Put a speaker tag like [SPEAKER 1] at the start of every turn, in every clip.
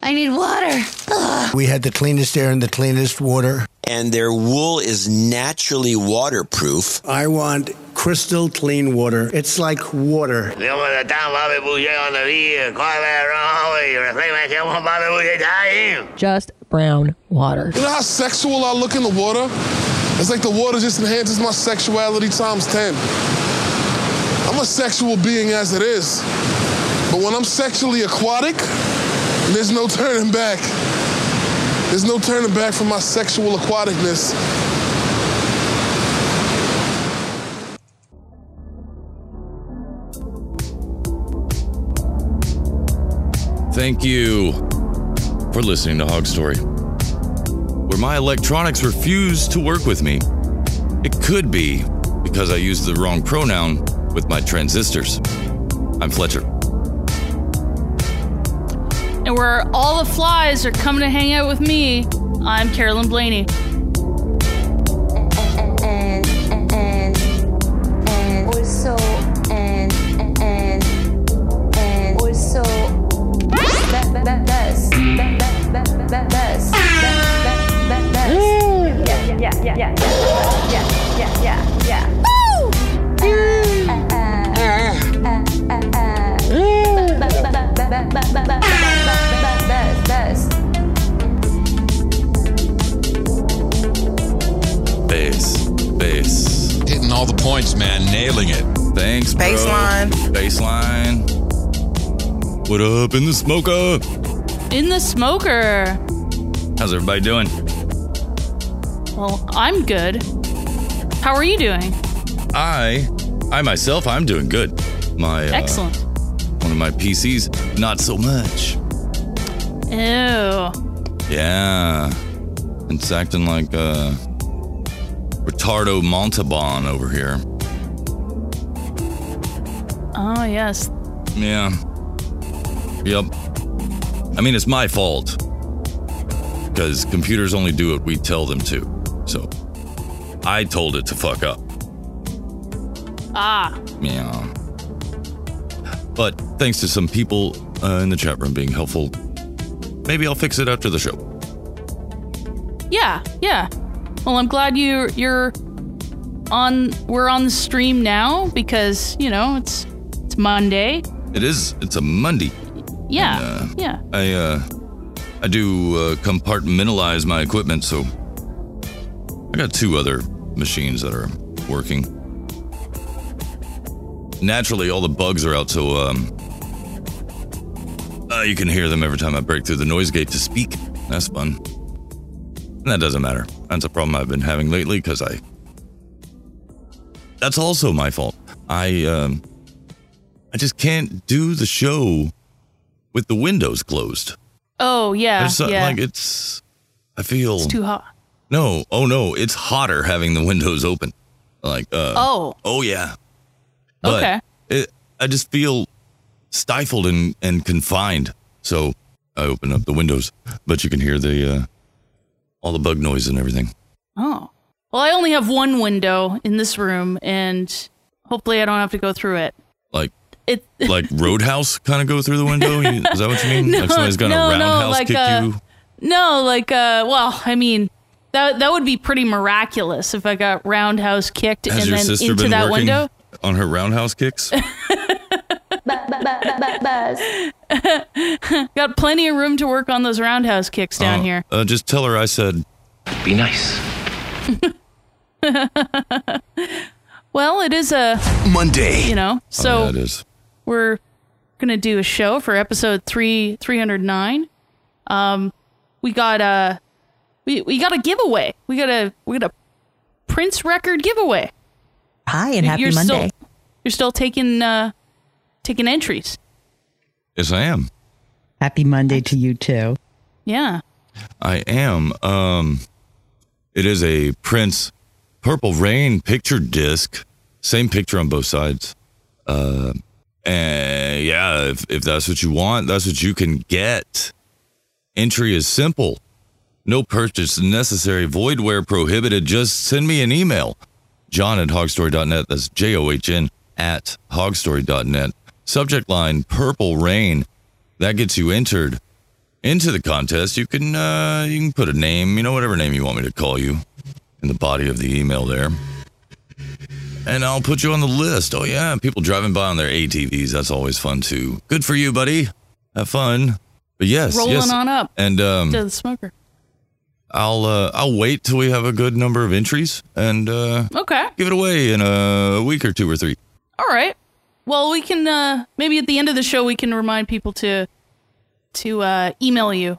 [SPEAKER 1] I need water.
[SPEAKER 2] We had the cleanest air and the cleanest water.
[SPEAKER 3] And their wool is naturally waterproof.
[SPEAKER 2] I want crystal clean water. It's like water.
[SPEAKER 1] Oh.
[SPEAKER 4] Just brown water.
[SPEAKER 5] You know how sexual I look in the water? It's like the water just enhances my sexuality times 10. I'm a sexual being as it is. But when I'm sexually aquatic, there's no turning back. There's no turning back from my sexual aquaticness.
[SPEAKER 6] Thank you for listening to Hog Story, where my electronics refuse to work with me. It could be because I used the wrong pronoun with my transistors. I'm Fletcher.
[SPEAKER 1] And where all the flies are coming to hang out with me, I'm Carolyn Blaney.
[SPEAKER 7] and and and and also and and and also that that that that's that that that that that's that that that's yeah yeah yeah yeah yeah yeah yeah yeah yeah.
[SPEAKER 6] Bass, bass.
[SPEAKER 8] Hitting all the points, man. Nailing it.
[SPEAKER 6] Thanks, bro.
[SPEAKER 9] Baseline.
[SPEAKER 6] Baseline. What up in the smoker?
[SPEAKER 1] In the smoker.
[SPEAKER 6] How's everybody doing?
[SPEAKER 1] Well, I'm good. How are you doing?
[SPEAKER 6] I, I myself, I'm doing good. My uh,
[SPEAKER 1] Excellent.
[SPEAKER 6] One of my PCs, not so much.
[SPEAKER 1] Ew.
[SPEAKER 6] Yeah. It's acting like uh Retardo Montalban over here.
[SPEAKER 1] Oh, yes.
[SPEAKER 6] Yeah. Yep. I mean, it's my fault. Because computers only do what we tell them to. So I told it to fuck up.
[SPEAKER 1] Ah,
[SPEAKER 6] Yeah. But thanks to some people uh, in the chat room being helpful, maybe I'll fix it after the show.
[SPEAKER 1] yeah, yeah. Well, I'm glad you you're on. We're on the stream now because you know it's it's Monday.
[SPEAKER 6] It is, it's a Monday.
[SPEAKER 1] Yeah,
[SPEAKER 6] Yeah.
[SPEAKER 1] yeah.
[SPEAKER 6] I, uh, I do uh, compartmentalize my equipment, so I got two other machines that are working. Naturally, all the bugs are out, so um, uh, you can hear them every time I break through the noise gate to speak. That's fun. And that doesn't matter. That's a problem I've been having lately because I. That's also my fault. I um, I just can't do the show with the windows closed.
[SPEAKER 1] Oh, yeah,
[SPEAKER 6] There's something
[SPEAKER 1] yeah.
[SPEAKER 6] like it's. I feel
[SPEAKER 1] it's too hot.
[SPEAKER 6] no. Oh no, it's hotter having the windows open. Like uh oh,
[SPEAKER 1] Oh,
[SPEAKER 6] yeah.
[SPEAKER 1] Okay.
[SPEAKER 6] It, I just feel stifled and and confined. So I open up the windows, but you can hear the uh all the bug noise and everything.
[SPEAKER 1] oh. Well, I only have one window in this room, and hopefully, I don't have to go through it.
[SPEAKER 6] Like
[SPEAKER 1] It.
[SPEAKER 6] like roadhouse kind of go through the window. You- Is that what you mean?
[SPEAKER 1] No,
[SPEAKER 6] like somebody's gonna
[SPEAKER 1] no, no,
[SPEAKER 6] roundhouse
[SPEAKER 1] like,
[SPEAKER 6] kick
[SPEAKER 1] uh,
[SPEAKER 6] you.
[SPEAKER 1] No, like uh well, I mean that that would be pretty miraculous if I got roundhouse kicked
[SPEAKER 6] Has
[SPEAKER 1] and
[SPEAKER 6] your
[SPEAKER 1] then
[SPEAKER 6] sister
[SPEAKER 1] into
[SPEAKER 6] been
[SPEAKER 1] that
[SPEAKER 6] working
[SPEAKER 1] window.
[SPEAKER 6] on her roundhouse kicks?
[SPEAKER 1] Got plenty of room to work on those roundhouse kicks down
[SPEAKER 6] Uh,
[SPEAKER 1] here.
[SPEAKER 6] Uh, just tell her I said
[SPEAKER 8] Be nice.
[SPEAKER 1] Well, it is a
[SPEAKER 3] Monday.
[SPEAKER 1] you know, so
[SPEAKER 6] oh, yeah, it is.
[SPEAKER 1] we're gonna do a show for episode three three hundred nine. Um, we got a we we got a giveaway. We got a we got a Prince record giveaway.
[SPEAKER 9] Hi, and happy
[SPEAKER 1] you're
[SPEAKER 9] Monday.
[SPEAKER 1] still you're still taking uh taking entries.
[SPEAKER 6] Yes, I am.
[SPEAKER 9] happy Monday to you too.
[SPEAKER 1] Yeah.
[SPEAKER 6] I am. Um, it is a Prince Purple Rain picture disc. Same picture on both sides. Uh, and yeah, if, if that's what you want, that's what you can get. Entry is simple. No purchase necessary. Void where prohibited. Just send me an email. John at hogstory.net. That's J O H N at hogstory.net. Subject line Purple Rain. That gets you entered into the contest, you can uh, you can put a name, you know, whatever name you want me to call you, in the body of the email there, and I'll put you on the list. Oh yeah, people driving by on their ATVs, that's always fun too. Good for you, buddy. Have fun. But yes,
[SPEAKER 1] Rolling
[SPEAKER 6] yes.
[SPEAKER 1] on up
[SPEAKER 6] and um,
[SPEAKER 1] to the smoker.
[SPEAKER 6] I'll uh, I'll wait till we have a good number of entries and uh,
[SPEAKER 1] Okay.
[SPEAKER 6] give it away in a week or two or three.
[SPEAKER 1] All right. Well, we can uh, maybe at the end of the show we can remind people to to uh, email you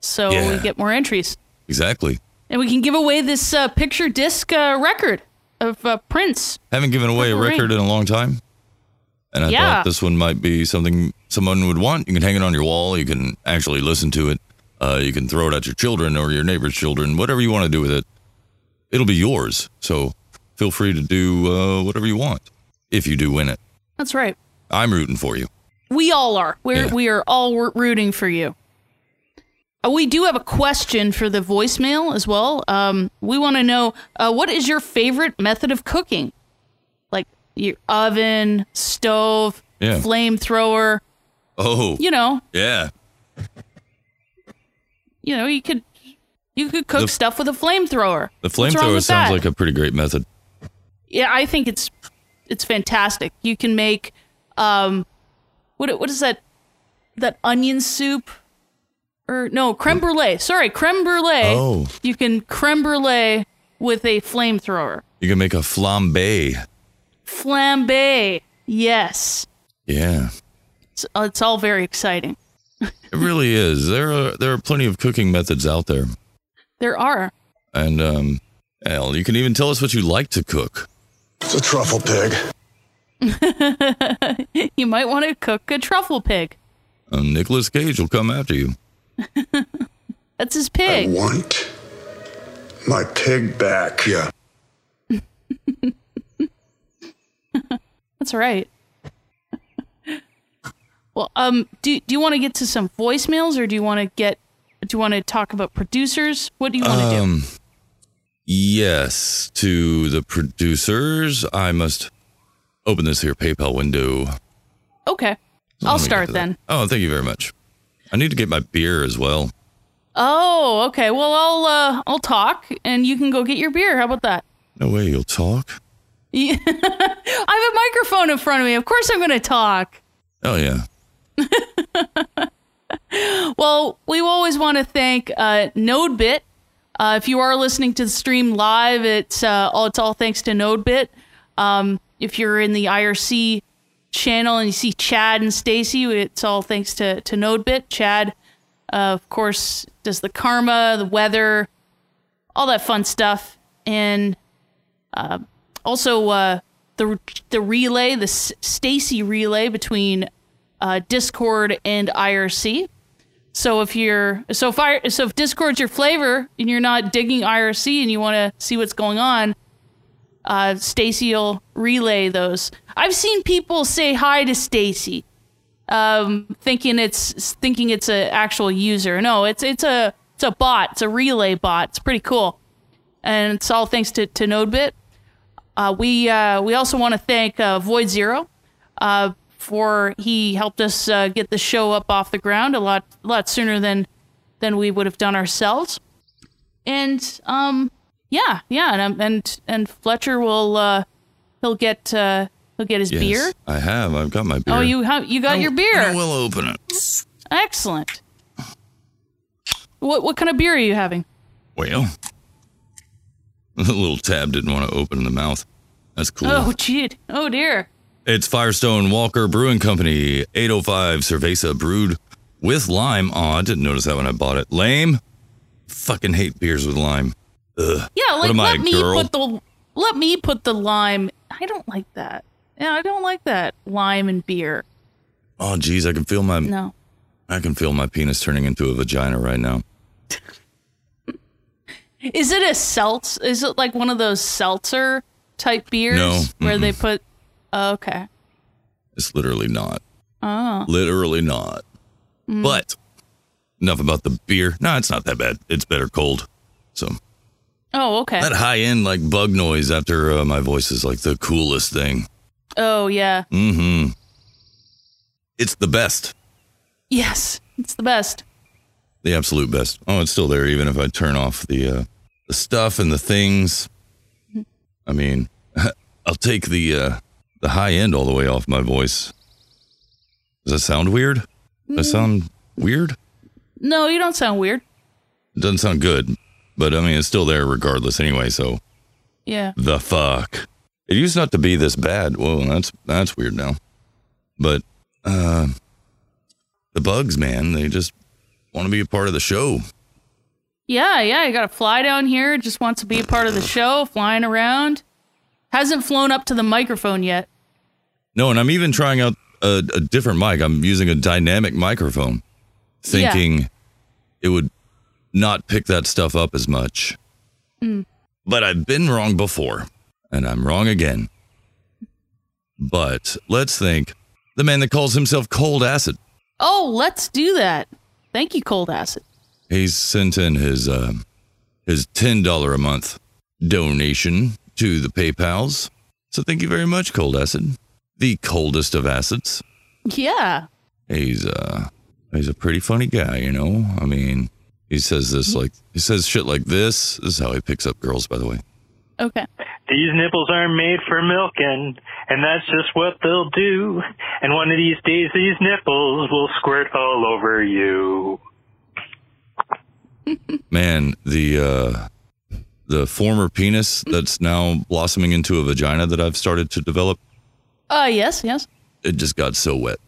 [SPEAKER 1] so we
[SPEAKER 6] Yeah.
[SPEAKER 1] get more entries
[SPEAKER 6] Exactly.
[SPEAKER 1] and we can give away this uh, picture disc uh, record of uh, Prince.
[SPEAKER 6] Haven't given away a
[SPEAKER 1] Purple
[SPEAKER 6] record
[SPEAKER 1] Rain.
[SPEAKER 6] in a long time, and I
[SPEAKER 1] Yeah.
[SPEAKER 6] thought this one might be something someone would want. You can hang it on your wall. You can actually listen to it. Uh, you can throw it at your children or your neighbor's children. Whatever you want to do with it, it'll be yours. So feel free to do uh, whatever you want if you do win it.
[SPEAKER 1] That's right.
[SPEAKER 6] I'm rooting for you.
[SPEAKER 1] We all are. We're,
[SPEAKER 6] Yeah.
[SPEAKER 1] We are all ro- rooting for you. Uh, we do have a question for the voicemail as well. Um, we want to know uh, what is your favorite method of cooking? Like your oven, stove,
[SPEAKER 6] Yeah.
[SPEAKER 1] flamethrower,
[SPEAKER 6] Oh
[SPEAKER 1] you know,
[SPEAKER 6] yeah,
[SPEAKER 1] you know, you could you could cook
[SPEAKER 6] The-
[SPEAKER 1] stuff with a flamethrower.
[SPEAKER 6] the
[SPEAKER 1] What's wrong
[SPEAKER 6] flamethrower
[SPEAKER 1] with
[SPEAKER 6] sounds
[SPEAKER 1] that?
[SPEAKER 6] like a pretty great method.
[SPEAKER 1] yeah, I think it's it's fantastic. You can make um what what is that that onion soup or no creme brulee? Sorry, creme brulee.
[SPEAKER 6] Oh.
[SPEAKER 1] you can creme brulee with a flamethrower
[SPEAKER 6] You can make a flambe.
[SPEAKER 1] flambe. Yes,
[SPEAKER 6] Yeah.
[SPEAKER 1] it's, uh, it's all very exciting.
[SPEAKER 6] It really is. There are there are plenty of cooking methods out there,
[SPEAKER 1] There are
[SPEAKER 6] and um, hell, you can even tell us what you like to cook.
[SPEAKER 10] It's a truffle pig.
[SPEAKER 1] you might want to cook a truffle pig.
[SPEAKER 6] Um, Nicholas Cage will come after you.
[SPEAKER 1] That's his pig.
[SPEAKER 11] want my pig back. Yeah.
[SPEAKER 1] That's right. well, um, do do you want to get to some voicemails, or do you want to get, do you want to talk about producers? What do you want to do?
[SPEAKER 6] Um, yes, to the producers, I must open this here PayPal window.
[SPEAKER 1] Okay,
[SPEAKER 6] Let
[SPEAKER 1] I'll
[SPEAKER 6] me get
[SPEAKER 1] start
[SPEAKER 6] to that.
[SPEAKER 1] then.
[SPEAKER 6] Oh, thank you very much. I need to get my beer as well.
[SPEAKER 1] Oh, okay. Well, I'll uh, I'll talk, and you can go get your beer. How about that?
[SPEAKER 6] No way, you'll talk.
[SPEAKER 1] Yeah. I have a microphone in front of me. Of course, I'm going to talk.
[SPEAKER 6] Oh yeah,
[SPEAKER 1] Well, we always want to thank uh, NodeBit. Uh, if you are listening to the stream live, it's uh, all it's all thanks to NodeBit. Um, if you're in the IRC channel and you see Chad and Stacy, it's all thanks to to NodeBit. Chad, uh, of course, does the karma, the weather, all that fun stuff, and uh, also uh, the the relay, the S- Stacy relay between uh, Discord and IRC. So if you're so if I, so if Discord's your flavor and you're not digging IRC and you want to see what's going on, uh, Stacy'll relay those. I've seen people say hi to Stacy, um, thinking it's thinking it's an actual user. No, it's it's a it's a bot. It's a relay bot. It's pretty cool, and it's all thanks to to NodeBit. Uh, we uh, we also want to thank uh, Void Zero uh, for he helped us uh, get the show up off the ground a lot lot sooner than than we would have done ourselves. And um, yeah, yeah, and um, and and Fletcher will uh, he'll get uh, he'll get his
[SPEAKER 6] yes,
[SPEAKER 1] beer.
[SPEAKER 6] I have. I've got my beer.
[SPEAKER 1] Oh, you have you got your beer.
[SPEAKER 6] I will open it.
[SPEAKER 1] Excellent. What what kind of beer are you having?
[SPEAKER 6] Well, the little tab didn't want to open the mouth. That's cool.
[SPEAKER 1] Oh, gee. Oh dear.
[SPEAKER 6] It's Firestone Walker Brewing Company, 805 Cerveza brewed with lime. Oh, I didn't notice that when I bought it. Lame. Fucking hate beers with lime. Ugh.
[SPEAKER 1] Yeah, like
[SPEAKER 6] am I,
[SPEAKER 1] let
[SPEAKER 6] a
[SPEAKER 1] me
[SPEAKER 6] girl?
[SPEAKER 1] put the let me put the lime. I don't like that. Yeah, I don't like that lime and beer.
[SPEAKER 6] Oh, geez, I can feel my
[SPEAKER 1] No.
[SPEAKER 6] I can feel my penis turning into a vagina right now.
[SPEAKER 1] Is it a seltz? Is it like one of those seltzer type beers
[SPEAKER 6] No,
[SPEAKER 1] where they put? Oh, okay.
[SPEAKER 6] It's literally not. Oh. Literally not.
[SPEAKER 1] Mm.
[SPEAKER 6] But enough about the beer. No, it's not that bad. It's better cold. So
[SPEAKER 1] Oh, okay.
[SPEAKER 6] that high end like bug noise after uh, my voice is like the coolest thing.
[SPEAKER 1] Oh, yeah.
[SPEAKER 6] Mm-hmm. It's the best.
[SPEAKER 1] Yes, it's the best.
[SPEAKER 6] the absolute best. Oh, it's still there, even if I turn off the uh, the stuff and the things. I mean, I'll take the uh, the high end all the way off my voice. Does that sound weird? Does that sound weird?
[SPEAKER 1] No, you don't sound weird.
[SPEAKER 6] It doesn't sound good, but I mean, it's still there regardless anyway. So
[SPEAKER 1] Yeah.
[SPEAKER 6] the fuck. It used not to be this bad. Whoa, that's that's weird now. But uh, the bugs, man, they just want to be a part of the show.
[SPEAKER 1] Yeah, yeah, I got to fly down here. Just wants to be a part of the show, flying around. Hasn't flown up to the microphone yet.
[SPEAKER 6] No, and I'm even trying out a, a different mic. I'm using a dynamic microphone,
[SPEAKER 1] Yeah.
[SPEAKER 6] thinking it would not pick that stuff up as much.
[SPEAKER 1] Mm.
[SPEAKER 6] But I've been wrong before, and I'm wrong again. But let's think the man that calls himself Cold Acid.
[SPEAKER 1] Oh, let's do that. Thank you, Cold Acid.
[SPEAKER 6] He's sent in his um his ten dollar a month donation to the PayPal's. So thank you very much, Cold Acid, the coldest of acids.
[SPEAKER 1] Yeah.
[SPEAKER 6] He's uh he's a pretty funny guy, you know. I mean, he says this like he says shit like this. This is how he picks up girls, by the way.
[SPEAKER 1] Okay.
[SPEAKER 12] These nipples aren't made for milking, and that's just what they'll do. And one of these days, these nipples will squirt all over you.
[SPEAKER 6] Man, the uh the former penis that's now blossoming into a vagina that I've started to develop,
[SPEAKER 1] Uh yes, yes.
[SPEAKER 6] it just got so wet.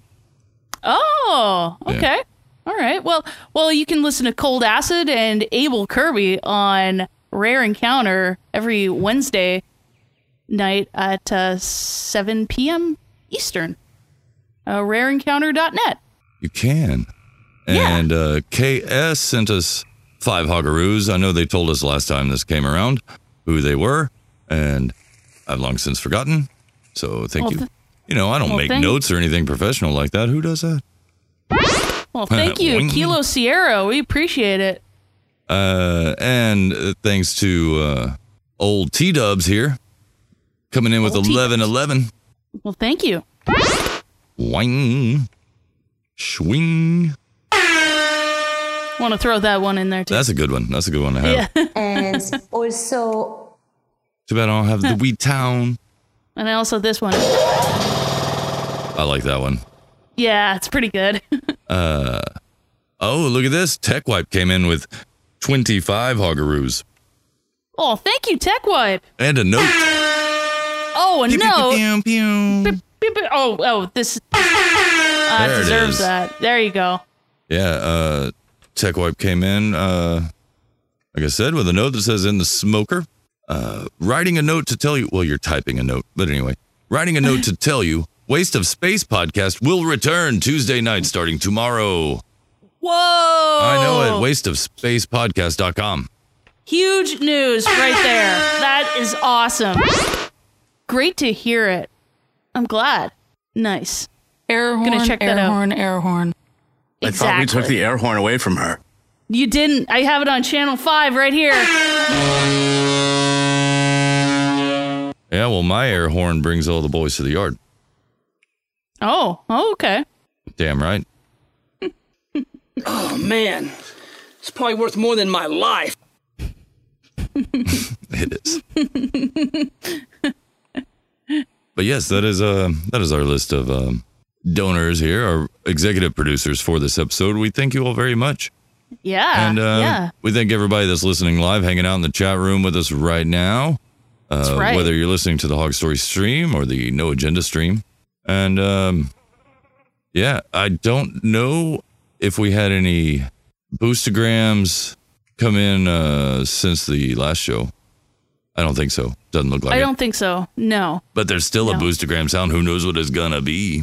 [SPEAKER 1] Oh,
[SPEAKER 6] Yeah.
[SPEAKER 1] okay. All right. Well, well, you can listen to Cold Acid and Abel Kirby on Rare Encounter every Wednesday night at uh, 7 p.m. Eastern. Uh, RareEncounter.net.
[SPEAKER 6] You can. And uh, KS sent us five hogaroos. I know they told us last time this came around who they were, and I've long since forgotten. So thank
[SPEAKER 1] Well,
[SPEAKER 6] you.
[SPEAKER 1] th-
[SPEAKER 6] you know, I don't
[SPEAKER 1] well,
[SPEAKER 6] make
[SPEAKER 1] thank-
[SPEAKER 6] notes or anything professional like that. Who does that?
[SPEAKER 1] Well, thank you,
[SPEAKER 6] Wing.
[SPEAKER 1] Kilo Sierra. We appreciate it.
[SPEAKER 6] Uh, and uh, thanks to uh, old T Dubs here coming in with
[SPEAKER 1] Old
[SPEAKER 6] eleven eleven.
[SPEAKER 1] Well, thank you.
[SPEAKER 6] Wang. Swing.
[SPEAKER 1] Want to throw that one in there, too.
[SPEAKER 6] That's a good one. That's a good one to have.
[SPEAKER 2] and also
[SPEAKER 6] Too bad I don't have the Wee Town.
[SPEAKER 1] And also this one.
[SPEAKER 6] I like that one.
[SPEAKER 1] Yeah, it's pretty good.
[SPEAKER 6] Uh, oh, look at this. Tech Wipe came in with 25 hogaroos
[SPEAKER 1] oh, thank you, Tech Wipe.
[SPEAKER 6] and a note.
[SPEAKER 1] Oh, and no. Beep, beep, beep. Oh, oh, this uh,
[SPEAKER 6] There it
[SPEAKER 1] deserves
[SPEAKER 6] is.
[SPEAKER 1] that. There you go.
[SPEAKER 6] Yeah, uh, Tech Wipe came in, uh, like I said, with a note that says in the smoker. Uh, writing a note to tell you, well, you're typing a note, but anyway, writing a note to tell you, Waste of Space podcast will return Tuesday night starting tomorrow.
[SPEAKER 1] Whoa!
[SPEAKER 6] I
[SPEAKER 1] I
[SPEAKER 6] know it. Waste of Space Podcast.com.
[SPEAKER 1] Huge news right there. That is awesome. Great to hear it. I'm glad. Nice.
[SPEAKER 13] Air
[SPEAKER 1] Gonna
[SPEAKER 13] horn,
[SPEAKER 1] check
[SPEAKER 13] air
[SPEAKER 1] that out.
[SPEAKER 13] horn, air horn.
[SPEAKER 14] I thought we took the air horn away from her.
[SPEAKER 1] You didn't. I have it on channel five right here.
[SPEAKER 6] Yeah, well, my air horn brings all the boys to the yard.
[SPEAKER 1] Oh, oh okay.
[SPEAKER 6] Damn right.
[SPEAKER 15] Oh man, it's probably worth more than my life.
[SPEAKER 6] It is. but yes, that is uh, that is our list of um, donors here, our executive producers for this episode. We thank you all very much,
[SPEAKER 1] Yeah.
[SPEAKER 6] and uh,
[SPEAKER 1] Ah, yeah.
[SPEAKER 6] we thank everybody that's listening live, hanging out in the chat room with us right now. Uh,
[SPEAKER 1] right.
[SPEAKER 6] Whether you're listening to the Hog Story stream or the No Agenda stream, and um, yeah, I don't know if we had any boostograms come in uh, since the last show. I don't think so. Doesn't look like
[SPEAKER 1] I
[SPEAKER 6] it.
[SPEAKER 1] don't think so. No.
[SPEAKER 6] But there's still a
[SPEAKER 1] No.
[SPEAKER 6] boostergram sound. Who knows what it's gonna be?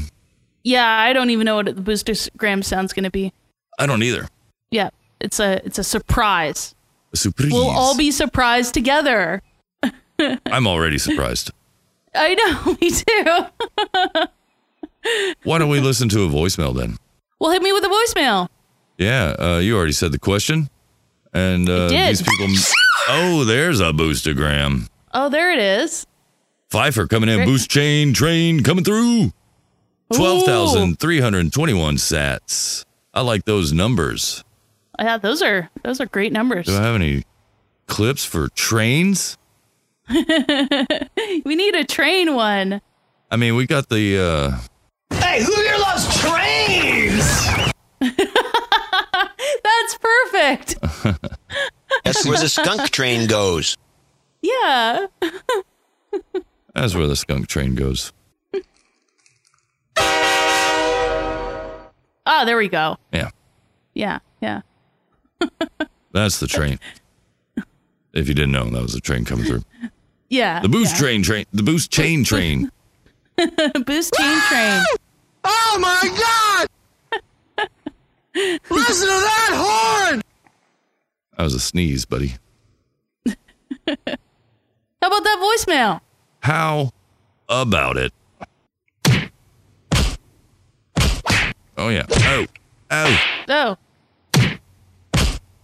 [SPEAKER 1] Yeah, I don't even know what the boostergram sound's going to be.
[SPEAKER 6] I don't either.
[SPEAKER 1] Yeah, it's a it's a surprise.
[SPEAKER 6] Surprise!
[SPEAKER 1] We'll all be surprised together.
[SPEAKER 6] I'm already surprised.
[SPEAKER 1] I know, me too.
[SPEAKER 6] Why don't we listen to a voicemail then?
[SPEAKER 1] Well, hit me with a voicemail.
[SPEAKER 6] Yeah, uh, you already said the question, and uh,
[SPEAKER 1] did.
[SPEAKER 6] these people. Oh, there's a boostergram.
[SPEAKER 1] Oh, there it is.
[SPEAKER 6] Pfeiffer coming in.
[SPEAKER 1] Great.
[SPEAKER 6] Boost chain train coming through. Twelve thousand three hundred twenty-one sats. I like those numbers.
[SPEAKER 1] Yeah, those are those are great numbers.
[SPEAKER 6] Do I have any clips for trains?
[SPEAKER 1] we need a train one.
[SPEAKER 6] I mean, we got the uh
[SPEAKER 4] Hey, who here loves trains?
[SPEAKER 1] That's perfect.
[SPEAKER 16] That's where the skunk train goes.
[SPEAKER 1] Yeah.
[SPEAKER 6] That's where the skunk train goes.
[SPEAKER 1] Oh, there we go.
[SPEAKER 6] Yeah,
[SPEAKER 1] Yeah, yeah.
[SPEAKER 6] that's the train. if you didn't know, that was the train coming through.
[SPEAKER 1] Yeah.
[SPEAKER 6] The boost train train, the boost chain train.
[SPEAKER 1] Boost chain train.
[SPEAKER 4] Oh my god! Listen to that horn!
[SPEAKER 6] That was a sneeze, buddy.
[SPEAKER 1] How about that voicemail?
[SPEAKER 6] How about it? Oh yeah. Oh. Oh.
[SPEAKER 1] Oh.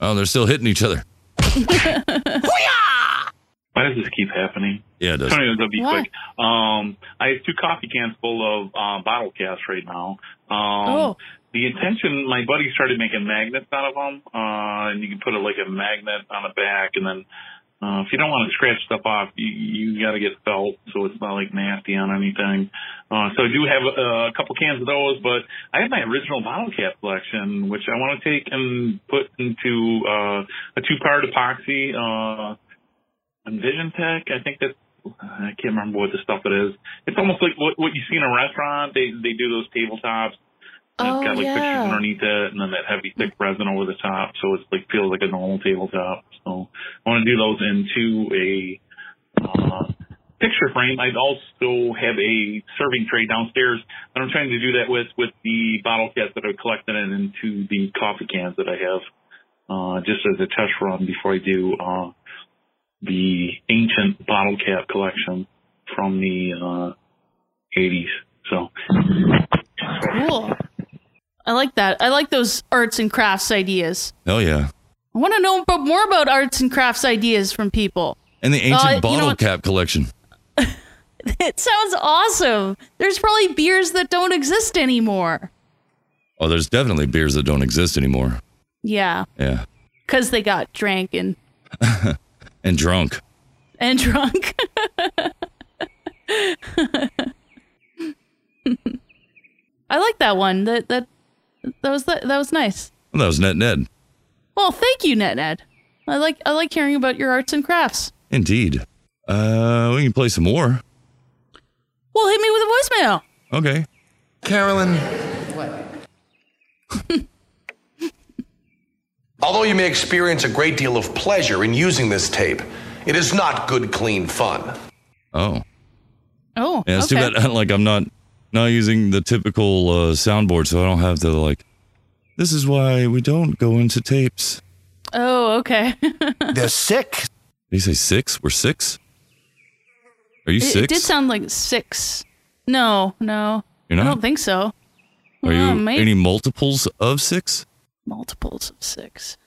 [SPEAKER 6] Oh, they're still hitting each other.
[SPEAKER 15] Why does this keep happening?
[SPEAKER 6] Yeah, it does.
[SPEAKER 15] Tony, that'll be
[SPEAKER 1] Why?
[SPEAKER 15] quick. Um, I have two coffee cans full of um, bottle caps right now. Um,
[SPEAKER 1] Oh.
[SPEAKER 15] The intention, my buddy started making magnets out of them, uh, and you can put it like a magnet on the back, and then uh, if you don't want to scratch stuff off, you, you got to get felt so it's not like nasty on anything. Uh, so I do have uh, a couple cans of those, but I have my original bottle cap collection, which I want to take and put into uh, a two-part epoxy. Uh, Envision Tech. I think that's I can't remember what the stuff it is. It's almost like what what you see in a restaurant. They they do those tabletops. And
[SPEAKER 1] Oh,
[SPEAKER 15] it's got like
[SPEAKER 1] yeah.
[SPEAKER 15] pictures underneath it, and then that heavy thick resin over the top, so it's like feels like a normal tabletop. So I want to do those into a uh, picture frame. I'd also have a serving tray downstairs, and I'm trying to do that with with the bottle caps that I collected and into the coffee cans that I have, uh, just as a test run before I do uh, the ancient bottle cap collection from the uh, 80s. So
[SPEAKER 1] Cool. I like that. I like those arts and crafts ideas.
[SPEAKER 6] Hell Oh, yeah.
[SPEAKER 1] I want to know ab- more about arts and crafts ideas from people.
[SPEAKER 6] And the ancient
[SPEAKER 1] Uh, you know
[SPEAKER 6] bottle
[SPEAKER 1] what?
[SPEAKER 6] cap collection.
[SPEAKER 1] It sounds awesome. There's probably beers that don't exist anymore.
[SPEAKER 6] Oh, there's definitely beers that don't exist anymore.
[SPEAKER 1] Yeah,
[SPEAKER 6] Yeah.
[SPEAKER 1] because they got drank and,
[SPEAKER 6] And drunk.
[SPEAKER 1] and drunk. I like that one. That that that was that, that was nice.
[SPEAKER 6] Well, that was Net Ned.
[SPEAKER 1] Well, thank you, Net Ned. I like I like hearing about your arts and crafts.
[SPEAKER 6] Indeed. Uh, we can play some more.
[SPEAKER 1] Well, hit me with a voicemail.
[SPEAKER 6] Okay.
[SPEAKER 17] Carolyn. Although you may experience a great deal of pleasure in using this tape, it is not good, clean fun.
[SPEAKER 6] Oh.
[SPEAKER 1] Oh,
[SPEAKER 6] Yeah, it's too bad. Like I'm not not using the typical uh, soundboard, so I don't have to like. This is why we don't go into tapes.
[SPEAKER 1] Oh, okay.
[SPEAKER 6] They're sick. Did you say six? We're six. Are you
[SPEAKER 1] it,
[SPEAKER 6] six?
[SPEAKER 1] It did sound like six. No, no.
[SPEAKER 6] You're not?
[SPEAKER 1] I don't think so.
[SPEAKER 6] Are you
[SPEAKER 1] Oh, maybe-
[SPEAKER 6] any multiples of six?
[SPEAKER 1] Multiples of six.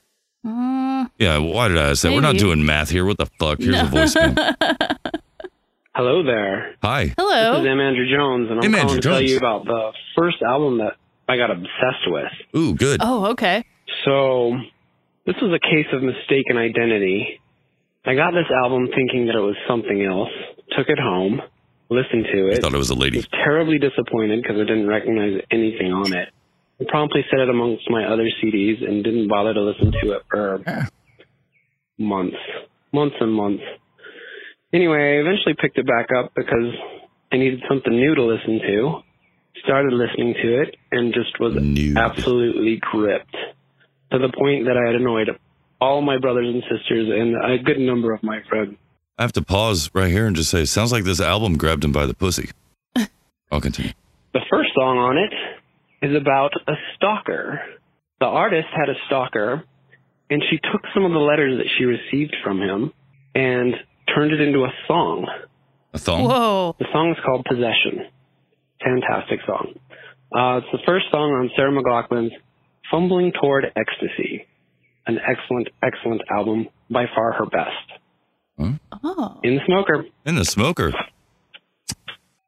[SPEAKER 1] Uh,
[SPEAKER 6] Yeah. Why did I ask that? We're not
[SPEAKER 1] Maybe.
[SPEAKER 6] doing math here. What the fuck? Here's
[SPEAKER 1] no.
[SPEAKER 6] a voice.
[SPEAKER 3] Hello there.
[SPEAKER 6] Hi.
[SPEAKER 1] Hello.
[SPEAKER 3] This is M. Andrew Jones, and I'm
[SPEAKER 6] M.
[SPEAKER 3] calling
[SPEAKER 6] Andrew
[SPEAKER 3] to tell
[SPEAKER 6] Jones.
[SPEAKER 3] you about the first album that I got obsessed with.
[SPEAKER 6] Ooh, good.
[SPEAKER 1] oh, okay.
[SPEAKER 3] So, this was a case of mistaken identity. I got this album thinking that it was something else, took it home, listened to it.
[SPEAKER 6] thought it was a lady.
[SPEAKER 3] was terribly disappointed because I didn't recognize anything on it. I promptly set it amongst my other CDs and didn't bother to listen to it for months. Months and months. Anyway, I eventually picked it back up because I needed something new to listen to. Started listening to it and just was absolutely gripped to the point that I had annoyed all my brothers and sisters and a good number of my friends.
[SPEAKER 6] I have to pause right here and just say, it sounds like this album grabbed him by the pussy. I'll continue.
[SPEAKER 3] The first song on it is about a stalker. The artist had a stalker, and she took some of the letters that she received from him and turned it into a song.
[SPEAKER 6] A song?
[SPEAKER 1] Whoa.
[SPEAKER 3] The song is called Possession. Fantastic song. Uh, it's the first song on Sarah McLaughlin's Fumbling Toward Ecstasy. An excellent, excellent album. By far her best.
[SPEAKER 1] Oh.
[SPEAKER 3] In the Smoker.
[SPEAKER 6] In the Smoker.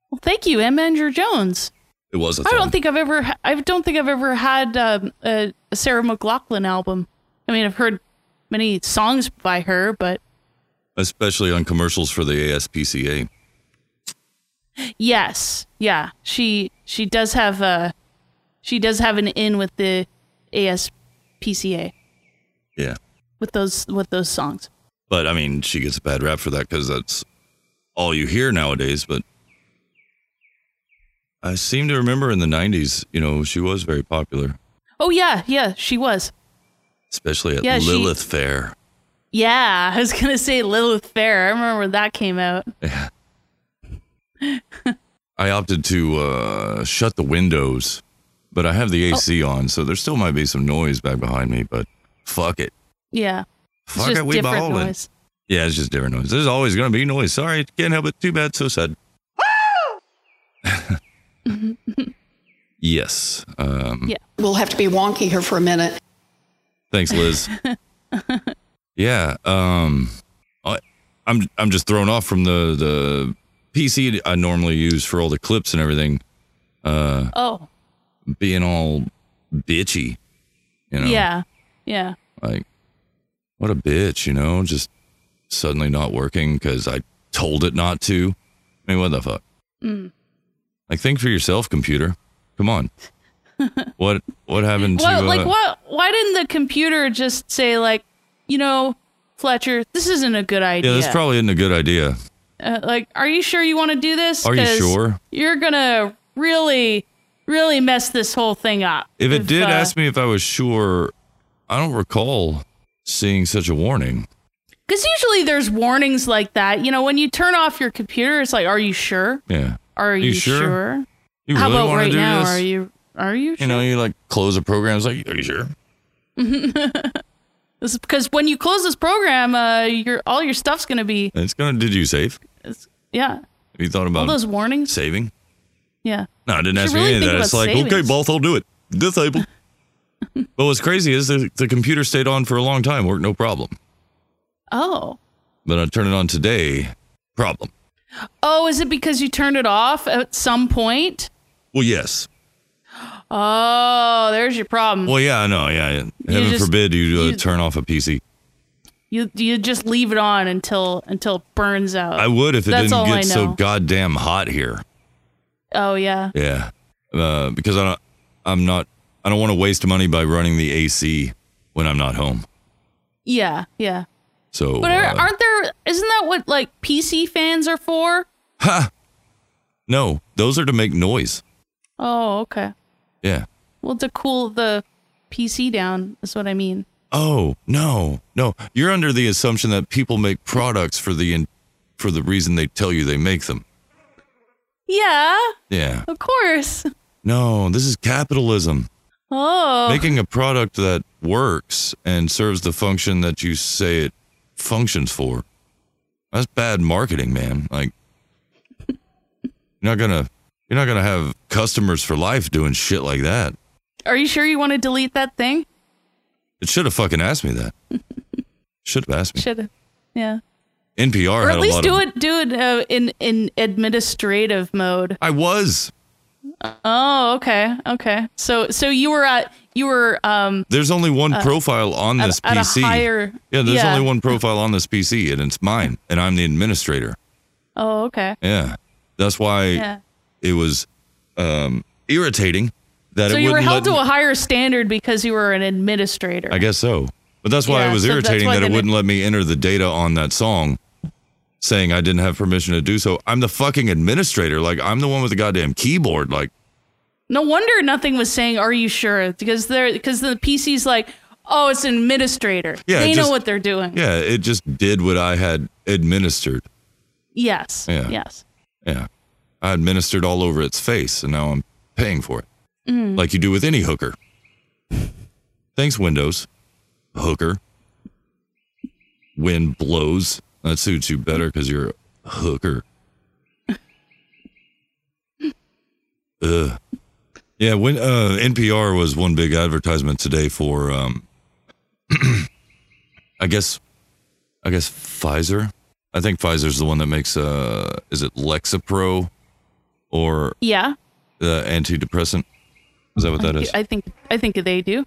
[SPEAKER 1] Well, thank you, M. Andrew Jones.
[SPEAKER 6] It was
[SPEAKER 1] I
[SPEAKER 6] a thong.
[SPEAKER 1] don't think I've ever. I don't think I've ever had um, a, a Sarah McLaughlin album. I mean, I've heard many songs by her, but
[SPEAKER 6] especially on commercials for the ASPCA.
[SPEAKER 1] yes, yeah, she she does have a she does have an in with the ASPCA
[SPEAKER 6] Yeah.
[SPEAKER 1] with those with those songs.
[SPEAKER 6] But I mean, she gets a bad rap for that because that's all you hear nowadays. But I seem to remember in the 90s, you know, she was very popular,
[SPEAKER 1] Oh yeah, yeah, she was.
[SPEAKER 6] especially at
[SPEAKER 1] Yeah, she-
[SPEAKER 6] Lilith Fair.
[SPEAKER 1] Yeah, I was gonna say Lilith Fair. I remember when that came out.
[SPEAKER 6] I opted to uh, shut the windows, but I have the
[SPEAKER 1] Oh.
[SPEAKER 6] AC on, so there still might be some noise back behind me, but fuck it.
[SPEAKER 1] Yeah,
[SPEAKER 6] Fuck it, we ballin'. Yeah, it's just different noise. There's always going to be noise. Sorry, can't help it. Too bad. So sad. yes. Um,
[SPEAKER 18] Yeah. We'll have to be wonky here for a minute.
[SPEAKER 6] Thanks, Liz. yeah. Um, I, I'm I'm just thrown off from the the PC I normally use for all the clips and everything. Uh,
[SPEAKER 1] Oh,
[SPEAKER 6] being all bitchy. You know.
[SPEAKER 1] yeah, yeah.
[SPEAKER 6] Like, what a bitch. You know, just suddenly not working because I told it not to. I mean, what the fuck.
[SPEAKER 1] Mm.
[SPEAKER 6] Like, think for yourself, computer. Come on. what What happened
[SPEAKER 1] What,
[SPEAKER 6] to
[SPEAKER 1] like
[SPEAKER 6] uh,
[SPEAKER 1] what? Why didn't the computer just say like, you know, Fletcher, this isn't a good idea.
[SPEAKER 6] Yeah, this probably isn't a good idea.
[SPEAKER 1] Uh, like, are you sure you want to do this?
[SPEAKER 6] Are you
[SPEAKER 1] 'Cause
[SPEAKER 6] sure?
[SPEAKER 1] You're gonna really, really mess this whole thing up.
[SPEAKER 6] If it did
[SPEAKER 1] uh,
[SPEAKER 6] ask me if I was sure, I don't recall seeing such a warning.
[SPEAKER 1] Because usually there's warnings like that. You know, when you turn off your computer, it's like, are you sure?
[SPEAKER 6] Yeah.
[SPEAKER 1] Are you, sure?
[SPEAKER 6] You
[SPEAKER 1] How
[SPEAKER 6] really
[SPEAKER 1] about
[SPEAKER 6] want
[SPEAKER 1] right
[SPEAKER 6] to do
[SPEAKER 1] now?
[SPEAKER 6] this?
[SPEAKER 1] Are you? Are you?
[SPEAKER 6] You know, you like close a program. It's like, are you sure?
[SPEAKER 1] This is because when you close this program, uh, your all your stuff's gonna be
[SPEAKER 6] It's gonna. Did you save?
[SPEAKER 1] yeah.
[SPEAKER 6] Have you thought about
[SPEAKER 1] All those warnings.
[SPEAKER 6] saving?
[SPEAKER 1] Yeah.
[SPEAKER 6] No, it didn't
[SPEAKER 1] You
[SPEAKER 6] ask
[SPEAKER 1] should
[SPEAKER 6] me
[SPEAKER 1] really
[SPEAKER 6] any of
[SPEAKER 1] think
[SPEAKER 6] that.
[SPEAKER 1] about
[SPEAKER 6] It's like, okay,
[SPEAKER 1] savings.
[SPEAKER 6] both, I'll do it. Disabled. but what's crazy is the, the computer stayed on for a long time, worked no problem.
[SPEAKER 1] Oh.
[SPEAKER 6] But I turn it on today, problem.
[SPEAKER 1] Oh, is it because you turned it off at some point?
[SPEAKER 6] Well, yes.
[SPEAKER 1] Oh, there's your problem.
[SPEAKER 6] Well, yeah, I know. Yeah, yeah. heaven
[SPEAKER 1] just-
[SPEAKER 6] forbid you, uh, turn off a PC.
[SPEAKER 1] You you just leave it on until until it burns out.
[SPEAKER 6] I would if
[SPEAKER 1] Oh,
[SPEAKER 6] it
[SPEAKER 1] That's
[SPEAKER 6] didn't
[SPEAKER 1] all I
[SPEAKER 6] get so
[SPEAKER 1] know.
[SPEAKER 6] goddamn hot here.
[SPEAKER 1] Oh yeah.
[SPEAKER 6] Yeah, uh, because I don't, I'm not. I don't want to waste money by running the AC when I'm not home.
[SPEAKER 1] Yeah, yeah.
[SPEAKER 6] So
[SPEAKER 1] But are,
[SPEAKER 6] uh,
[SPEAKER 1] aren't there? Isn't that what like PC fans are for?
[SPEAKER 6] no, those are to make noise.
[SPEAKER 1] Oh, okay.
[SPEAKER 6] Yeah.
[SPEAKER 1] Well, to cool the PC down is what I mean.
[SPEAKER 6] Oh no, no. You're under the assumption that people make products for the in, for the reason they tell you they make them.
[SPEAKER 1] Yeah,
[SPEAKER 6] Yeah.
[SPEAKER 1] of course.
[SPEAKER 6] No, this is capitalism.
[SPEAKER 1] Oh,
[SPEAKER 6] Making a product that works and serves the function that you say it functions for. That's bad marketing, man. Like you're not gonna you're not gonna have customers for life doing shit like that.
[SPEAKER 1] are you sure you want to delete that thing?
[SPEAKER 6] It should have fucking asked me that. Should have asked me.
[SPEAKER 1] Should have. Yeah.
[SPEAKER 6] NPR
[SPEAKER 1] or
[SPEAKER 6] had
[SPEAKER 1] at
[SPEAKER 6] a
[SPEAKER 1] least
[SPEAKER 6] lot
[SPEAKER 1] do
[SPEAKER 6] of.
[SPEAKER 1] it do it uh, in in administrative mode.
[SPEAKER 6] I was.
[SPEAKER 1] Oh, okay, okay. So so you were at you were um
[SPEAKER 6] There's only one
[SPEAKER 1] Uh,
[SPEAKER 6] profile on
[SPEAKER 1] at-
[SPEAKER 6] this
[SPEAKER 1] at a
[SPEAKER 6] PC.
[SPEAKER 1] higher-
[SPEAKER 6] yeah, there's
[SPEAKER 1] yeah.
[SPEAKER 6] only one profile on this PC, and it's mine, and I'm the administrator.
[SPEAKER 1] oh okay
[SPEAKER 6] Yeah, that's why
[SPEAKER 1] yeah.
[SPEAKER 6] it was um, irritating that
[SPEAKER 1] So
[SPEAKER 6] it
[SPEAKER 1] you were
[SPEAKER 6] wouldn't
[SPEAKER 1] held
[SPEAKER 6] let.
[SPEAKER 1] to
[SPEAKER 6] me-
[SPEAKER 1] a higher standard because you were an administrator.
[SPEAKER 6] I guess so, but that's why
[SPEAKER 1] Yeah,
[SPEAKER 6] it was
[SPEAKER 1] so that's
[SPEAKER 6] irritating
[SPEAKER 1] why
[SPEAKER 6] that it
[SPEAKER 1] they
[SPEAKER 6] wouldn't let me enter the data on that song, saying I didn't have permission to do so. I'm the fucking administrator. Like I'm the one with the goddamn keyboard. Like
[SPEAKER 1] No wonder nothing was saying, "Are you sure?" Because they're because the PC's like, "Oh, it's an administrator.
[SPEAKER 6] Yeah,
[SPEAKER 1] they know
[SPEAKER 6] just-
[SPEAKER 1] what they're doing."
[SPEAKER 6] yeah, it just did what I had administered.
[SPEAKER 1] Yes.
[SPEAKER 6] Yeah.
[SPEAKER 1] Yes.
[SPEAKER 6] Yeah. I administered all over its face and now I'm paying for it.
[SPEAKER 1] Mm.
[SPEAKER 6] Like you do with any hooker. Thanks, Windows. Hooker. Wind blows. That suits you better because you're a hooker. Ugh. Yeah, when uh, NPR was one big advertisement today for um I guess I guess Pfizer. I think Pfizer's the one that makes uh is it Lexapro or
[SPEAKER 1] yeah.
[SPEAKER 6] the antidepressant? Is that what that is?
[SPEAKER 1] I think I think they do.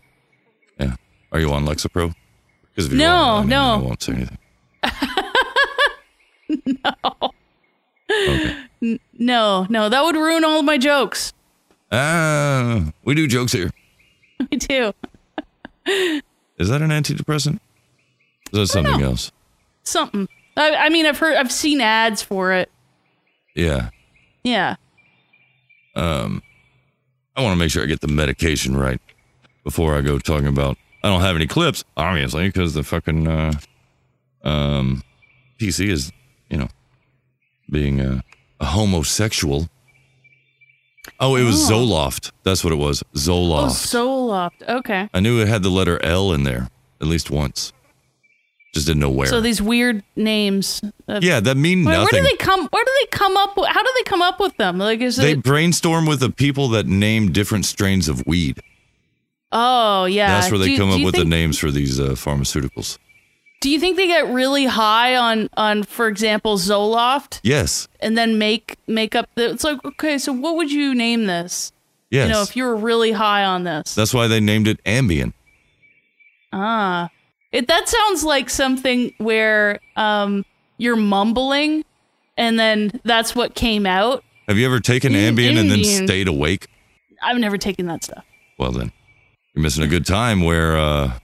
[SPEAKER 6] Are you on Lexapro? Because if you
[SPEAKER 1] No,
[SPEAKER 6] want, I mean,
[SPEAKER 1] no.
[SPEAKER 6] I won't say anything.
[SPEAKER 1] N- no, no, that would ruin all my jokes.
[SPEAKER 6] Ah, we do jokes here.
[SPEAKER 1] Me too.
[SPEAKER 6] Is that an antidepressant? Is that something else?
[SPEAKER 1] Something. I, I mean, I've heard, I've seen ads for it.
[SPEAKER 6] Yeah.
[SPEAKER 1] Yeah.
[SPEAKER 6] Um, I want to make sure I get the medication right before I go talking about. I don't have any clips, obviously, because the fucking uh, um, PC is, you know, being a, a homosexual. Oh, it was Zoloft. That's what it was. Zoloft.
[SPEAKER 1] Oh, Zoloft. Okay.
[SPEAKER 6] I knew it had the letter L in there at least once. Just didn't know where.
[SPEAKER 1] So these weird names. uh,
[SPEAKER 6] yeah, that mean
[SPEAKER 1] Wait, Where
[SPEAKER 6] nothing.
[SPEAKER 1] do they come? Where do they come up? With, how do they come up with them? Like, is
[SPEAKER 6] They
[SPEAKER 1] it?
[SPEAKER 6] brainstorm with the people that name different strains of weed.
[SPEAKER 1] Oh, yeah.
[SPEAKER 6] That's where they
[SPEAKER 1] Do-
[SPEAKER 6] come
[SPEAKER 1] do
[SPEAKER 6] up
[SPEAKER 1] you
[SPEAKER 6] with
[SPEAKER 1] think-
[SPEAKER 6] the names for these uh, pharmaceuticals.
[SPEAKER 1] Do you think they get really high on on, for example, Zoloft,
[SPEAKER 6] Yes.
[SPEAKER 1] and then make make up the? It's like, okay, so what would you name this?
[SPEAKER 6] Yes.
[SPEAKER 1] You know, if you were really high on this,
[SPEAKER 6] That's why they named it Ambien.
[SPEAKER 1] ah, it that sounds like something where um you're mumbling, and then that's what came out.
[SPEAKER 6] Have you ever taken Ambien and then
[SPEAKER 1] Ambien.
[SPEAKER 6] stayed awake?
[SPEAKER 1] I've never taken that stuff.
[SPEAKER 6] Well, then you're missing a good time where uh,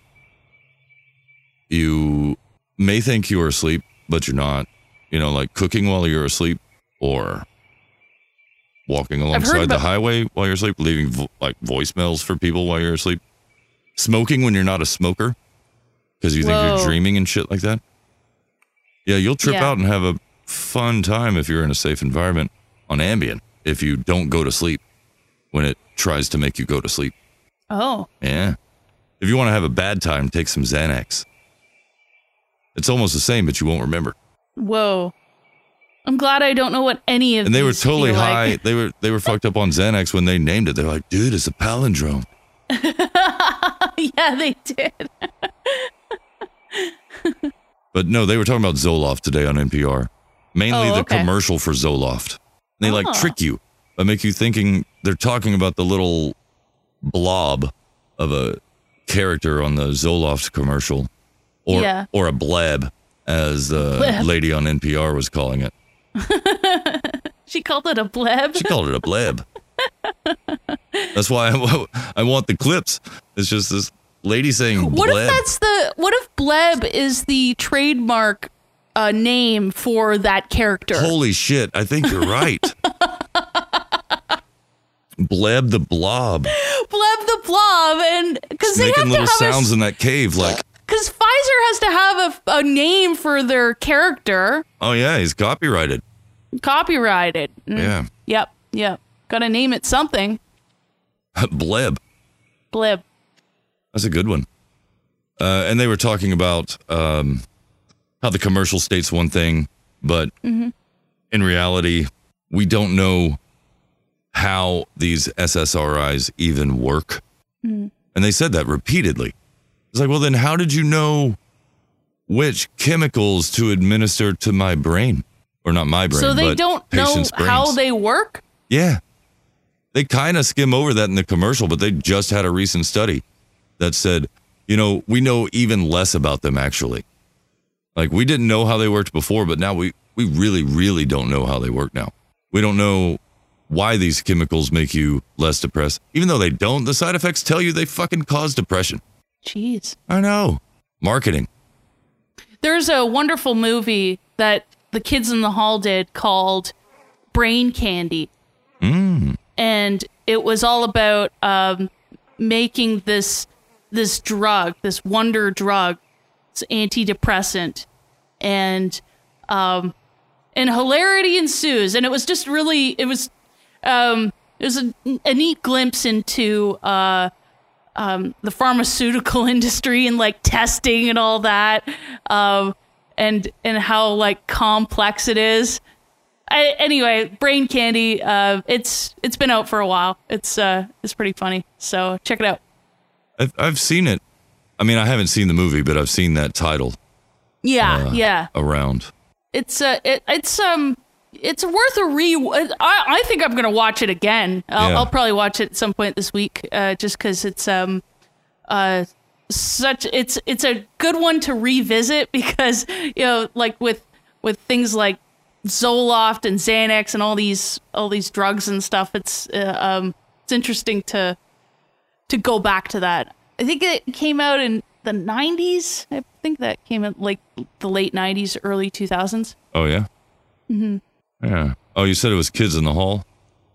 [SPEAKER 6] you may think you are asleep, but you're not. You know, like cooking while you're asleep or walking alongside the
[SPEAKER 1] about-
[SPEAKER 6] highway while you're asleep, leaving vo- like voicemails for people while you're asleep, smoking when you're not a smoker because you think
[SPEAKER 1] Whoa.
[SPEAKER 6] you're dreaming and shit like that. Yeah, you'll trip
[SPEAKER 1] Yeah.
[SPEAKER 6] out and have a fun time if you're in a safe environment on Ambien if you don't go to sleep when it tries to make you go to sleep.
[SPEAKER 1] Oh,
[SPEAKER 6] Yeah. If you want to have a bad time, take some Xanax. It's almost the same, but you won't remember.
[SPEAKER 1] whoa! I'm glad I don't know what any of
[SPEAKER 6] And they were
[SPEAKER 1] these
[SPEAKER 6] totally
[SPEAKER 1] feel like.
[SPEAKER 6] high. They were they were fucked up on Xanax when they named it. They're like, dude, it's a palindrome.
[SPEAKER 1] yeah, they did.
[SPEAKER 6] But no, they were talking about Zoloft today on NPR. Mainly
[SPEAKER 1] Oh,
[SPEAKER 6] the
[SPEAKER 1] okay.
[SPEAKER 6] commercial for Zoloft. They
[SPEAKER 1] Ah.
[SPEAKER 6] like trick you by make you thinking they're talking about the little blob of a character on the Zoloft commercial, or
[SPEAKER 1] Yeah.
[SPEAKER 6] or a bleb, as the
[SPEAKER 1] Bleb.
[SPEAKER 6] lady on NPR was calling it.
[SPEAKER 1] She called it a bleb.
[SPEAKER 6] She called it a bleb. That's why I, I want the clips. It's just this lady saying
[SPEAKER 1] What
[SPEAKER 6] bleb.
[SPEAKER 1] if that's the what if bleb is the trademark uh, name for that character?
[SPEAKER 6] Holy shit! I think you're right. bleb the blob.
[SPEAKER 1] bleb the blob, and because
[SPEAKER 6] It's
[SPEAKER 1] they have
[SPEAKER 6] making
[SPEAKER 1] to
[SPEAKER 6] little
[SPEAKER 1] have
[SPEAKER 6] sounds in that cave, like,
[SPEAKER 1] because Pfizer has to have a, a name for their character
[SPEAKER 6] oh yeah, he's copyrighted.
[SPEAKER 1] copyrighted. Mm.
[SPEAKER 6] Yeah,
[SPEAKER 1] Yep. Yep. Got to name it something.
[SPEAKER 6] bleb.
[SPEAKER 1] Bleb.
[SPEAKER 6] That's a good one. Uh, and they were talking about um, how the commercial states one thing, but
[SPEAKER 1] Mhm.
[SPEAKER 6] in reality, we don't know how these SSRIs even work.
[SPEAKER 1] Mm.
[SPEAKER 6] And they said that repeatedly. It's like, well, then how did you know which chemicals to administer to my brain? Or not my brain.
[SPEAKER 1] so they
[SPEAKER 6] but
[SPEAKER 1] don't know
[SPEAKER 6] patients'
[SPEAKER 1] how
[SPEAKER 6] brains.
[SPEAKER 1] they work.
[SPEAKER 6] Yeah. They kind of skim over that in the commercial, but they just had a recent study that said, you know, we know even less about them actually. Like we didn't know how they worked before, but now we we really really don't know how they work now. We don't know why these chemicals make you less depressed. Even though they don't, the side effects tell you they fucking cause depression.
[SPEAKER 1] Jeez.
[SPEAKER 6] I know. Marketing.
[SPEAKER 1] There's a wonderful movie that the kids in the hall did called Brain Candy.
[SPEAKER 6] Mm.
[SPEAKER 1] and it was all about um, making this this drug, this wonder drug, it's antidepressant, and um, and hilarity ensues, and it was just really it was um, it was a, a neat glimpse into uh, um, the pharmaceutical industry and like testing and all that, um, and and how like complex it is. I, anyway, Brain Candy. Uh, it's it's been out for a while. It's uh it's pretty funny. So check it out.
[SPEAKER 6] I've, I've seen it. I mean, I haven't seen the movie, but I've seen that title
[SPEAKER 1] Yeah,
[SPEAKER 6] uh,
[SPEAKER 1] yeah.
[SPEAKER 6] around.
[SPEAKER 1] It's uh it, it's um it's worth a re. I, I think I'm gonna watch it again. I'll,
[SPEAKER 6] Yeah.
[SPEAKER 1] I'll probably watch it at some point this week. Uh, just because it's um uh such it's it's a good one to revisit because you know like with with things like Zoloft and Xanax and all these all these drugs and stuff it's uh, um it's interesting to to go back to that. I think it came out in the 90s. I think that came out like the late 90s early 2000s.
[SPEAKER 6] Oh yeah,
[SPEAKER 1] hmm
[SPEAKER 6] yeah. Oh, you said it was kids in the hall.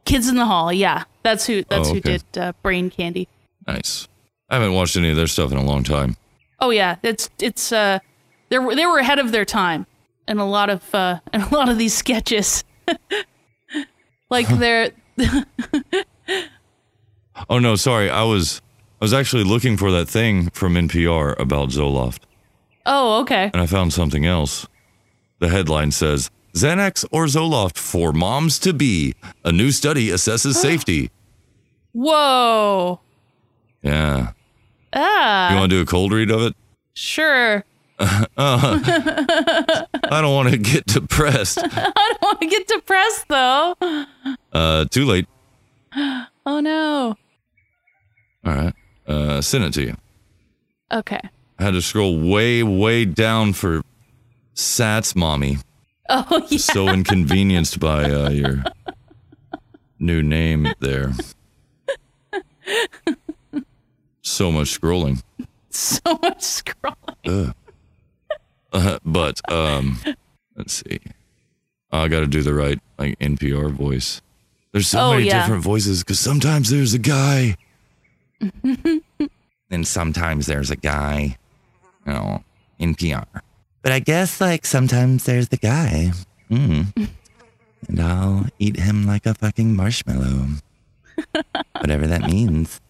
[SPEAKER 1] Kids in the Hall, yeah. That's who that's
[SPEAKER 6] Oh, okay.
[SPEAKER 1] who did uh, Brain Candy.
[SPEAKER 6] Nice. I haven't watched any of their stuff in a long time.
[SPEAKER 1] Oh yeah, it's it's uh they were they were ahead of their time in a lot of uh in a lot of these sketches. like they're
[SPEAKER 6] Oh no, sorry. I was I was actually looking for that thing from NPR about Zoloft,
[SPEAKER 1] Oh, okay.
[SPEAKER 6] and I found something else. The headline says Xanax or Zoloft for moms to be. A new study assesses safety.
[SPEAKER 1] Whoa.
[SPEAKER 6] Yeah.
[SPEAKER 1] Ah.
[SPEAKER 6] You want to do a cold read of it?
[SPEAKER 1] sure.
[SPEAKER 6] Uh, I don't want to get depressed.
[SPEAKER 1] I don't want to get depressed though.
[SPEAKER 6] Uh, too late.
[SPEAKER 1] Oh no.
[SPEAKER 6] All right. Uh, send it to you.
[SPEAKER 1] Okay.
[SPEAKER 6] I had to scroll way, way down for Sats Mommy.
[SPEAKER 1] Oh yeah.
[SPEAKER 6] So inconvenienced by uh, your new name there. So much scrolling.
[SPEAKER 1] so much scrolling.
[SPEAKER 6] Ugh. Uh, but um, let's see. I got to do the right like NPR voice. There's so
[SPEAKER 19] Oh,
[SPEAKER 6] many
[SPEAKER 19] yeah.
[SPEAKER 6] different voices because sometimes there's a guy, and sometimes there's a guy. You know, NPR.
[SPEAKER 19] But I guess like sometimes there's the guy. Mm. and I'll eat him like a fucking marshmallow. Whatever that means.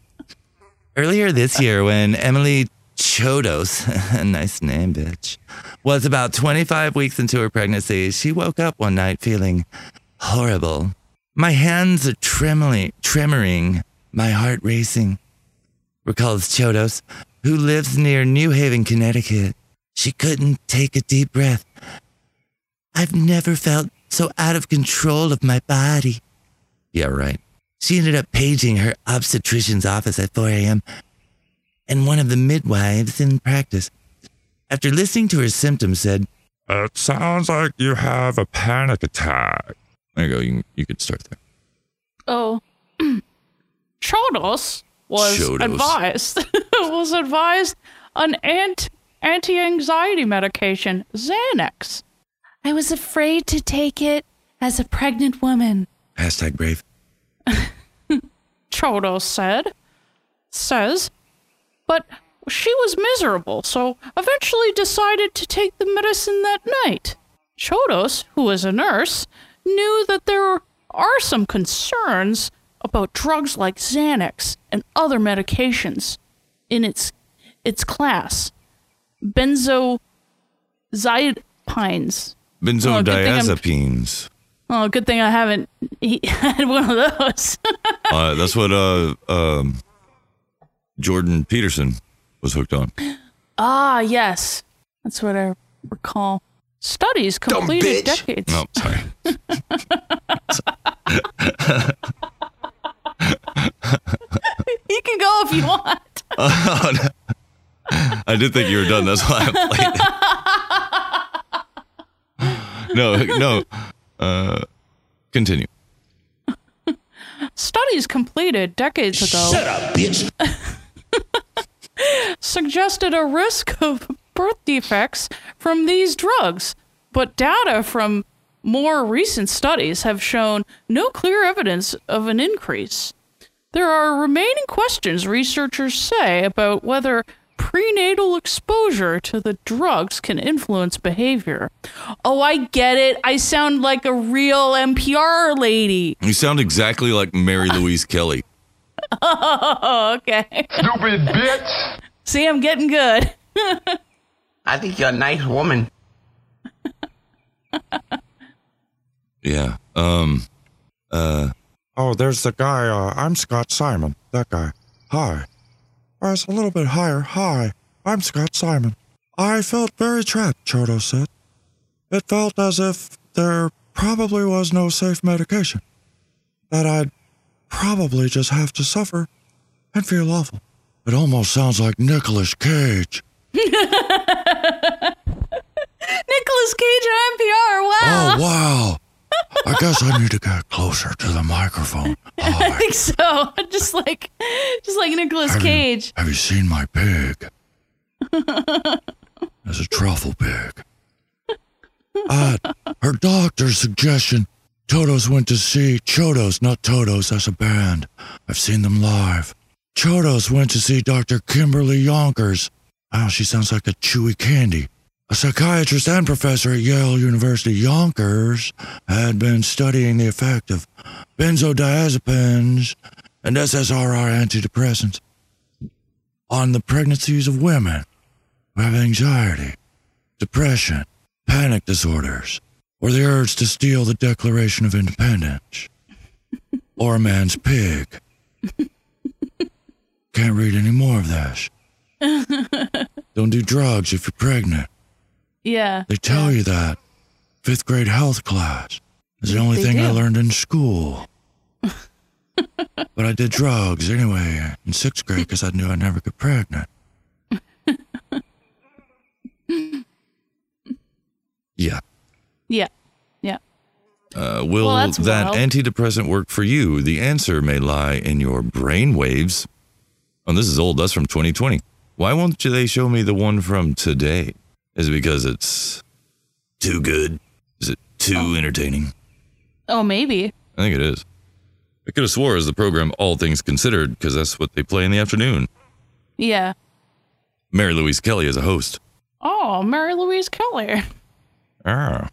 [SPEAKER 19] Earlier this year, when Emily Chodos, nice name, bitch, was about 25 weeks into her pregnancy, she woke up one night feeling horrible. My hands are trembling, tremoring, my heart racing recalls Chodos, who lives near New Haven, Connecticut. She couldn't take a deep breath. I've never felt so out of control of my body. Yeah, right. She ended up paging her obstetrician's office at 4 a.m. and one of the midwives in practice, after listening to her symptoms, said,
[SPEAKER 6] It sounds like you have a panic attack. There you go. You, you could start there.
[SPEAKER 1] Oh. Chodos was
[SPEAKER 6] Chodos.
[SPEAKER 1] advised was advised an ant anti-anxiety medication, Xanax. I was afraid to take it as a pregnant woman,
[SPEAKER 19] hashtag brave.
[SPEAKER 1] Chodos said. Says, but she was miserable, so eventually decided to take the medicine that night. Chodos, who was a nurse, knew that there are some concerns about drugs like Xanax and other medications in its its class. Benzodiazepines. Oh, good thing I'm-
[SPEAKER 6] Benzodiazepines.
[SPEAKER 1] Oh, good thing I haven't e- had one of those.
[SPEAKER 6] uh, that's what uh, um, Jordan Peterson was hooked on.
[SPEAKER 1] ah, yes. That's what I recall. Studies completed decades.
[SPEAKER 6] No, sorry.
[SPEAKER 1] you can go if you want.
[SPEAKER 6] Oh, no. I did think you were done. That's why I played it. No, no. Uh, continue.
[SPEAKER 1] Studies completed decades ago
[SPEAKER 6] Shut up, bitch.
[SPEAKER 1] suggested a risk of birth defects from these drugs, but data from more recent studies have shown no clear evidence of an increase. There are remaining questions researchers say about whether prenatal exposure to the drugs can influence behavior. Oh, I get it. I sound like a real NPR lady.
[SPEAKER 6] You sound exactly like Mary Louise Kelly.
[SPEAKER 1] Oh, okay. Stupid bitch. See, I'm getting good.
[SPEAKER 13] I think you're a nice woman.
[SPEAKER 6] Yeah. Um. Uh.
[SPEAKER 20] Oh, there's the guy. Uh, I'm Scott Simon. That guy. Hi. Uh, it's a little bit higher. Hi. I'm Scott Simon. I felt very trapped, Chodo said. It felt as if there probably was no safe medication. That I'd probably just have to suffer and feel awful. It almost sounds like Nicolas Cage.
[SPEAKER 1] Nicholas Cage on NPR. Wow.
[SPEAKER 20] Oh, wow. I guess I need to get closer to the microphone.
[SPEAKER 1] I think so. Just like, just like Nicolas
[SPEAKER 20] Have you-
[SPEAKER 1] Cage.
[SPEAKER 20] Have you seen my pig? It's a truffle pig. At her doctor's suggestion, Toto's went to see Chodos, not Toto's, that's a band. I've seen them live. Chodos went to see Dr. Kimberly Yonkers. Wow, she sounds like a chewy candy. A psychiatrist and professor at Yale University, Yonkers, had been studying the effect of benzodiazepines and SSRI antidepressants on the pregnancies of women who have anxiety, depression, panic disorders, or the urge to steal the Declaration of Independence, or a man's pig. Can't read any more of this. Don't do drugs if you're pregnant.
[SPEAKER 1] yeah.
[SPEAKER 20] They tell you that. Fifth grade health class is the only
[SPEAKER 1] They
[SPEAKER 20] thing I
[SPEAKER 1] do.
[SPEAKER 20] learned in school. but I did drugs anyway in sixth grade because I knew I'd never get pregnant. yeah.
[SPEAKER 1] Yeah. Yeah.
[SPEAKER 6] Uh, will
[SPEAKER 1] Well, that's
[SPEAKER 6] that
[SPEAKER 1] wild.
[SPEAKER 6] antidepressant work for you? The answer may lie in your brain waves. Oh, this is old. That's from 2020. Why won't you- they show me the one from today? Is it because it's too good? Is it too entertaining?
[SPEAKER 1] Oh, maybe.
[SPEAKER 6] I think it is. I could have swore it was the program All Things Considered because that's what they play in the afternoon.
[SPEAKER 1] Yeah.
[SPEAKER 6] Mary Louise Kelly is a host.
[SPEAKER 1] Oh, Mary Louise Kelly.
[SPEAKER 6] Ah.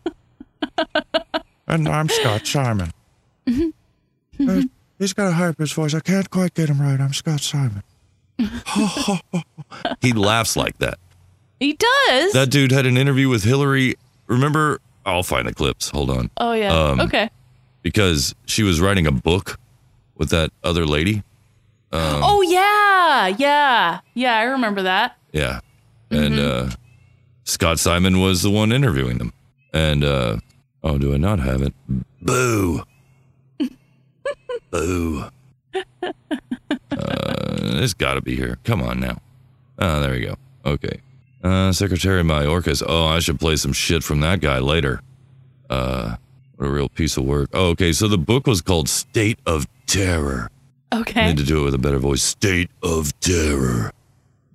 [SPEAKER 20] And I'm Scott Simon.
[SPEAKER 1] Mm-hmm.
[SPEAKER 20] Uh, he's got a high pitched voice. I can't quite get him right. I'm Scott Simon.
[SPEAKER 6] He laughs like that.
[SPEAKER 1] He does.
[SPEAKER 6] That dude had an interview with Hillary. Remember? I'll find the clips. Hold on.
[SPEAKER 1] oh yeah.
[SPEAKER 6] Um,
[SPEAKER 1] okay.
[SPEAKER 6] Because she was writing a book with that other lady. Um,
[SPEAKER 1] oh yeah. Yeah. Yeah. I remember that. Mm-hmm.
[SPEAKER 6] Yeah. And uh, Scott Simon was the one interviewing them. And, uh, oh, do I not have it? Boo. Boo. Uh, it's got to be here. Come on now. Ah, there we go. Okay. Uh, Secretary Mayorkas. Oh, I should play some shit from that guy later. Uh, what a real piece of work. Oh, okay. So the book was called State of Terror.
[SPEAKER 1] Okay.
[SPEAKER 6] Need to do it with a better voice. State of Terror.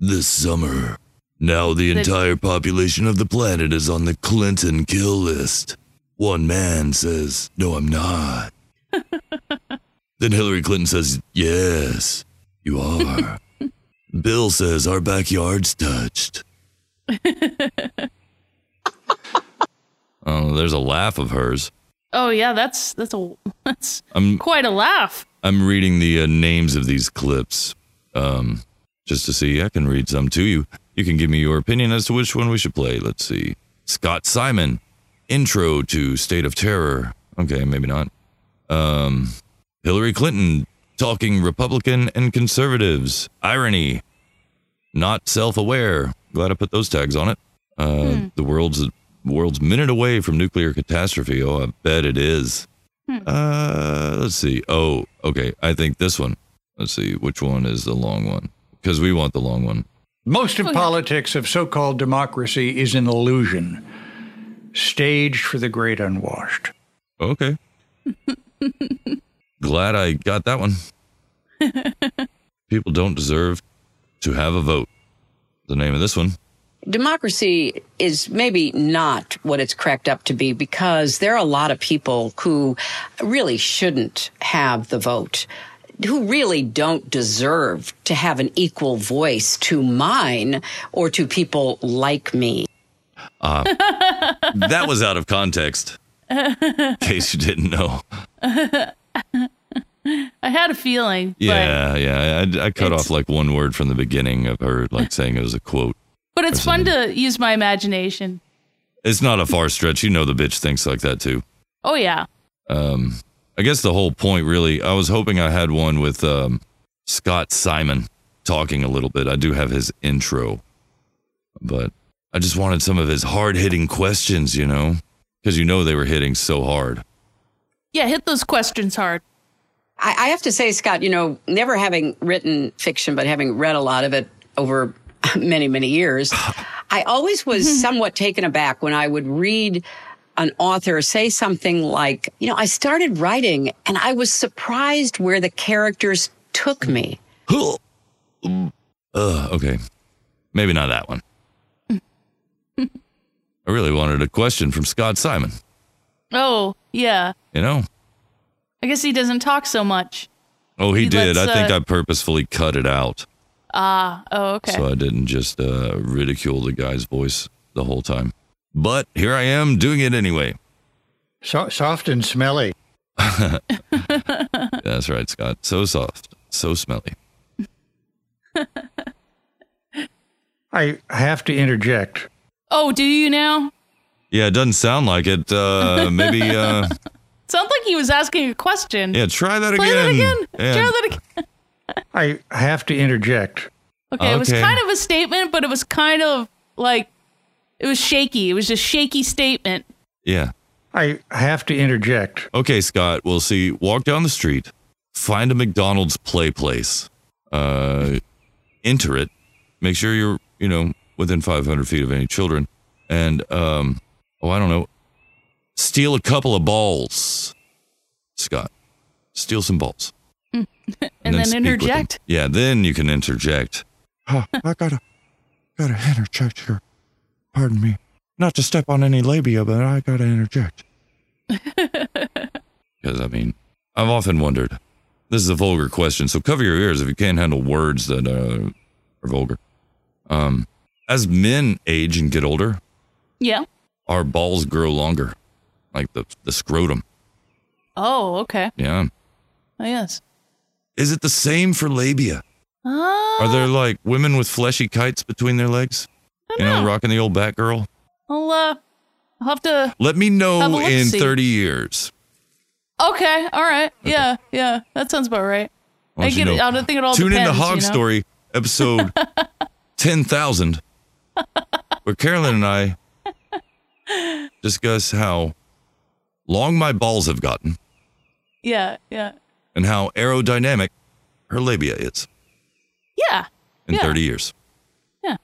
[SPEAKER 6] This summer. Now the
[SPEAKER 1] The-
[SPEAKER 6] entire population of the planet is on the Clinton kill list. One man says, No, I'm not. then Hillary Clinton says, Yes, you are. Bill says, Our backyard's touched. oh, there's a laugh of hers.
[SPEAKER 1] Oh yeah. That's that's a that's
[SPEAKER 6] I'm-
[SPEAKER 1] quite a laugh.
[SPEAKER 6] I'm reading the uh, names of these clips um, just to see. I can read some to you. You can give me your opinion as to which one we should play. Let's see. Scott Simon, intro to State of Terror. Okay, maybe not. Um, Hillary Clinton, talking Republican and conservatives. Irony, not self aware. Glad I put those tags on it. Uh, The world's world's minute away from nuclear catastrophe. Oh, I bet it is. Uh, let's see. Oh, okay. I think this one. Let's see which one is the long one because we want the long one.
[SPEAKER 21] Most
[SPEAKER 1] Oh,
[SPEAKER 21] of politics of so called democracy is an illusion, staged for the great unwashed.
[SPEAKER 6] Okay. Glad I got that one. People don't deserve to have a vote. The name of this one.
[SPEAKER 9] democracy is maybe not what it's cracked up to be because there are a lot of people who really shouldn't have the vote who really don't deserve to have an equal voice to mine or to people like me.
[SPEAKER 6] Uh, that was out of context, in case you didn't know.
[SPEAKER 1] I had a feeling.
[SPEAKER 6] Yeah, yeah. I, I cut off like one word from the beginning of her, like saying it was a quote.
[SPEAKER 1] But it's fun to use my imagination.
[SPEAKER 6] It's not a far stretch. You know, the bitch thinks like that too.
[SPEAKER 1] Oh yeah.
[SPEAKER 6] um i guess the whole point really i was hoping i had one with um scott simon talking a little bit i do have his intro but i just wanted some of his hard-hitting questions you know because you know they were hitting so hard
[SPEAKER 1] Yeah, hit those questions hard.
[SPEAKER 9] I, I have to say, Scott, you know, never having written fiction, but having read a lot of it over many, many years, I always was somewhat taken aback when I would read an author say something like, you know, I started writing and I was surprised where the characters took me.
[SPEAKER 6] Ugh, okay. Maybe not that one. I really wanted a question from Scott Simon.
[SPEAKER 1] Oh, yeah.
[SPEAKER 6] You know?
[SPEAKER 1] I guess he doesn't talk so much.
[SPEAKER 6] Oh, he,
[SPEAKER 1] He
[SPEAKER 6] did.
[SPEAKER 1] lets,
[SPEAKER 6] I think
[SPEAKER 1] uh,
[SPEAKER 6] I purposefully cut it out
[SPEAKER 1] Ah, oh, okay.
[SPEAKER 6] so I didn't just uh, ridicule the guy's voice the whole time. But here I am doing it anyway.
[SPEAKER 21] So- soft and smelly.
[SPEAKER 6] That's right, Scott. So soft, so smelly.
[SPEAKER 21] I have to interject.
[SPEAKER 1] oh, do you now?
[SPEAKER 6] Yeah, it doesn't sound like it. Uh, maybe, uh,
[SPEAKER 1] Sounds like he was asking a question.
[SPEAKER 6] yeah, try that
[SPEAKER 1] Play
[SPEAKER 6] again.
[SPEAKER 1] that again.
[SPEAKER 6] Yeah.
[SPEAKER 1] Try that again.
[SPEAKER 21] I have to interject.
[SPEAKER 1] Okay, it was kind of a statement, but it was kind of like it was shaky. It was just shaky statement.
[SPEAKER 6] Yeah.
[SPEAKER 21] I have to interject.
[SPEAKER 6] Okay, Scott, we'll see. Walk down the street, find a McDonald's play place, uh, enter it, make sure you're, you know, within 500 feet of any children, and, um, oh, I don't know, steal a couple of balls, Scott. Steal some balls.
[SPEAKER 1] and,
[SPEAKER 6] then
[SPEAKER 1] then,
[SPEAKER 6] speak with them.
[SPEAKER 1] interject.
[SPEAKER 6] Yeah, then you can interject.
[SPEAKER 20] Huh, I gotta, gotta interject here. Pardon me. Not to step on any labia, but I gotta interject.
[SPEAKER 6] Because, I mean, I've often wondered. This is a vulgar question, so cover your ears if you can't handle words that uh, are vulgar. Um, as men age and get older,
[SPEAKER 1] Yeah.
[SPEAKER 6] our balls grow longer, like the, the scrotum.
[SPEAKER 1] Oh, okay.
[SPEAKER 6] Yeah.
[SPEAKER 1] Oh, yes.
[SPEAKER 6] Is it the same for labia?
[SPEAKER 1] Oh,
[SPEAKER 6] Are there like women with fleshy kites between their legs? You know, rocking the old bat girl?
[SPEAKER 1] I'll, uh, I'll have to.
[SPEAKER 6] Let me
[SPEAKER 1] Have a
[SPEAKER 6] know
[SPEAKER 1] look
[SPEAKER 6] in
[SPEAKER 1] see.
[SPEAKER 6] 30 years.
[SPEAKER 1] Okay. All right. Yeah. Yeah. That sounds about right.
[SPEAKER 6] Why
[SPEAKER 1] I
[SPEAKER 6] don't you
[SPEAKER 1] get it.
[SPEAKER 6] know?
[SPEAKER 1] I don't think it all
[SPEAKER 6] Tune
[SPEAKER 1] depends.
[SPEAKER 6] in to Hog
[SPEAKER 1] you know?
[SPEAKER 6] Story, episode 10,000, where Carolyn and I discuss how long my balls have gotten
[SPEAKER 1] Yeah. Yeah.
[SPEAKER 6] and how aerodynamic her labia is
[SPEAKER 1] Yeah.
[SPEAKER 6] in
[SPEAKER 1] yeah.
[SPEAKER 6] 30 years.
[SPEAKER 1] Yeah.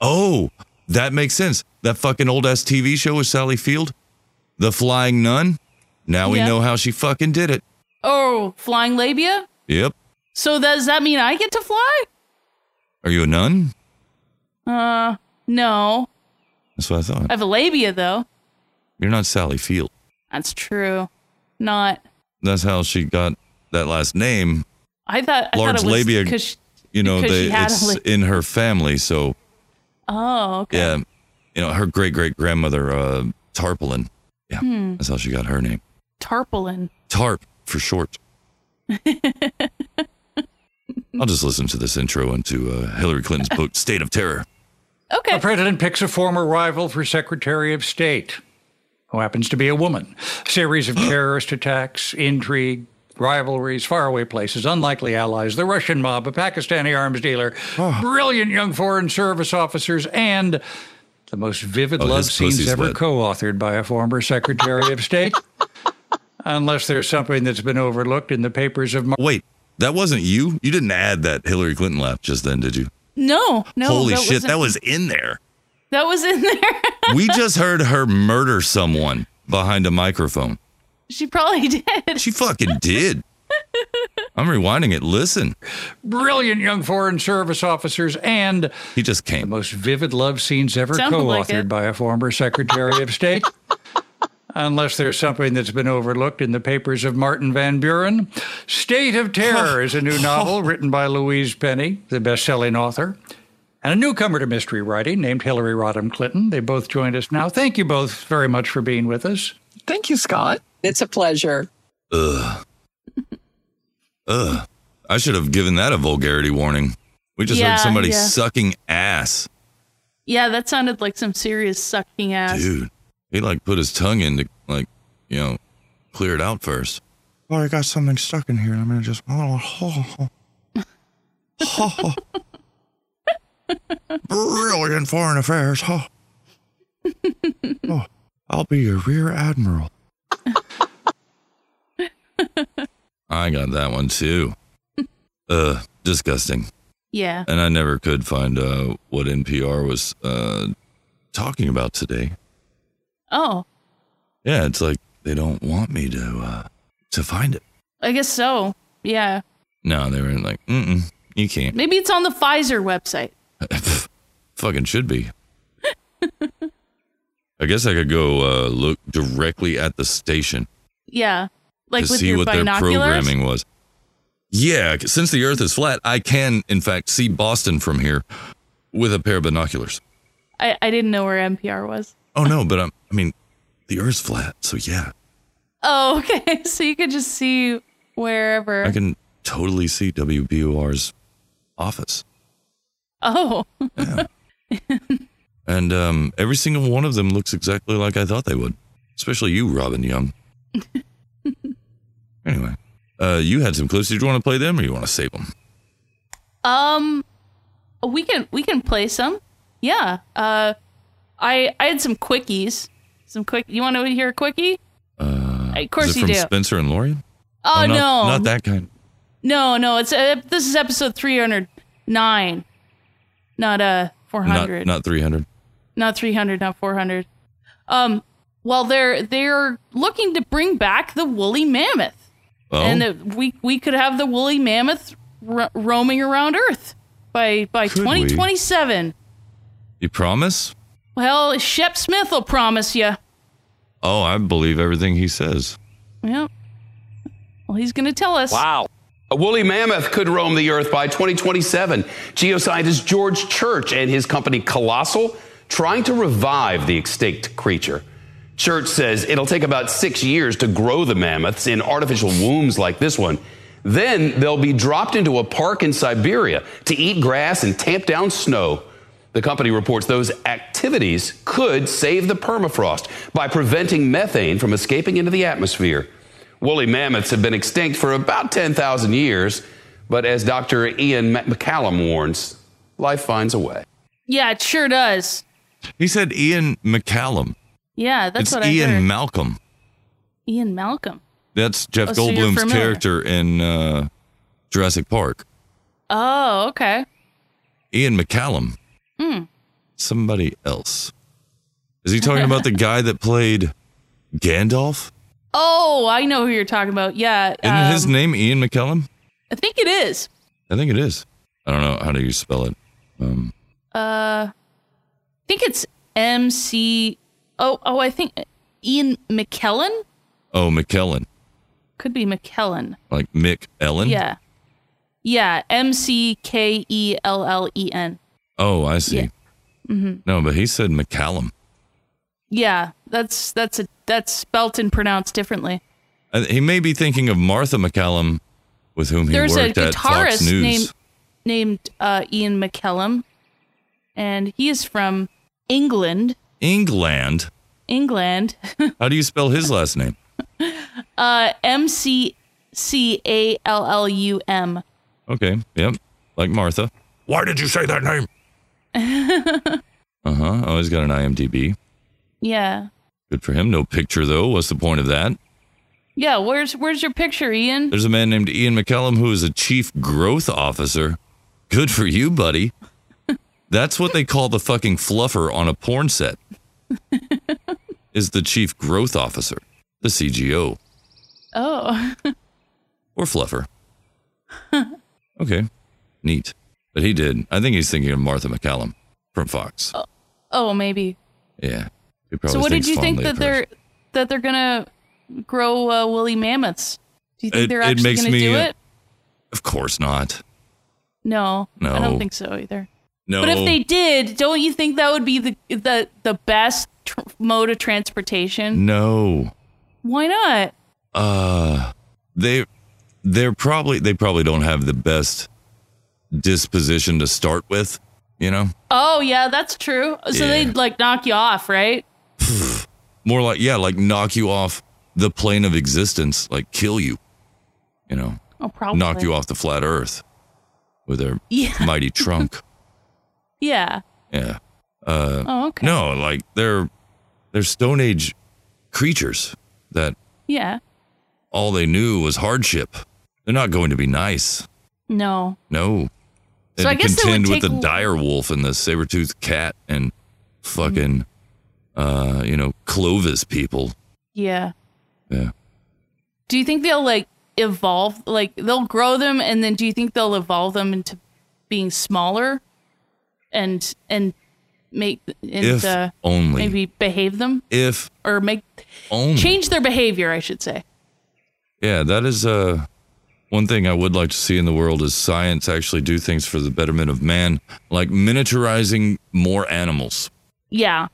[SPEAKER 6] Oh, that makes sense. That fucking old ass TV show with Sally Field, The Flying Nun. Now we
[SPEAKER 1] Yeah.
[SPEAKER 6] know how she fucking did it.
[SPEAKER 1] Oh, flying labia.
[SPEAKER 6] Yep.
[SPEAKER 1] So does that mean I get to fly?
[SPEAKER 6] Are you a nun?
[SPEAKER 1] Uh, no.
[SPEAKER 6] That's what I
[SPEAKER 1] I
[SPEAKER 6] thought.
[SPEAKER 1] have a labia though.
[SPEAKER 6] You're not Sally Field.
[SPEAKER 1] That's true. Not.
[SPEAKER 6] That's how she got that last name.
[SPEAKER 1] I thought I
[SPEAKER 6] Large
[SPEAKER 1] thought it was
[SPEAKER 6] labia,
[SPEAKER 1] Cause she-
[SPEAKER 6] you know,
[SPEAKER 1] because
[SPEAKER 6] they,
[SPEAKER 1] she had a
[SPEAKER 6] it's
[SPEAKER 1] lab-
[SPEAKER 6] in her family. So,
[SPEAKER 1] oh, okay.
[SPEAKER 6] yeah, you know, her great great grandmother, uh, Tarpaulin. Yeah,
[SPEAKER 1] Hmm.
[SPEAKER 6] that's how she got her name.
[SPEAKER 1] Tarpaulin.
[SPEAKER 6] Tarp for short. I'll just listen to this intro into uh, Hillary Clinton's book, State of Terror.
[SPEAKER 1] Okay.
[SPEAKER 21] The president picks a former rival for Secretary of State, who happens to be a woman. Series of terrorist attacks, intrigue, rivalries, faraway places, unlikely allies, the Russian mob, a Pakistani arms dealer,
[SPEAKER 6] Oh.
[SPEAKER 21] brilliant young foreign service officers, and the most vivid
[SPEAKER 6] Oh,
[SPEAKER 21] love
[SPEAKER 6] his pussy's
[SPEAKER 21] scenes ever
[SPEAKER 6] wet.
[SPEAKER 21] co authored by a former Secretary of State. Unless there's something that's been overlooked in the papers of. Mar-
[SPEAKER 6] Wait, that wasn't you? You didn't add that Hillary Clinton laugh just then, did you?
[SPEAKER 1] No, no.
[SPEAKER 6] Holy shit,
[SPEAKER 1] wasn't-
[SPEAKER 6] that was in there.
[SPEAKER 1] that was in there.
[SPEAKER 6] We just heard her murder someone behind a microphone.
[SPEAKER 1] she probably did.
[SPEAKER 6] She fucking did. I'm rewinding it. Listen,
[SPEAKER 21] brilliant young foreign service officers and
[SPEAKER 6] he just came.
[SPEAKER 21] the most vivid love scenes ever
[SPEAKER 1] Sounded like
[SPEAKER 21] co-authored
[SPEAKER 1] it.
[SPEAKER 21] by a former secretary of state unless there's something that's been overlooked in the papers of martin van buren state of terror is a new novel written by louise penny the best-selling author and a newcomer to mystery writing named hillary rodham clinton they both joined us now thank you both very much for being with us
[SPEAKER 9] Thank you, Scott. It's a pleasure.
[SPEAKER 6] Ugh. Ugh. I should have given that a vulgarity warning. We just
[SPEAKER 1] Yeah,
[SPEAKER 6] heard somebody
[SPEAKER 1] yeah.
[SPEAKER 6] sucking ass.
[SPEAKER 1] Yeah, that sounded like some serious sucking ass.
[SPEAKER 6] Dude, he like put his tongue in to like, you know, clear it out first.
[SPEAKER 20] Oh, I got something stuck in here. I'm gonna just. Oh, oh, oh. Brilliant foreign affairs. Huh? Oh, I'll be your rear admiral.
[SPEAKER 6] I got that one too. uh, disgusting.
[SPEAKER 1] Yeah.
[SPEAKER 6] And I never could find uh, what NPR was uh, talking about today.
[SPEAKER 1] Oh,
[SPEAKER 6] Yeah, it's like they don't want me to uh, to find it.
[SPEAKER 1] I guess so. Yeah.
[SPEAKER 6] No, they were like, mm-mm, you can't.
[SPEAKER 1] Maybe it's on the Pfizer website.
[SPEAKER 6] Fucking should be. I guess I could go uh, look directly at the station
[SPEAKER 1] Yeah. Like
[SPEAKER 6] to
[SPEAKER 1] with
[SPEAKER 6] see
[SPEAKER 1] your
[SPEAKER 6] what their
[SPEAKER 1] binoculars.
[SPEAKER 6] programming was. Yeah, c- since the Earth is flat, I can in fact see Boston from here with a pair of binoculars.
[SPEAKER 1] I, I didn't know where NPR was.
[SPEAKER 6] Oh no, but i I mean, the Earth's flat, so yeah,
[SPEAKER 1] Oh, okay. So you could just see wherever.
[SPEAKER 6] I can totally see WBUR's office.
[SPEAKER 1] Oh.
[SPEAKER 6] And um, every single one of them looks exactly like I thought they would, especially you, Robin Young. anyway, uh, you had some clips. Did you want to play them or you want to save them?
[SPEAKER 1] Um, we can we can play some. Yeah. Uh, I I had some quickies. Some quick. You want to hear a quickie? Uh, of course
[SPEAKER 6] Is it
[SPEAKER 1] you
[SPEAKER 6] from
[SPEAKER 1] do.
[SPEAKER 6] Spencer and Lorian?
[SPEAKER 1] Oh,
[SPEAKER 6] not,
[SPEAKER 1] no.
[SPEAKER 6] Not that kind.
[SPEAKER 1] no, no. It's uh, this is episode three hundred nine, not uh four
[SPEAKER 6] Not,
[SPEAKER 1] hundred,
[SPEAKER 6] not 300.
[SPEAKER 1] not three hundred, not four hundred. Um, well they're they're looking to bring back the woolly mammoth,
[SPEAKER 6] Oh,
[SPEAKER 1] and uh, we we could have the woolly mammoth ro- roaming around Earth by by
[SPEAKER 6] Could we?
[SPEAKER 1] twenty twenty seven.
[SPEAKER 6] you promise?
[SPEAKER 1] Well, Shep Smith will promise you.
[SPEAKER 6] Oh, I believe everything he says.
[SPEAKER 1] Yep. Well, he's going to tell us.
[SPEAKER 22] Wow. A woolly mammoth could roam the earth by 2027. Geoscientist George Church and his company Colossal trying to revive the extinct creature. Church says it'll take about six years to grow the mammoths in artificial wombs like this one. Then they'll be dropped into a park in Siberia to eat grass and tamp down snow. The company reports those activities could save the permafrost by preventing methane from escaping into the atmosphere. Woolly mammoths have been extinct for about 10,000 years, but as Dr. Ian Mac- McCallum warns, life finds a way.
[SPEAKER 1] Yeah, it sure does.
[SPEAKER 6] He said Ian McCallum.
[SPEAKER 1] Yeah, that's
[SPEAKER 6] it's
[SPEAKER 1] what I
[SPEAKER 6] Ian
[SPEAKER 1] heard.
[SPEAKER 6] Malcolm.
[SPEAKER 1] Ian Malcolm.
[SPEAKER 6] That's Jeff
[SPEAKER 1] Oh, so you're
[SPEAKER 6] Goldblum's
[SPEAKER 1] familiar.
[SPEAKER 6] character in uh, Jurassic Park.
[SPEAKER 1] Oh, okay.
[SPEAKER 6] Ian McCallum.
[SPEAKER 1] Hmm.
[SPEAKER 6] somebody else. Is he talking about the guy that played Gandalf?
[SPEAKER 1] Oh, I know who you're talking about. Yeah.
[SPEAKER 6] Isn't
[SPEAKER 1] um,
[SPEAKER 6] his name Ian McKellen?
[SPEAKER 1] I think it is.
[SPEAKER 6] I think it is. I don't know how do you spell it. Um,
[SPEAKER 1] Uh, I think it's MC. Oh, oh, I think Ian McKellen
[SPEAKER 6] oh, McKellen,
[SPEAKER 1] could be McKellen.
[SPEAKER 6] like Mick Ellen.
[SPEAKER 1] Yeah. Yeah. M C K E L L E N.
[SPEAKER 6] Oh, I see.
[SPEAKER 1] Mm-hmm.
[SPEAKER 6] No, but he said McCallum.
[SPEAKER 1] Yeah, that's that's a that's spelt and pronounced differently.
[SPEAKER 6] Uh, He may be thinking of Martha McCallum, with whom he
[SPEAKER 1] There's a
[SPEAKER 6] worked at Fox
[SPEAKER 1] guitarist
[SPEAKER 6] News.
[SPEAKER 1] named named uh, Ian McKellum, and he is from England.
[SPEAKER 6] England.
[SPEAKER 1] England.
[SPEAKER 6] How do you spell his last name?
[SPEAKER 1] Uh, M C C A L L U M.
[SPEAKER 6] Okay. Yep. Like Martha. Why did you say that name? Uh huh. Oh, he's got an IMDb.
[SPEAKER 1] Yeah,
[SPEAKER 6] Good for him. No picture though. What's the point of that?
[SPEAKER 1] yeah. Where's where's your picture, Ian?
[SPEAKER 6] There's a man named Ian McCallum who is a chief growth officer. Good for you, buddy. That's what they call the fucking fluffer on a porn set. is the chief growth officer, the CGO
[SPEAKER 1] Oh,
[SPEAKER 6] or fluffer. Okay. Neat. But he did. I think he's thinking of Martha McCallum from Fox.
[SPEAKER 1] oh, maybe.
[SPEAKER 6] Yeah. He
[SPEAKER 1] So,
[SPEAKER 6] probably
[SPEAKER 1] what did
[SPEAKER 6] thinks
[SPEAKER 1] you think
[SPEAKER 6] fondly
[SPEAKER 1] that
[SPEAKER 6] of her.
[SPEAKER 1] they're that they're gonna grow uh, woolly mammoths? Do you think
[SPEAKER 6] It-
[SPEAKER 1] they're
[SPEAKER 6] it
[SPEAKER 1] actually
[SPEAKER 6] makes
[SPEAKER 1] gonna
[SPEAKER 6] me,
[SPEAKER 1] do
[SPEAKER 6] uh,
[SPEAKER 1] it?
[SPEAKER 6] Of course not.
[SPEAKER 1] No, I
[SPEAKER 6] No.
[SPEAKER 1] don't think so either.
[SPEAKER 6] No.
[SPEAKER 1] But if they did, don't you think that would be the the the best tr- mode of transportation?
[SPEAKER 6] No.
[SPEAKER 1] Why not?
[SPEAKER 6] Uh they they're probably they probably don't have the best disposition to start with, you know?
[SPEAKER 1] Oh yeah, that's true. So
[SPEAKER 6] Yeah.
[SPEAKER 1] they'd like knock you off, right?
[SPEAKER 6] More like yeah, like knock you off the plane of existence, like kill you. You know.
[SPEAKER 1] Oh, probably.
[SPEAKER 6] Knock you off the flat earth with their
[SPEAKER 1] Yeah.
[SPEAKER 6] mighty trunk.
[SPEAKER 1] Yeah.
[SPEAKER 6] yeah. Uh
[SPEAKER 1] Oh, okay.
[SPEAKER 6] No, like they're they're stone age creatures that
[SPEAKER 1] Yeah.
[SPEAKER 6] all they knew was hardship They're not going to be nice.
[SPEAKER 1] No.
[SPEAKER 6] No. They
[SPEAKER 1] So
[SPEAKER 6] had
[SPEAKER 1] I
[SPEAKER 6] to
[SPEAKER 1] guess they would
[SPEAKER 6] contend with the
[SPEAKER 1] take-
[SPEAKER 6] dire wolf and the saber toothed cat and fucking, uh, you know, Clovis people.
[SPEAKER 1] Yeah.
[SPEAKER 6] Yeah.
[SPEAKER 1] Do you think they'll like evolve? Like they'll grow them, and then do you think they'll evolve them into being smaller, and and make and
[SPEAKER 6] If
[SPEAKER 1] uh,
[SPEAKER 6] only.
[SPEAKER 1] maybe behave them
[SPEAKER 6] If
[SPEAKER 1] or make
[SPEAKER 6] only.
[SPEAKER 1] change their behavior? I should say.
[SPEAKER 6] Yeah, that is uh, one thing I would like to see in the world is science actually do things for the betterment of man, like miniaturizing more animals.
[SPEAKER 1] Yeah,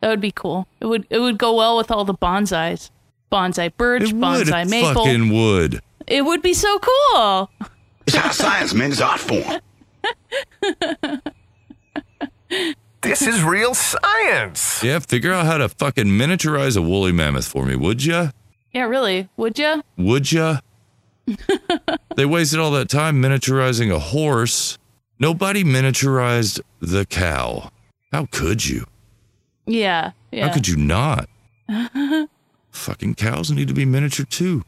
[SPEAKER 1] that would be cool. It would it would go well with all the bonsais, bonsai birch,
[SPEAKER 6] Would
[SPEAKER 1] bonsai
[SPEAKER 6] it
[SPEAKER 1] maple.
[SPEAKER 6] fucking would.
[SPEAKER 1] It would be so cool.
[SPEAKER 14] It's not science, man. It's art form.
[SPEAKER 23] This is real science.
[SPEAKER 6] Yeah, figure out how to fucking miniaturize a woolly mammoth for me, would ya?
[SPEAKER 1] Yeah, really. Would you?
[SPEAKER 6] Would ya? they wasted all that time miniaturizing a horse. Nobody miniaturized the cow. How could you?
[SPEAKER 1] Yeah. Yeah.
[SPEAKER 6] How could you not?
[SPEAKER 1] you?
[SPEAKER 6] Fucking cows need to be miniature too.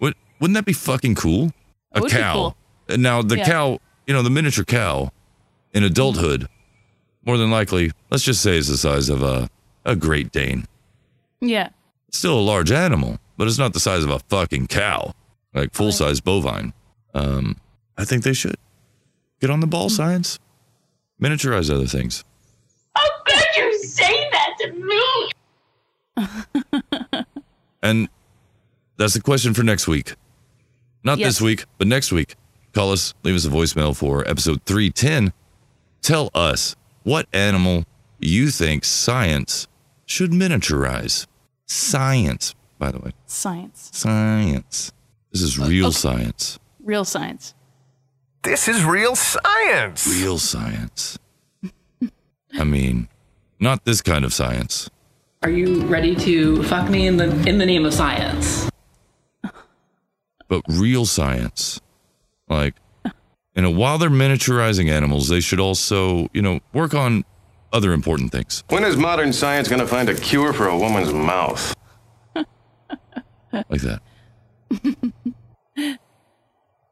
[SPEAKER 6] Would, wouldn't that be fucking cool? A
[SPEAKER 1] Would be
[SPEAKER 6] cow.
[SPEAKER 1] cool.
[SPEAKER 6] Uh, Now the
[SPEAKER 1] Yeah.
[SPEAKER 6] cow, you know, the miniature cow in adulthood, more than likely, let's just say is the size of a a Great Dane.
[SPEAKER 1] yeah.
[SPEAKER 6] It's still a large animal, but it's not the size of a fucking cow, like full size bovine. Um, I think they should get on the ball, science. Miniaturize other things.
[SPEAKER 4] How could Oh, you say that to me?
[SPEAKER 6] And that's the question for next week. Not this
[SPEAKER 4] Yes.
[SPEAKER 6] week, but next week. Call us, leave us a voicemail for episode 310. Tell us what animal you think science should miniaturize. Science, by the way.
[SPEAKER 1] Science.
[SPEAKER 6] Science. This is real science.
[SPEAKER 1] Real science.
[SPEAKER 23] This is real science.
[SPEAKER 6] Real science. I mean, not this kind of science.
[SPEAKER 24] Are you ready to fuck me in the in the name of science?
[SPEAKER 6] but real science. Like, you know, while they're miniaturizing animals, they should also, you know, work on other important things.
[SPEAKER 25] When is modern science going to find a cure for a woman's mouth?
[SPEAKER 6] like that.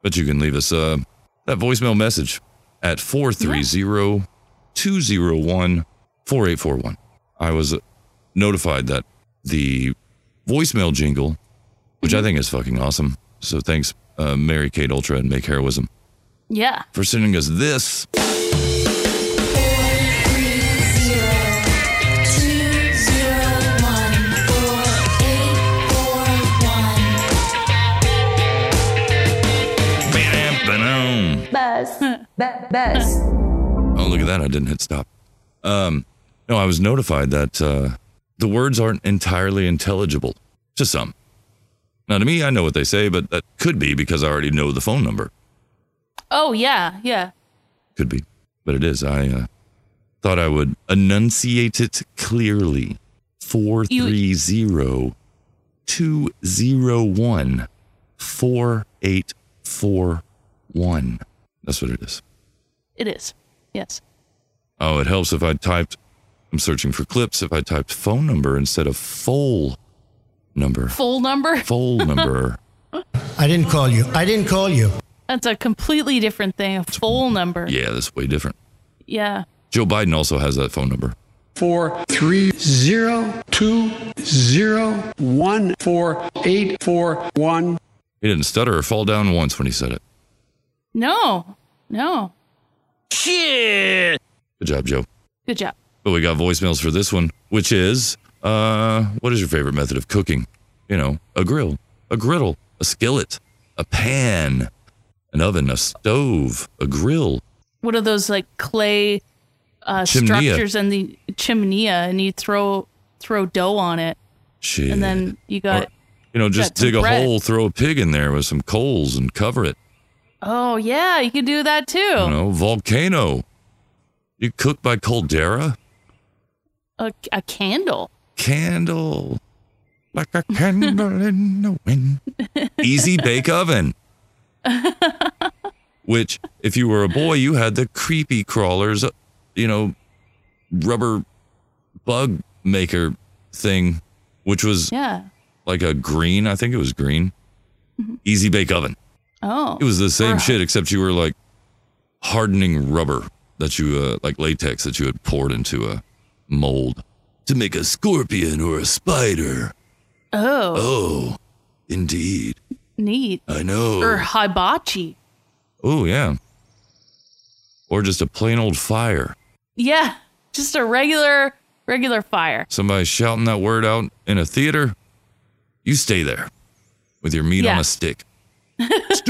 [SPEAKER 6] but you can leave us uh, that voicemail message at 430-201-4841. I was uh, notified that the voicemail jingle, which I think is fucking awesome. So thanks, uh, Mary Kate Ultra and Make Heroism
[SPEAKER 1] Yeah.
[SPEAKER 6] for sending us this. Ba-dam-ba-dam.
[SPEAKER 2] Buzz. Buzz.
[SPEAKER 6] Oh, look at that. I didn't hit stop. Um, no, I was notified that uh, the words aren't entirely intelligible to some. Now, to me, I know what they say, but that could be because I already know the phone number.
[SPEAKER 1] Oh yeah. Yeah.
[SPEAKER 6] Could be, but it is. I uh, thought I would enunciate it clearly. 430 201 4841. That's what it is.
[SPEAKER 1] It is. Yes.
[SPEAKER 6] Oh, it helps if I typed, I'm searching for clips, if I typed phone number instead of full number.
[SPEAKER 1] Full number.
[SPEAKER 6] Full number.
[SPEAKER 26] I didn't call you. I didn't call you.
[SPEAKER 1] That's a completely different thing. A full number.
[SPEAKER 6] yeah, that's way different.
[SPEAKER 1] Yeah.
[SPEAKER 6] Joe Biden also has that phone number.
[SPEAKER 27] four three zero two zero one four eight four one.
[SPEAKER 6] He didn't stutter or fall down once when he said it.
[SPEAKER 1] No. No.
[SPEAKER 6] Shit. Good job, Joe.
[SPEAKER 1] Good job.
[SPEAKER 6] But we got voicemails for this one, which is uh, what is your favorite method of cooking? You know, a grill, a griddle, a skillet, a pan, an oven, a stove, a grill.
[SPEAKER 1] What are those like clay uh,
[SPEAKER 6] Chimnea.
[SPEAKER 1] structures and the chimney, and you throw throw dough on it,
[SPEAKER 6] Shit.
[SPEAKER 1] and then you got
[SPEAKER 6] you know, just
[SPEAKER 1] got some
[SPEAKER 6] dig a
[SPEAKER 1] bread.
[SPEAKER 6] hole, throw a pig in there with some coals and cover it.
[SPEAKER 1] Oh yeah, you could do that too.
[SPEAKER 6] You know, volcano. You cook by caldera?
[SPEAKER 1] A, a candle.
[SPEAKER 6] Candle. Like a candle in the wind. Easy bake oven. Which, if you were a boy, you had the creepy crawlers, you know, rubber bug maker thing, which was
[SPEAKER 1] Yeah.
[SPEAKER 6] like a green, I think it was green. Easy bake oven.
[SPEAKER 1] Mm-hmm. Oh.
[SPEAKER 6] It was the same shit, except you were like hardening rubber that you, uh, like latex that you had poured into a mold to make a scorpion or a spider.
[SPEAKER 1] Oh.
[SPEAKER 6] Oh, indeed.
[SPEAKER 1] Neat.
[SPEAKER 6] I know.
[SPEAKER 1] Or hibachi.
[SPEAKER 6] Oh, yeah. Or just a plain old fire.
[SPEAKER 1] Yeah. Just a regular, regular fire.
[SPEAKER 6] Somebody shouting that word out in a theater. You stay there with your meat on
[SPEAKER 1] Yeah.
[SPEAKER 6] a stick. Just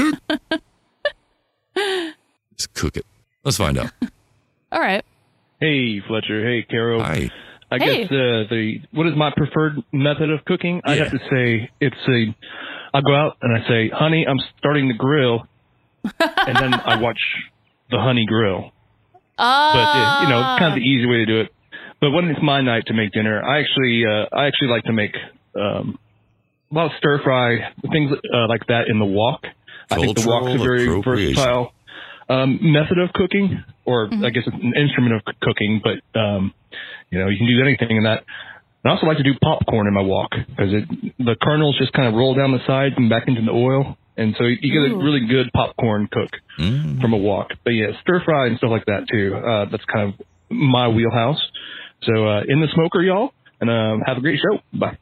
[SPEAKER 6] cook it. Let's find out.
[SPEAKER 1] All right.
[SPEAKER 28] Hey, Fletcher. Hey, Carol. Hi. I
[SPEAKER 1] Hey.
[SPEAKER 28] guess uh, the what is my preferred method of cooking? I'd have to say it's a. I go out and I say, "Honey, I'm starting the grill," and then I watch the honey grill. But uh, you know, it's kind of the easy way to do it. But when it's my night to make dinner, I actually uh, I actually like to make um, a lot of stir fry things uh, like that in the wok. I think the wok is a
[SPEAKER 6] Cultural
[SPEAKER 28] very
[SPEAKER 6] appropriation.
[SPEAKER 28] versatile um, method of cooking, or I guess it's an instrument of c- cooking. But um, you know, you can do anything in that. And I also like to do popcorn in my wok because the kernels just kind of roll down the sides and back into the oil, and so you get a
[SPEAKER 11] Ooh.
[SPEAKER 28] really good popcorn cook
[SPEAKER 6] Mm.
[SPEAKER 28] from a wok. But yeah, stir fry and stuff like that too. Uh, that's kind of my wheelhouse. So uh, in the smoker, y'all, and um, have a great show. Bye.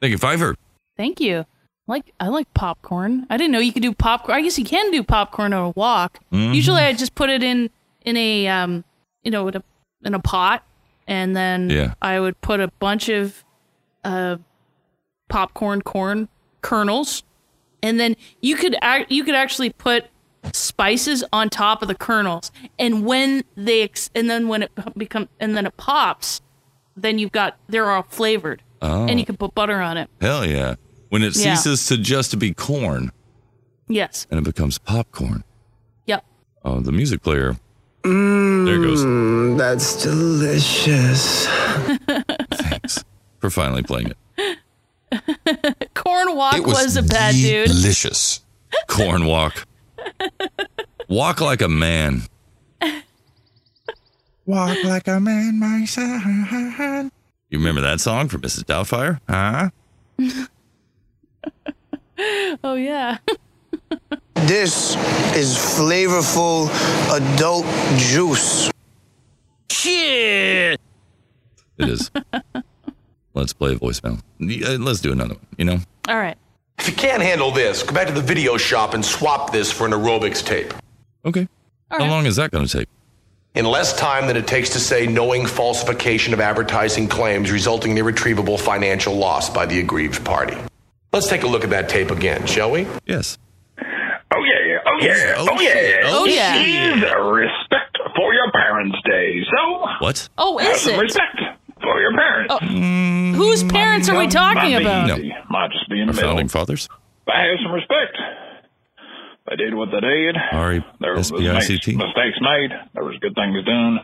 [SPEAKER 6] Thank you, Fiverr.
[SPEAKER 1] Thank you. Like I like popcorn. I didn't know you could do popcorn. I guess you can do popcorn on a wok.
[SPEAKER 6] Mhm.
[SPEAKER 1] Usually, I just put it in in a um, you know, in a, in a pot, and then
[SPEAKER 6] Yeah.
[SPEAKER 1] I would put a bunch of uh, popcorn corn kernels, and then you could ac- you could actually put spices on top of the kernels, and when they ex- and then when it become and then it pops, then you've got they're all flavored,
[SPEAKER 6] Oh.
[SPEAKER 1] and you can put butter on it.
[SPEAKER 6] Hell yeah. When it
[SPEAKER 1] Yeah.
[SPEAKER 6] ceases to just be corn
[SPEAKER 1] Yes.
[SPEAKER 6] and it becomes popcorn.
[SPEAKER 1] Yep.
[SPEAKER 6] Oh, the music player. there it goes. Mmm, That's delicious. Thanks for finally playing it.
[SPEAKER 1] Corn walk was, a bad dude.
[SPEAKER 6] Delicious. Corn walk. walk like a man.
[SPEAKER 29] Walk like a man, my son.
[SPEAKER 6] You remember that song from Mrs. Doubtfire? Huh?
[SPEAKER 1] Oh yeah.
[SPEAKER 4] This is flavorful adult juice.
[SPEAKER 6] Shit. It is. Let's play a voicemail. Y- uh, Let's do another one, you know?
[SPEAKER 1] All right.
[SPEAKER 17] If you can't handle this, go back to the video shop and swap this for an aerobics tape.
[SPEAKER 6] Okay. How long is that going to take?
[SPEAKER 17] In less time than it takes to say knowing falsification of advertising claims resulting in irretrievable financial loss by the aggrieved party. Let's take a look at that tape again, shall we?
[SPEAKER 6] Yes.
[SPEAKER 12] Oh yeah, oh yeah, oh, yeah,
[SPEAKER 17] Oh, yeah.
[SPEAKER 12] It is a respect for your parents' day. So
[SPEAKER 6] What?
[SPEAKER 1] Oh,
[SPEAKER 12] have
[SPEAKER 1] is
[SPEAKER 12] some
[SPEAKER 1] it?
[SPEAKER 12] respect for your parents.
[SPEAKER 1] Whose parents are we talking about?
[SPEAKER 12] Might just be in
[SPEAKER 6] Our
[SPEAKER 12] the middle.
[SPEAKER 6] founding fathers?
[SPEAKER 12] I have some respect. They did what they did.
[SPEAKER 6] R.E.
[SPEAKER 12] There was mistakes,
[SPEAKER 6] S-B-I-C-T.
[SPEAKER 12] mistakes made. There was good things done.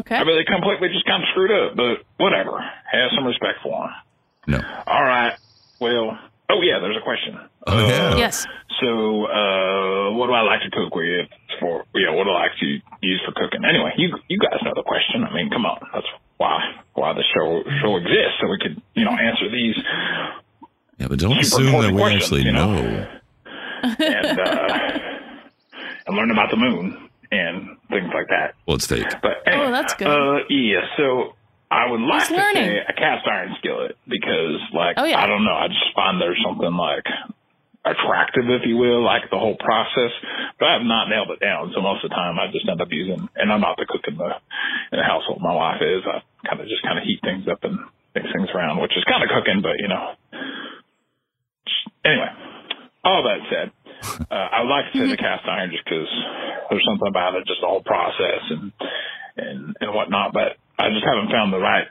[SPEAKER 1] Okay.
[SPEAKER 12] I mean, they completely just kind of screwed up, but whatever. Have some respect for them.
[SPEAKER 6] No.
[SPEAKER 12] All right. Well, oh yeah, there's a question.
[SPEAKER 6] Oh, yeah.
[SPEAKER 1] Yes.
[SPEAKER 12] So, uh, what do I like to cook with? For yeah, what do I like to use for cooking? Anyway, you you guys know the question. I mean, come on, that's why why the show show exists so we could you know answer these.
[SPEAKER 6] Yeah, but don't
[SPEAKER 12] Super
[SPEAKER 6] assume that
[SPEAKER 12] important
[SPEAKER 6] we
[SPEAKER 12] questions,
[SPEAKER 6] actually
[SPEAKER 12] you know?
[SPEAKER 6] know.
[SPEAKER 12] and uh, and learn about the moon and things like that.
[SPEAKER 6] Well, it's fake.
[SPEAKER 12] But anyway,
[SPEAKER 1] Oh, that's good.
[SPEAKER 12] Uh, yeah, so I would like
[SPEAKER 1] He's
[SPEAKER 12] to
[SPEAKER 1] learning.
[SPEAKER 12] say a cast iron skillet because, like,
[SPEAKER 1] Oh, yeah.
[SPEAKER 12] I don't know, I just find there's something like attractive, if you will, like the whole process. But I have not nailed it down, so most of the time I just end up using, and I'm not the cook in the in the household. My wife is. I kind of just kind of heat things up and mix things around, which is kind of cooking, but you know. Anyway, all that said, uh, I would like to say the cast iron just because there's something about it, just the whole process and and and whatnot. But I just haven't found the right,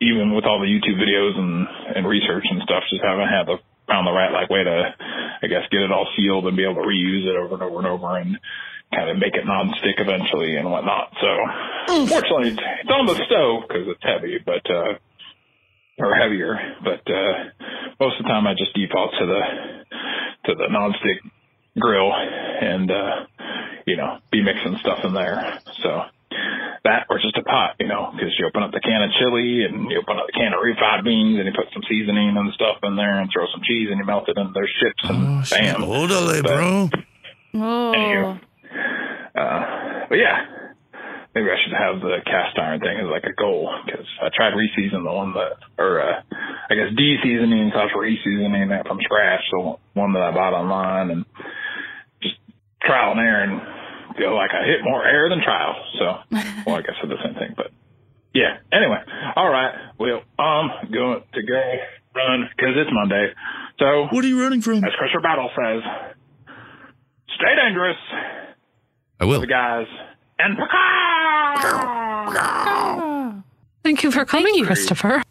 [SPEAKER 12] even with all the YouTube videos and and research and stuff, just haven't had the found the right like way to, I guess, get it all sealed and be able to reuse it over and over and over and kind of make it non-stick eventually and whatnot. So fortunately, it's it's on the stove because it's heavy, but. uh or heavier, but uh, most of the time I just default to the to the nonstick grill and uh, you know be mixing stuff in there. So that or just a pot, you know, because you open up the can of chili and you open up the can of refried beans and you put some seasoning and stuff in there and throw some cheese and you melt it into their chips and bam.
[SPEAKER 6] Totally,
[SPEAKER 12] But-
[SPEAKER 6] bro.
[SPEAKER 1] Oh.
[SPEAKER 12] Uh, but yeah, maybe I should have the cast iron thing as like a goal because I tried reseason the one that, or uh, I guess de-seasoning slash reseasoning that from scratch, the one that I bought online, and just trial and error, and feel like I hit more error than trial. So, well, I guess I did the same thing, but yeah. Anyway, all right. Well, I'm going to go run because it's Monday. So,
[SPEAKER 6] what are you running from?
[SPEAKER 12] As Crusher Battle says, stay dangerous.
[SPEAKER 6] I will.
[SPEAKER 12] The guys and
[SPEAKER 30] Thank you for coming,
[SPEAKER 1] you.
[SPEAKER 30] Christopher.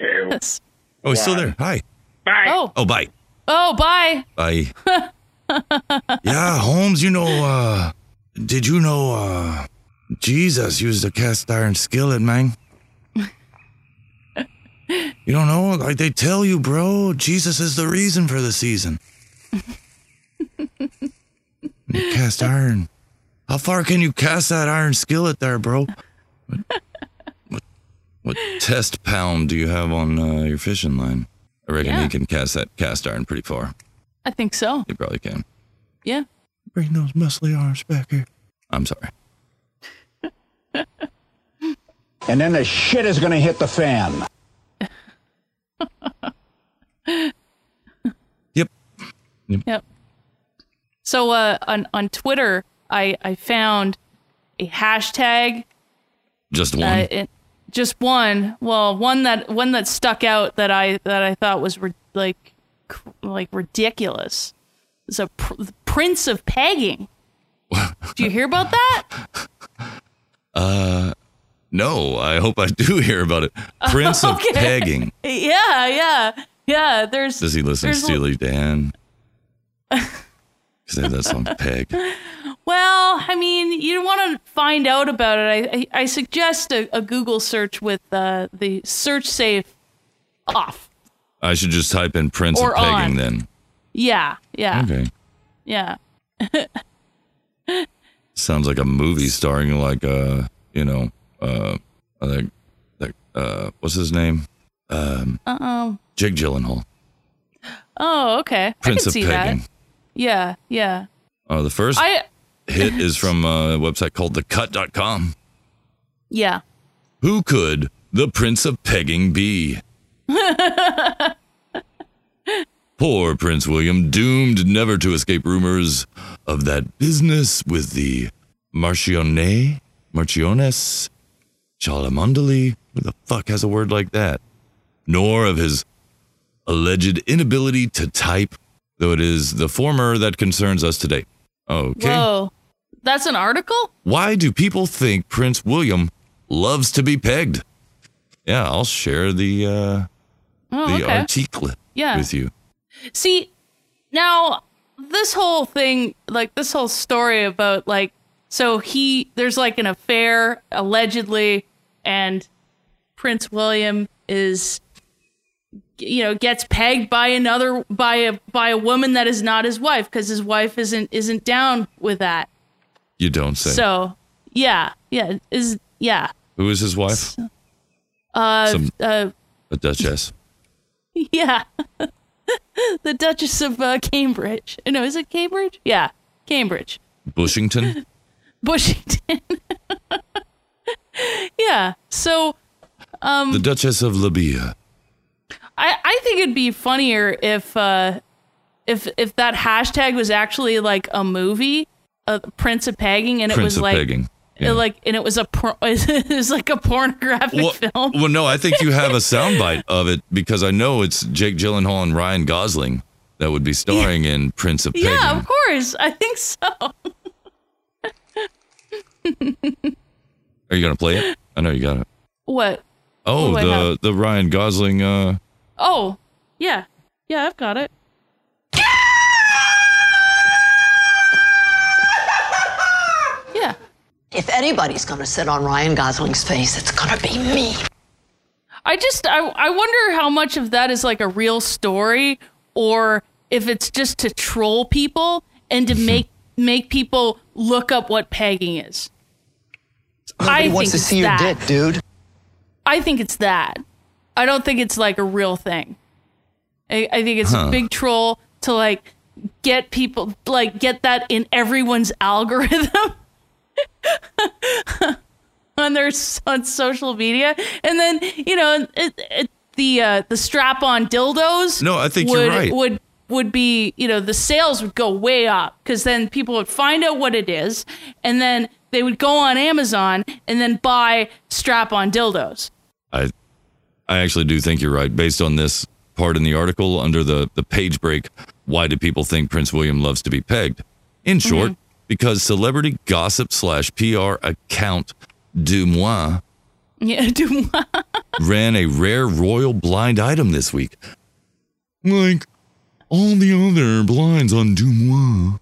[SPEAKER 1] Yes.
[SPEAKER 6] Oh, he's still there. Hi.
[SPEAKER 1] Bye. Oh.
[SPEAKER 6] Oh, bye.
[SPEAKER 1] Oh, bye.
[SPEAKER 6] Bye. yeah, Holmes, you know, uh, did you know, uh, Jesus used a cast iron skillet, man? you don't know? Like they tell you, bro, Jesus is the reason for the season. cast iron. How far can you cast that iron skillet there, bro? What, what- what test pound do you have on uh, your fishing line? I reckon
[SPEAKER 1] Yeah.
[SPEAKER 6] you can cast that cast iron pretty far.
[SPEAKER 1] I think so.
[SPEAKER 6] You probably can.
[SPEAKER 1] Yeah.
[SPEAKER 6] Bring those muscly arms back here. I'm sorry.
[SPEAKER 31] And then the shit is gonna hit the fan.
[SPEAKER 1] Yep. So uh, on on Twitter, I I found a hashtag.
[SPEAKER 6] Just
[SPEAKER 1] uh,
[SPEAKER 6] one.
[SPEAKER 1] it- just one. Well, one that one that stuck out that I that I thought was rid like cr- like ridiculous. It's a pr- prince of pegging. Do you hear about that?
[SPEAKER 6] Uh, no, I hope I do hear about it. Prince of
[SPEAKER 1] Okay.
[SPEAKER 6] Pegging.
[SPEAKER 1] Yeah, yeah, yeah. There's
[SPEAKER 6] Does he listen to
[SPEAKER 1] there's-
[SPEAKER 6] Steely Dan? Because they have that song Peg.
[SPEAKER 1] Well, I mean, you want to find out about it. I I, I suggest a, a Google search with uh, the search safe off.
[SPEAKER 6] I should just type in Prince
[SPEAKER 1] Or
[SPEAKER 6] of Pegging
[SPEAKER 1] on.
[SPEAKER 6] then.
[SPEAKER 1] Yeah, yeah,
[SPEAKER 6] Okay.
[SPEAKER 1] yeah.
[SPEAKER 6] Sounds like a movie starring like uh, you know, uh, uh, like, like uh, what's his name? Um,
[SPEAKER 1] Uh oh.
[SPEAKER 6] Jake Gyllenhaal.
[SPEAKER 1] Oh, okay. I
[SPEAKER 6] Prince
[SPEAKER 1] can
[SPEAKER 6] of
[SPEAKER 1] see
[SPEAKER 6] Pegging.
[SPEAKER 1] that. Yeah, yeah.
[SPEAKER 6] Uh, the first
[SPEAKER 1] I
[SPEAKER 6] hit is from a website called thecut.com.
[SPEAKER 1] yeah.
[SPEAKER 6] Who could the Prince of Pegging be? Poor Prince William, doomed never to escape rumors of that business with the Marchionne, Marchioness, Chalamondali, who the fuck has a word like that? Nor of his alleged inability to type, though it is the former that concerns us today. Okay.
[SPEAKER 1] Whoa. That's an article?
[SPEAKER 6] Why do people think Prince William loves to be pegged? Yeah, I'll share the uh,
[SPEAKER 1] Oh,
[SPEAKER 6] the
[SPEAKER 1] okay.
[SPEAKER 6] article
[SPEAKER 1] Yeah.
[SPEAKER 6] with you.
[SPEAKER 1] See, now this whole thing, like this whole story about like so he there's like an affair allegedly and Prince William is you know gets pegged by another by a by a woman that is not his wife because his wife isn't isn't down with that.
[SPEAKER 6] You don't say.
[SPEAKER 1] So, yeah. Yeah, is yeah.
[SPEAKER 6] Who is his wife?
[SPEAKER 1] Uh,
[SPEAKER 6] Some-
[SPEAKER 1] uh
[SPEAKER 6] A duchess.
[SPEAKER 1] yeah. the Duchess of uh, Cambridge. No, is it Cambridge? Yeah, Cambridge.
[SPEAKER 6] Bushington?
[SPEAKER 1] Bushington. yeah. So um
[SPEAKER 6] the Duchess of Labia.
[SPEAKER 1] I I think it'd be funnier if uh if if that hashtag was actually like a movie, uh, Prince of Pegging and it
[SPEAKER 6] Prince
[SPEAKER 1] was
[SPEAKER 6] of
[SPEAKER 1] like
[SPEAKER 6] Pegging.
[SPEAKER 1] it, like and it was a por- it was like a pornographic
[SPEAKER 6] Well,
[SPEAKER 1] film.
[SPEAKER 6] well, no, I think you have a soundbite of it because I know it's Jake Gyllenhaal and Ryan Gosling that would be starring in Prince of Pegging.
[SPEAKER 1] Yeah, of course. I think so.
[SPEAKER 6] Are you gonna play it? I know you got it.
[SPEAKER 1] What?
[SPEAKER 6] Oh,
[SPEAKER 1] What do I have?
[SPEAKER 6] the the Ryan Gosling. Uh,
[SPEAKER 1] Oh, yeah. Yeah, I've got it. Yeah.
[SPEAKER 15] If anybody's going to sit on Ryan Gosling's face, it's going to be me.
[SPEAKER 1] I just I I wonder how much of that is like a real story or if it's just to troll
[SPEAKER 6] Hmm.
[SPEAKER 1] people and to make make people look up what pegging is. I
[SPEAKER 32] Nobody
[SPEAKER 1] think
[SPEAKER 32] wants to
[SPEAKER 1] it's
[SPEAKER 32] see your
[SPEAKER 1] that.
[SPEAKER 32] dick, dude.
[SPEAKER 1] I think it's that. I don't think it's like a real thing. I, I think it's
[SPEAKER 32] Huh.
[SPEAKER 1] a big troll to like get people like get that in everyone's algorithm on their s- on social media, and then you know it, it, the uh, the strap on dildos.
[SPEAKER 6] No, I think
[SPEAKER 1] would,
[SPEAKER 6] you're right.
[SPEAKER 1] Would would be you know the sales would go way up because then people would find out what it is, and then they would go on Amazon and then buy strap on dildos.
[SPEAKER 6] I I actually do think you're right. Based on this part in the article under the, the page break, why do people think Prince William loves to be pegged? In short,
[SPEAKER 1] Mm-hmm.
[SPEAKER 6] because celebrity gossip slash PR account Dumois
[SPEAKER 1] Yeah, do
[SPEAKER 6] ran a rare royal blind item this week.
[SPEAKER 13] Like all the other blinds on Dumois,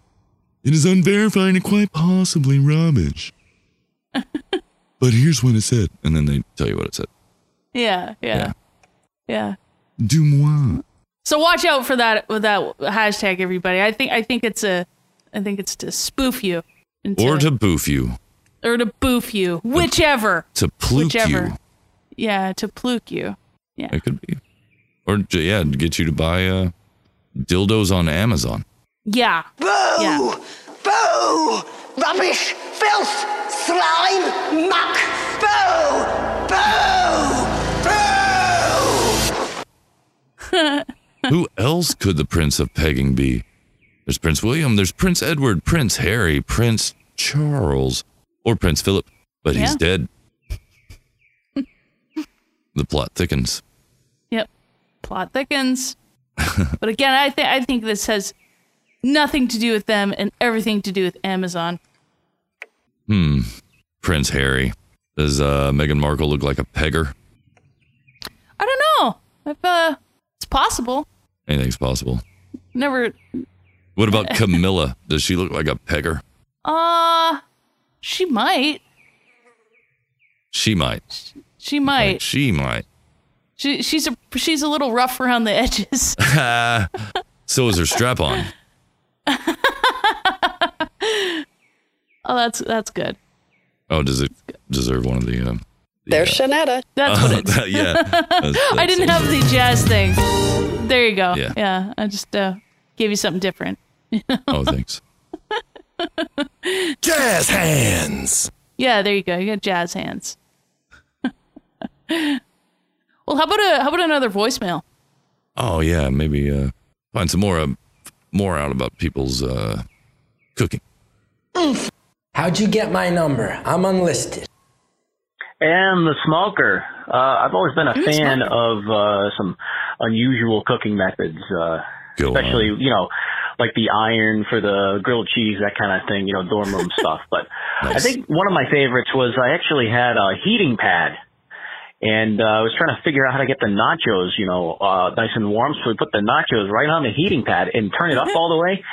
[SPEAKER 13] it is unverified and quite possibly rubbish. but here's what it said.
[SPEAKER 6] And then they tell you what it said.
[SPEAKER 1] yeah, yeah,
[SPEAKER 6] Yeah.
[SPEAKER 1] yeah.
[SPEAKER 13] Dumois.
[SPEAKER 1] So watch out for that with that hashtag, everybody. I think I think it's a I think it's to spoof you into,
[SPEAKER 6] Or to boof you.
[SPEAKER 1] or to boof you, whichever,
[SPEAKER 6] To pluke
[SPEAKER 1] whichever.
[SPEAKER 6] you.
[SPEAKER 1] Yeah, to pluke you. Yeah.
[SPEAKER 6] It could be. Or j- yeah, get you to buy uh, dildos on Amazon.
[SPEAKER 1] Yeah.
[SPEAKER 4] Boo! Boo! Rubbish! Filth! Slime! Muck! Boo! Boo!
[SPEAKER 6] Who else could the Prince of Pegging be? There's Prince William, there's Prince Edward, Prince Harry, Prince Charles, or Prince Philip, but he's
[SPEAKER 1] Yeah.
[SPEAKER 6] dead. the plot thickens.
[SPEAKER 1] Yep. Plot thickens. but again, I think I think this has nothing to do with them and everything to do with Amazon.
[SPEAKER 6] Hmm. Prince Harry. Does uh, Meghan Markle look like a pegger?
[SPEAKER 1] I don't know. If uh, it's possible.
[SPEAKER 6] Anything's possible.
[SPEAKER 1] Never.
[SPEAKER 6] What about Camilla? Does she look like a pegger?
[SPEAKER 1] Uh, she might.
[SPEAKER 6] She might.
[SPEAKER 1] She might.
[SPEAKER 6] She might.
[SPEAKER 1] She she's a she's a little rough around the edges.
[SPEAKER 6] so is her strap on.
[SPEAKER 1] Oh, that's that's good.
[SPEAKER 6] Oh, does it deserve one of the? Um,
[SPEAKER 1] There's Shanetta. That's what it.
[SPEAKER 6] that- yeah. That's-
[SPEAKER 1] I
[SPEAKER 6] that's
[SPEAKER 1] didn't
[SPEAKER 6] what
[SPEAKER 1] have
[SPEAKER 6] it
[SPEAKER 1] the jazz thing. There you go.
[SPEAKER 6] Yeah.
[SPEAKER 1] I just uh, gave you something different.
[SPEAKER 6] Oh, thanks.
[SPEAKER 33] Jazz hands.
[SPEAKER 1] Yeah, there you go. You got jazz hands. well, how about a how about another voicemail?
[SPEAKER 6] Oh yeah, maybe uh, find some more uh, more out about people's uh, cooking.
[SPEAKER 3] How'd you get my number? I'm unlisted.
[SPEAKER 18] And the smoker. Uh, I've always been a
[SPEAKER 3] Who's
[SPEAKER 18] fan
[SPEAKER 3] smoker?
[SPEAKER 18] of uh, some unusual cooking methods, uh, especially you know, like the iron for the grilled cheese, that kind of thing. You know, dorm room stuff. But I think one of my favorites was I actually had a heating pad, and uh, I was trying to figure out how to get the nachos, you know, uh, nice and warm. So we put the nachos right on the heating pad and turn it up all the way,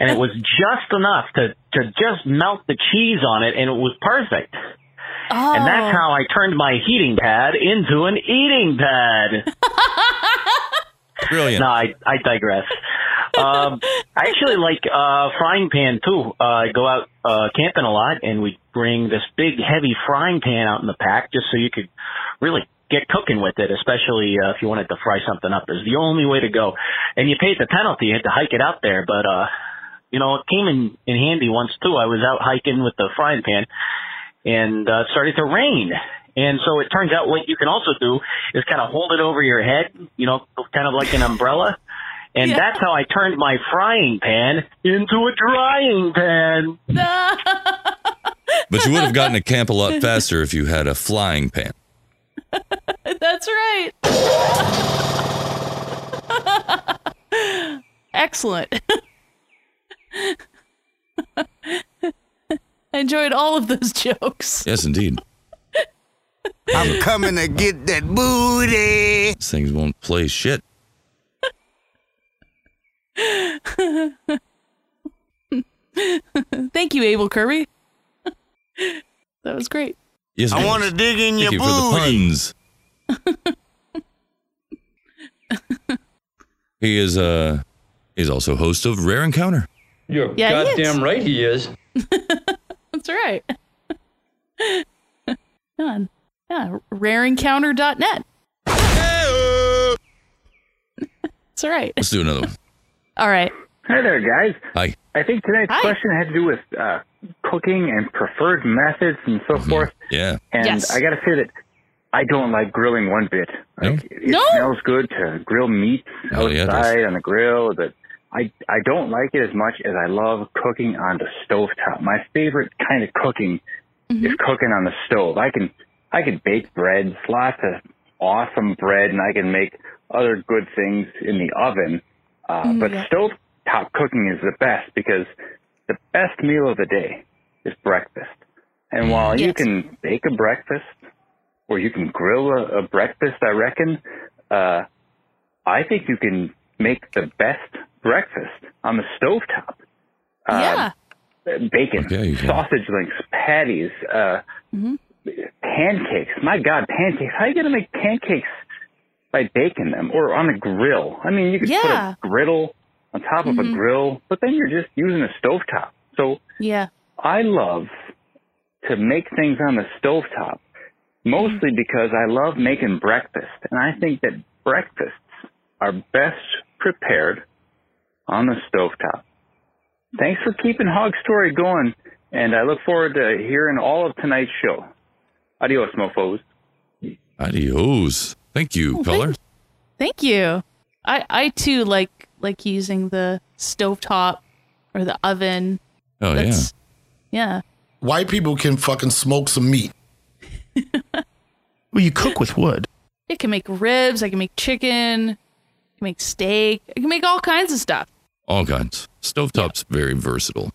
[SPEAKER 18] and it was just enough to to just melt the cheese on it, and it was perfect.
[SPEAKER 1] Oh.
[SPEAKER 18] And that's how I turned my heating pad into an eating pad.
[SPEAKER 6] Brilliant.
[SPEAKER 18] No, I, I digress. um, I actually like uh, frying pan too. Uh, I go out uh, camping a lot, and we bring this big, heavy frying pan out in the pack just so you could really get cooking with it, especially uh, if you wanted to fry something up. Is the only way to go. And you paid the penalty; you had to hike it out there, but uh, you know, it came in, in handy once too. I was out hiking with the frying pan and uh, it started to rain. And so it turns out what you can also do is kind of hold it over your head, you know, kind of like an umbrella. And that's how I turned my frying pan into a drying pan.
[SPEAKER 6] But you would have gotten to camp a lot faster if you had a flying pan.
[SPEAKER 1] That's right. Excellent. I enjoyed all of those jokes.
[SPEAKER 6] Yes, indeed.
[SPEAKER 14] I'm coming to get that booty.
[SPEAKER 6] These things won't play shit.
[SPEAKER 1] Thank you, Abel Kirby. that was great.
[SPEAKER 6] Yes,
[SPEAKER 14] I
[SPEAKER 6] ma'am.
[SPEAKER 14] wanna dig in your
[SPEAKER 6] Thank you for the
[SPEAKER 14] booty.
[SPEAKER 6] puns. he is uh he's also host of Rare Encounter.
[SPEAKER 19] You're
[SPEAKER 1] Yeah, he is.
[SPEAKER 19] goddamn right he is.
[SPEAKER 1] That's right. Yeah, yeah rareencounter.net. That's all right.
[SPEAKER 6] Let's do another one.
[SPEAKER 1] All right.
[SPEAKER 23] Hi there, guys.
[SPEAKER 6] Hi.
[SPEAKER 23] I think tonight's question had to do with uh, cooking and preferred methods and so forth.
[SPEAKER 6] Mm-hmm. Yeah.
[SPEAKER 23] And
[SPEAKER 6] Yes.
[SPEAKER 23] I got to say that I don't like grilling one bit. Like, It
[SPEAKER 1] No?
[SPEAKER 23] smells good to grill meats
[SPEAKER 6] Oh, yeah, it does.
[SPEAKER 23] outside on the grill, but I I don't like it as much as I love cooking on the stovetop. My favorite kind of cooking
[SPEAKER 22] Mm-hmm.
[SPEAKER 23] is cooking on the stove. I can I can bake breads, lots of awesome bread, and I can make other good things in the oven. Uh,
[SPEAKER 22] Mm,
[SPEAKER 23] but
[SPEAKER 22] yeah.
[SPEAKER 23] stove top cooking is the best because the best meal of the day is breakfast. And while you can bake a breakfast or you can grill a, a breakfast, I reckon, uh, I think you can make the best breakfast on the stovetop. Uh, Bacon, sausage links, patties, uh, pancakes. My God, pancakes. How are you going to make pancakes by baking them or on a grill? I mean, you could
[SPEAKER 1] Yeah.
[SPEAKER 23] put a griddle on top of a
[SPEAKER 1] Mhm.
[SPEAKER 23] grill, but then you're just using a stovetop. So
[SPEAKER 1] Yeah.
[SPEAKER 23] I love to make things on the stovetop, mostly because I love making breakfast. And I think that breakfasts are best prepared on the stovetop. Thanks for keeping Hog Story going, and I look forward to hearing all of tonight's show. Adios, mofos.
[SPEAKER 6] Adios. Thank you, Color.
[SPEAKER 1] Thank you. I I too like like using the stovetop or the oven.
[SPEAKER 6] Oh,
[SPEAKER 1] That's- Yeah.
[SPEAKER 33] White people can fucking smoke some meat.
[SPEAKER 19] Well, you cook with wood.
[SPEAKER 1] It can make ribs, I can make chicken, I can make steak, I can make all kinds of stuff.
[SPEAKER 6] All kinds. Stovetop's very versatile.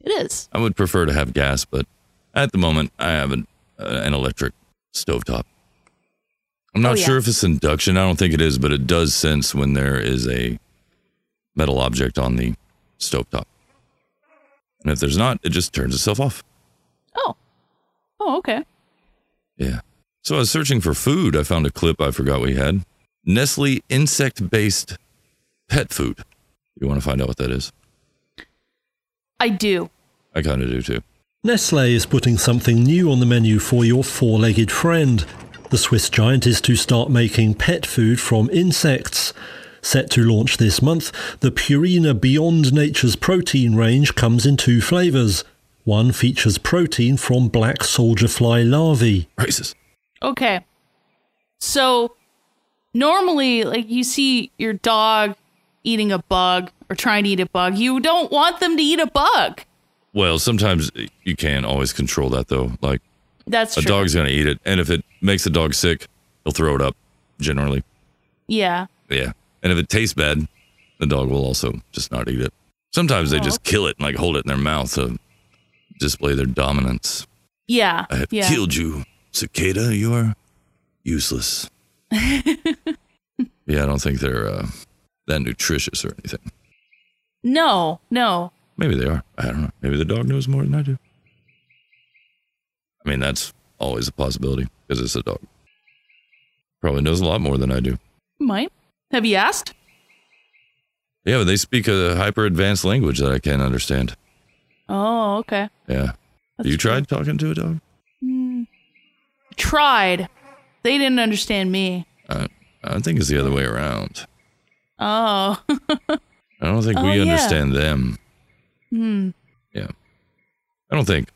[SPEAKER 1] It is.
[SPEAKER 6] I would prefer to have gas, but at the moment, I have an, uh, an electric stovetop. I'm not
[SPEAKER 1] Oh, yeah.
[SPEAKER 6] sure if it's induction. I don't think it is, but it does sense when there is a metal object on the stovetop. And if there's not, it just turns itself off.
[SPEAKER 1] Oh, okay.
[SPEAKER 6] Yeah. So I was searching for food. I found a clip I forgot we had. Nestle insect based pet food. You want to find out what that is?
[SPEAKER 1] I do.
[SPEAKER 6] I kind of do too.
[SPEAKER 21] Nestle is putting something new on the menu for your four legged friend. The Swiss giant is to start making pet food from insects. Set to launch this month, the Purina Beyond Nature's protein range comes in two flavours. One features protein from black soldier fly larvae.
[SPEAKER 6] Racist.
[SPEAKER 1] Okay. So normally like you see your dog eating a bug or trying to eat a bug. You don't want them to eat a bug.
[SPEAKER 6] Well, sometimes you can't always control that though. Like,
[SPEAKER 1] That's
[SPEAKER 6] a
[SPEAKER 1] true.
[SPEAKER 6] dog's going to eat it. And if it makes the dog sick, he'll throw it up generally.
[SPEAKER 1] Yeah.
[SPEAKER 6] Yeah. And if it tastes bad, the dog will also just not eat it. Sometimes they
[SPEAKER 1] Oh,
[SPEAKER 6] just kill it and like hold it in their mouth to display their dominance.
[SPEAKER 1] Yeah.
[SPEAKER 6] I have
[SPEAKER 1] yeah.
[SPEAKER 6] killed you, cicada. You are useless. yeah, I don't think they're uh, that nutritious or anything.
[SPEAKER 1] No, no.
[SPEAKER 6] Maybe they are. I don't know. Maybe the dog knows more than I do. I mean, that's always a possibility because it's a dog. Probably knows a lot more than I do.
[SPEAKER 1] Might. Have you asked?
[SPEAKER 6] Yeah, but they speak a hyper advanced language that I can't understand.
[SPEAKER 1] Oh, okay.
[SPEAKER 6] Yeah. Have you tried talking to a dog?
[SPEAKER 1] Hmm. Tried. They didn't understand me.
[SPEAKER 6] I, I think it's the other way around.
[SPEAKER 1] Oh.
[SPEAKER 6] I don't think
[SPEAKER 1] Oh,
[SPEAKER 6] we
[SPEAKER 1] yeah.
[SPEAKER 6] understand them.
[SPEAKER 1] hmm.
[SPEAKER 6] Yeah. I don't think.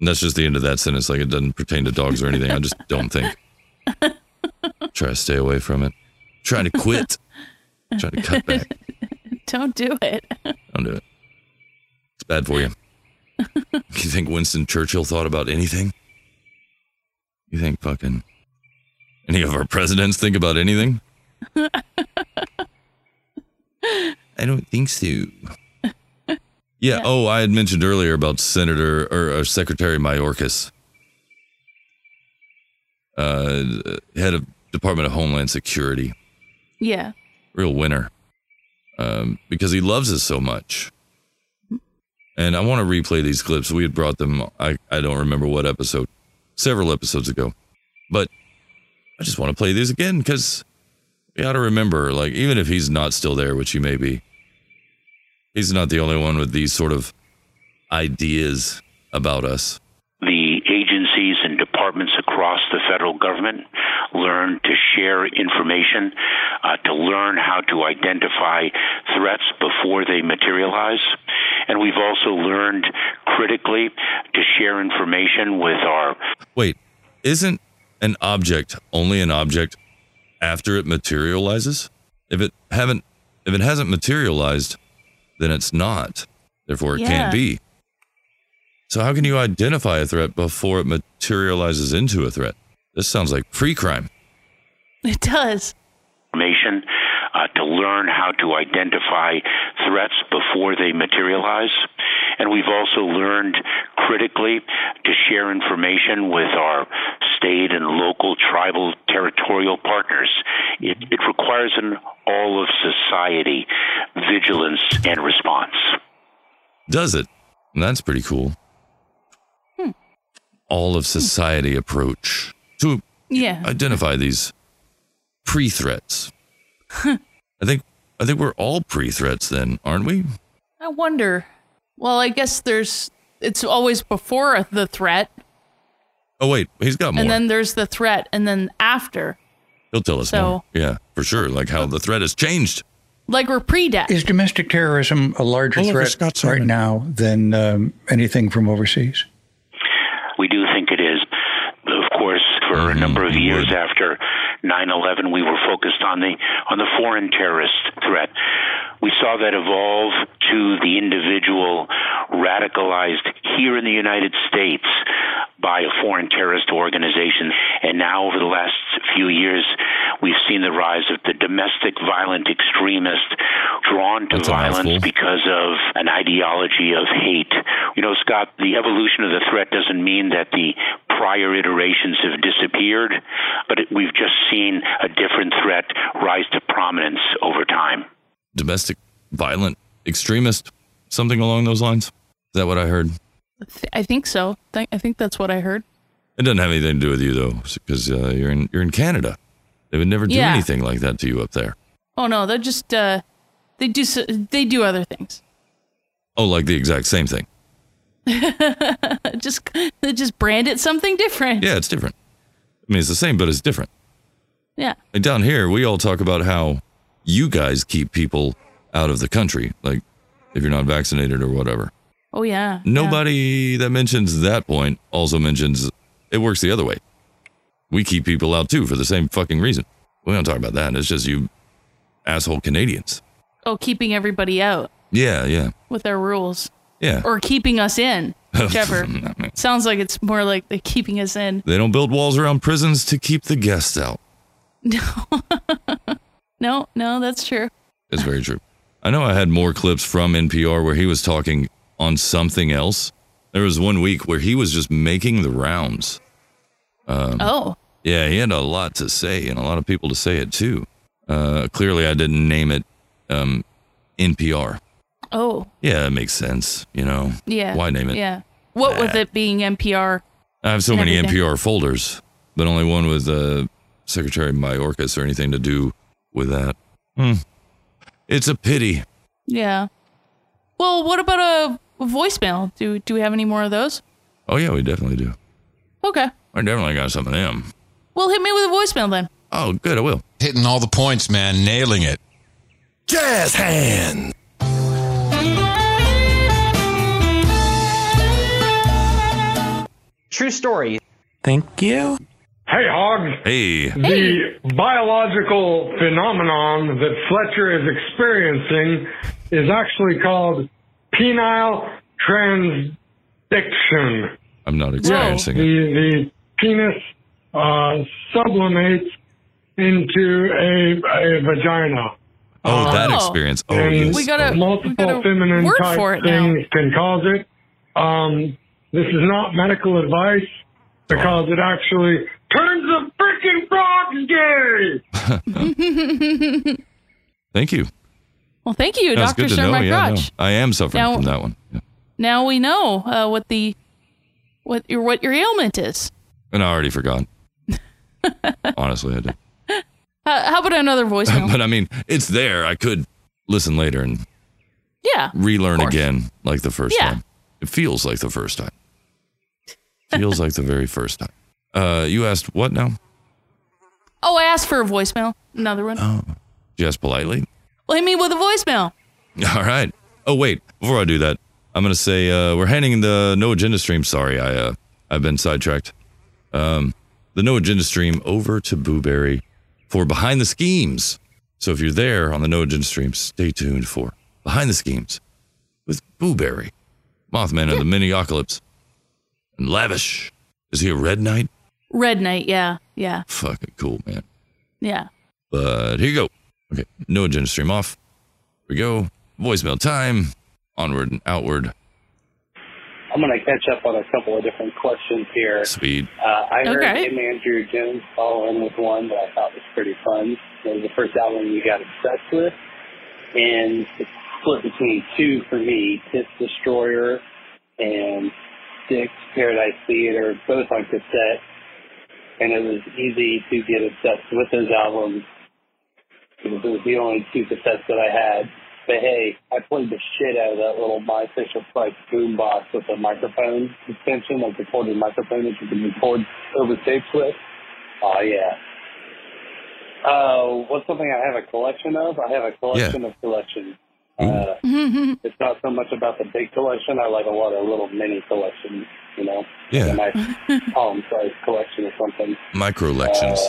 [SPEAKER 6] And that's just the end of that sentence. Like it doesn't pertain to dogs or anything. I just don't think. Try to stay away from it. Try to quit. Try to cut back.
[SPEAKER 1] Don't do it.
[SPEAKER 6] Don't do it. It's bad for you. You think Winston Churchill thought about anything? You think fucking any of our presidents think about anything? I don't think so. Yeah. Oh, I had mentioned earlier about Senator or, or Secretary Mayorkas, uh, head of Department of Homeland Security,
[SPEAKER 1] Yeah.
[SPEAKER 6] real winner, um, because he loves us so much. And I want to replay these clips. We had brought them. I I don't remember what episode, several episodes ago, but I just want to play these again because we got to remember, like, even if he's not still there, which he may be, he's not the only one with these sort of ideas about us.
[SPEAKER 9] the agencies and departments
[SPEAKER 2] departments across the federal government learn to share information, uh, to learn how to identify threats before they materialize. And we've also learned critically to share information with our
[SPEAKER 6] Wait, isn't an object only an object after it materializes? If it haven't if it hasn't materialized, then it's not. Therefore it
[SPEAKER 1] Yeah.
[SPEAKER 6] can't be. So how can you identify a threat before it materializes into a threat? This sounds like pre-crime.
[SPEAKER 1] It does.
[SPEAKER 2] information, uh, to learn how to identify threats before they materialize. And we've also learned critically to share information with our state and local tribal territorial partners. It, it requires an all of society vigilance and response.
[SPEAKER 6] Does it? And that's pretty cool. All of society approach to
[SPEAKER 1] Yeah.
[SPEAKER 6] identify these pre-threats.
[SPEAKER 1] Huh.
[SPEAKER 6] I think I think we're all pre-threats then, aren't we?
[SPEAKER 1] I wonder. Well, I guess there's. It's always before a- the threat,
[SPEAKER 6] Oh wait, he's got more.
[SPEAKER 1] and then there's the threat, and then after.
[SPEAKER 6] He'll tell us
[SPEAKER 1] So-
[SPEAKER 6] more. Yeah, for sure. Like how the threat has changed.
[SPEAKER 1] Like we're pre-death.
[SPEAKER 22] Is domestic terrorism a larger
[SPEAKER 6] Oliver
[SPEAKER 22] threat
[SPEAKER 6] Scott's
[SPEAKER 22] right now than um, anything from overseas?
[SPEAKER 2] We do think it is. Of course, for a number of years after 9/11, we were focused on the on the foreign terrorist threat. We saw that evolve to the individual radicalized here in the United States by a foreign terrorist organization. And now, over the last few years, we've seen the rise of the domestic violent extremist drawn to violence because of an ideology of hate. You know, Scott, the evolution of the threat doesn't mean that the prior iterations have disappeared, but it, we've just seen a different threat rise to prominence over time.
[SPEAKER 6] Domestic violent extremist, something along those lines. Is that what I heard?
[SPEAKER 1] Th- I think so. Th- I think that's what I heard.
[SPEAKER 6] It doesn't have anything to do with you though, because uh, you're in you're in Canada. They would never do
[SPEAKER 1] Yeah.
[SPEAKER 6] anything like that to you up there.
[SPEAKER 1] Oh no, they're just. Uh, they do. s they do other things.
[SPEAKER 6] Oh, like the exact same thing.
[SPEAKER 1] just they just brand it something different.
[SPEAKER 6] Yeah, it's different. I mean, it's the same, but it's different.
[SPEAKER 1] Yeah.
[SPEAKER 6] Like down here, we all talk about how you guys keep people out of the country, like if you're not vaccinated or whatever.
[SPEAKER 1] Oh yeah.
[SPEAKER 6] Nobody that mentions that point also mentions it works the other way. We keep people out too for the same fucking reason. We don't talk about that. It's just you asshole Canadians.
[SPEAKER 1] Oh, keeping everybody out
[SPEAKER 6] Yeah, yeah,
[SPEAKER 1] with their rules.
[SPEAKER 6] yeah.
[SPEAKER 1] Or keeping us in, whichever. Sounds like it's more like they're keeping us in.
[SPEAKER 6] They don't build walls around prisons to keep the guests out.
[SPEAKER 1] No, no, that's true.
[SPEAKER 6] It's very true. I know I had more clips from NPR where he was talking on something else. There was one week where he was just making the rounds. Um,
[SPEAKER 1] Oh.
[SPEAKER 6] Yeah, he had a lot to say and a lot of people to say it too. Uh, clearly, I didn't name it um, NPR.
[SPEAKER 1] Oh,
[SPEAKER 6] Yeah, it makes sense. You know,
[SPEAKER 1] yeah.
[SPEAKER 6] Why name it?
[SPEAKER 1] Yeah. What with
[SPEAKER 6] Nah.
[SPEAKER 1] it being NPR?
[SPEAKER 6] I have so many
[SPEAKER 1] Everything.
[SPEAKER 6] NPR folders, but only one with uh, Secretary Mayorkas or anything to do with that. Hmm. It's a pity.
[SPEAKER 1] Yeah. Well, what about a voicemail? Do do we have any more of those?
[SPEAKER 6] Oh yeah, we definitely do.
[SPEAKER 1] Okay.
[SPEAKER 6] I definitely got some of them.
[SPEAKER 1] Well, hit me with a voicemail then.
[SPEAKER 6] Oh, good, I will.
[SPEAKER 19] Hitting all the points, man. Nailing it. Jazz hand.
[SPEAKER 9] True story.
[SPEAKER 24] Thank you.
[SPEAKER 25] Hey, Hog.
[SPEAKER 6] Hey.
[SPEAKER 25] The biological phenomenon that Fletcher is experiencing is actually called penile transdiction.
[SPEAKER 6] I'm not experiencing it.
[SPEAKER 25] The, the penis uh, sublimates into a, a vagina. Uh,
[SPEAKER 6] Oh, that experience. Oh,
[SPEAKER 25] and
[SPEAKER 6] yes.
[SPEAKER 25] gotta, multiple feminine
[SPEAKER 1] word
[SPEAKER 25] type
[SPEAKER 1] for it now.
[SPEAKER 25] things can cause it. Um, this is not medical advice because it actually turns the freaking frog gay.
[SPEAKER 6] Thank you.
[SPEAKER 1] well, thank you,
[SPEAKER 6] That was
[SPEAKER 1] Doctor
[SPEAKER 6] good to
[SPEAKER 1] Sherman
[SPEAKER 6] know. Yeah, no.
[SPEAKER 1] Crotch.
[SPEAKER 6] I am suffering
[SPEAKER 1] Now-
[SPEAKER 6] from that one,
[SPEAKER 1] Now we know uh, what the what your what your ailment is.
[SPEAKER 6] and I already forgot. Honestly, I did.
[SPEAKER 1] Uh, how about another voicemail?
[SPEAKER 6] but I mean, it's there. I could listen later and
[SPEAKER 1] yeah.
[SPEAKER 6] relearn again, like the first
[SPEAKER 1] Yeah.
[SPEAKER 6] time. It feels like the first time. Feels like the very first time. Uh, you asked what now?
[SPEAKER 1] Oh, I asked for a voicemail. Another one.
[SPEAKER 6] Oh. Just politely.
[SPEAKER 1] Well, hit me with a voicemail.
[SPEAKER 6] All right. Oh wait, before I do that, I'm gonna say uh, we're handing the no agenda stream. Sorry, I uh, I've been sidetracked. Um, the no agenda stream over to Booberry for behind the schemes. So if you're there on the no agenda stream, stay tuned for behind the schemes with Booberry, Mothman of the Miniocalypse, and Lavish. Is he a red knight?
[SPEAKER 1] Red Knight. Yeah. Yeah.
[SPEAKER 6] Fucking cool, man.
[SPEAKER 1] Yeah.
[SPEAKER 6] But here you go. Okay, no agenda stream off. Here we go. Voicemail time. Onward and outward.
[SPEAKER 10] I'm going to catch up on a couple of different questions here.
[SPEAKER 6] Sweet.
[SPEAKER 10] Uh, I heard
[SPEAKER 6] Okay.
[SPEAKER 10] him and Andrew Jones follow in with one that I thought was pretty fun. It was the first album you got obsessed with, and it's split between two for me: Kiss Destroyer and Six Paradise Theater, both on cassette. And it was easy to get obsessed with those albums because it was the only two cassettes that I had. But hey, I played the shit out of that little My Official Price boombox with a microphone extension, like recorded microphone that you can record over tapes with. Oh yeah. Uh, what's something I have a collection of? I have a collection of collections. Uh, it's not so much about the big collection. I like a lot of little mini collections, you know,
[SPEAKER 6] Yeah.
[SPEAKER 10] a nice palm-sized collection or something.
[SPEAKER 6] Micro elections.